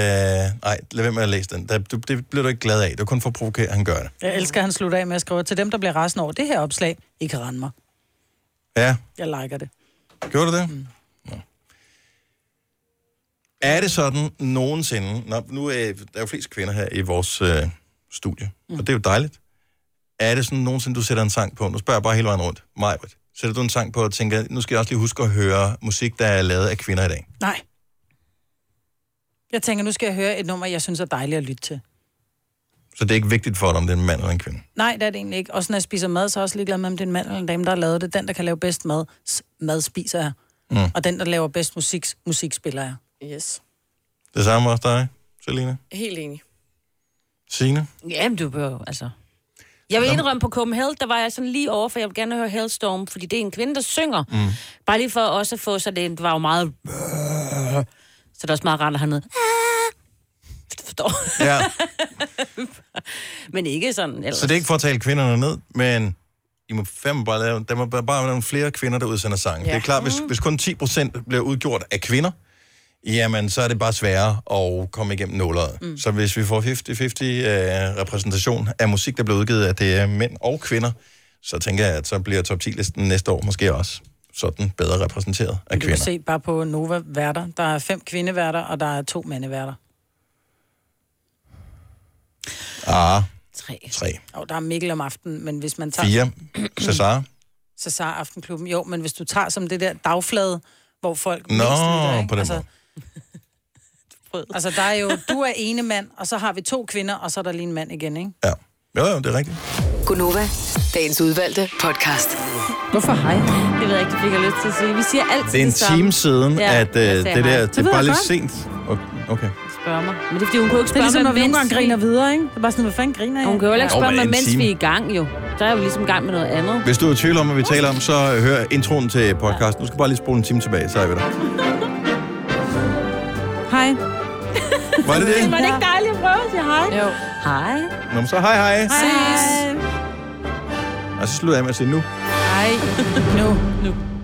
S1: Ej, lad være med at læse den. Der, du, det bliver du ikke glad af. Det er kun for at provokere, at han gør det.
S3: Jeg elsker, at han slutter af med at skrive til dem, der bliver resten over det her opslag. I kan rende mig.
S1: Ja,
S3: Jeg liker det.
S1: gjorde du det? Mm. Er det sådan nogensinde... Nå, nu er der er jo flest kvinder her i vores øh, studie, mm. og det er jo dejligt. Er det sådan nogensinde, du sætter en sang på? Nu spørger jeg bare hele vejen rundt. Majbert, sætter du en sang på og tænker, nu skal jeg også lige huske at høre musik, der er lavet af kvinder i dag?
S3: Nej. Jeg tænker, nu skal jeg høre et nummer, jeg synes er dejligt at lytte til.
S1: Så det er ikke vigtigt for dig, om det er en mand eller en kvinde.
S3: Nej, det er det egentlig ikke. Også når jeg spiser mad, så er jeg også ligeglad med, om det er en mand eller en dame, der har lavet det. Den, der kan lave bedst mad, s- mad spiser jeg.
S1: Mm.
S3: Mm. Og den, der laver bedst musik, s- musik spiller jeg.
S2: Yes.
S1: Det samme også dig, Selina.
S2: Helt enig.
S1: Signe?
S6: Jamen, du bør jo, altså... Jeg vil indrømme på Copenhagen, der var jeg sådan lige over, for jeg vil gerne høre Hellstorm, fordi det er en kvinde, der synger. Mm. Bare lige for også at få, så det var jo meget... Så det er også meget rart at have noget... Forstår?
S1: Ja.
S6: Men ikke sådan ellers.
S1: Så det er ikke for at tale kvinderne ned, men I må fandme bare lave, der må bare- bare være nogle flere kvinder, der udsender sange. Ja.
S6: Ja.
S1: Det er klart, hvis, hvis kun 10% bliver udgjort af kvinder, jamen så er det bare sværere at komme igennem nåleret. Mm. Så hvis vi får 50-50 øh, repræsentation af musik, der bliver udgivet af det er mænd og kvinder, så tænker jeg, at så bliver top 10-listen næste år måske også sådan bedre repræsenteret af
S3: Du kan
S1: kvinder.
S3: se bare på Nova værter. Der er fem kvindeværter, og der er to mandeværter.
S1: Ah,
S6: Tre.
S1: Tre.
S3: Og der er Mikkel om aftenen, men hvis man tager...
S1: Fire. Cesar.
S3: Så så Aftenklubben. Jo, men hvis du tager som det der dagflade, hvor folk...
S1: Nå,
S3: mest lytter, ikke?
S1: på den måde.
S3: altså, der er jo... Du er ene mand, og så har vi to kvinder, og så er der lige en mand igen, ikke?
S1: Jo, jo, det er rigtigt.
S8: Gunova, dagens udvalgte podcast.
S3: Hvorfor hej?
S6: Det ved jeg ikke, det fik jeg lyst til at sige. Vi siger altid
S1: Det er en
S6: samme.
S1: time siden, ja,
S6: Ja,
S1: at øh,
S6: jeg
S1: det
S6: sagde
S1: der,
S6: hej.
S1: det,
S6: ved
S1: er bare
S6: jeg
S1: lidt
S6: godt.
S1: sent. Okay.
S6: Spørger mig. Men det er fordi, hun kunne jo ikke
S3: Det er
S6: spørge
S3: ligesom, når
S6: mig,
S3: vi nogle gange
S6: mens vi-
S3: griner videre, ikke? Det er bare sådan, hvad fanden griner jeg?
S6: Hun kan jo heller ikke
S1: Jo,
S6: spørge
S1: men
S6: mig,
S1: en
S6: mens
S1: time.
S6: vi er i gang, jo. Der er jo ligesom i gang med noget andet.
S1: Hvis du er i tvivl om, hvad vi taler om, så øh, hør introen til podcasten. Du skal bare lige spole en time tilbage, så er vi der.
S3: Hej.
S1: Var det det?
S6: Var det ikke dejligt at prøve at sige hej?
S3: Jo.
S6: Hej.
S1: Nå, men så hej hej.
S6: Ses.
S1: Og så slutter jeg med at sige nu.
S3: Hej. Nu. Nu.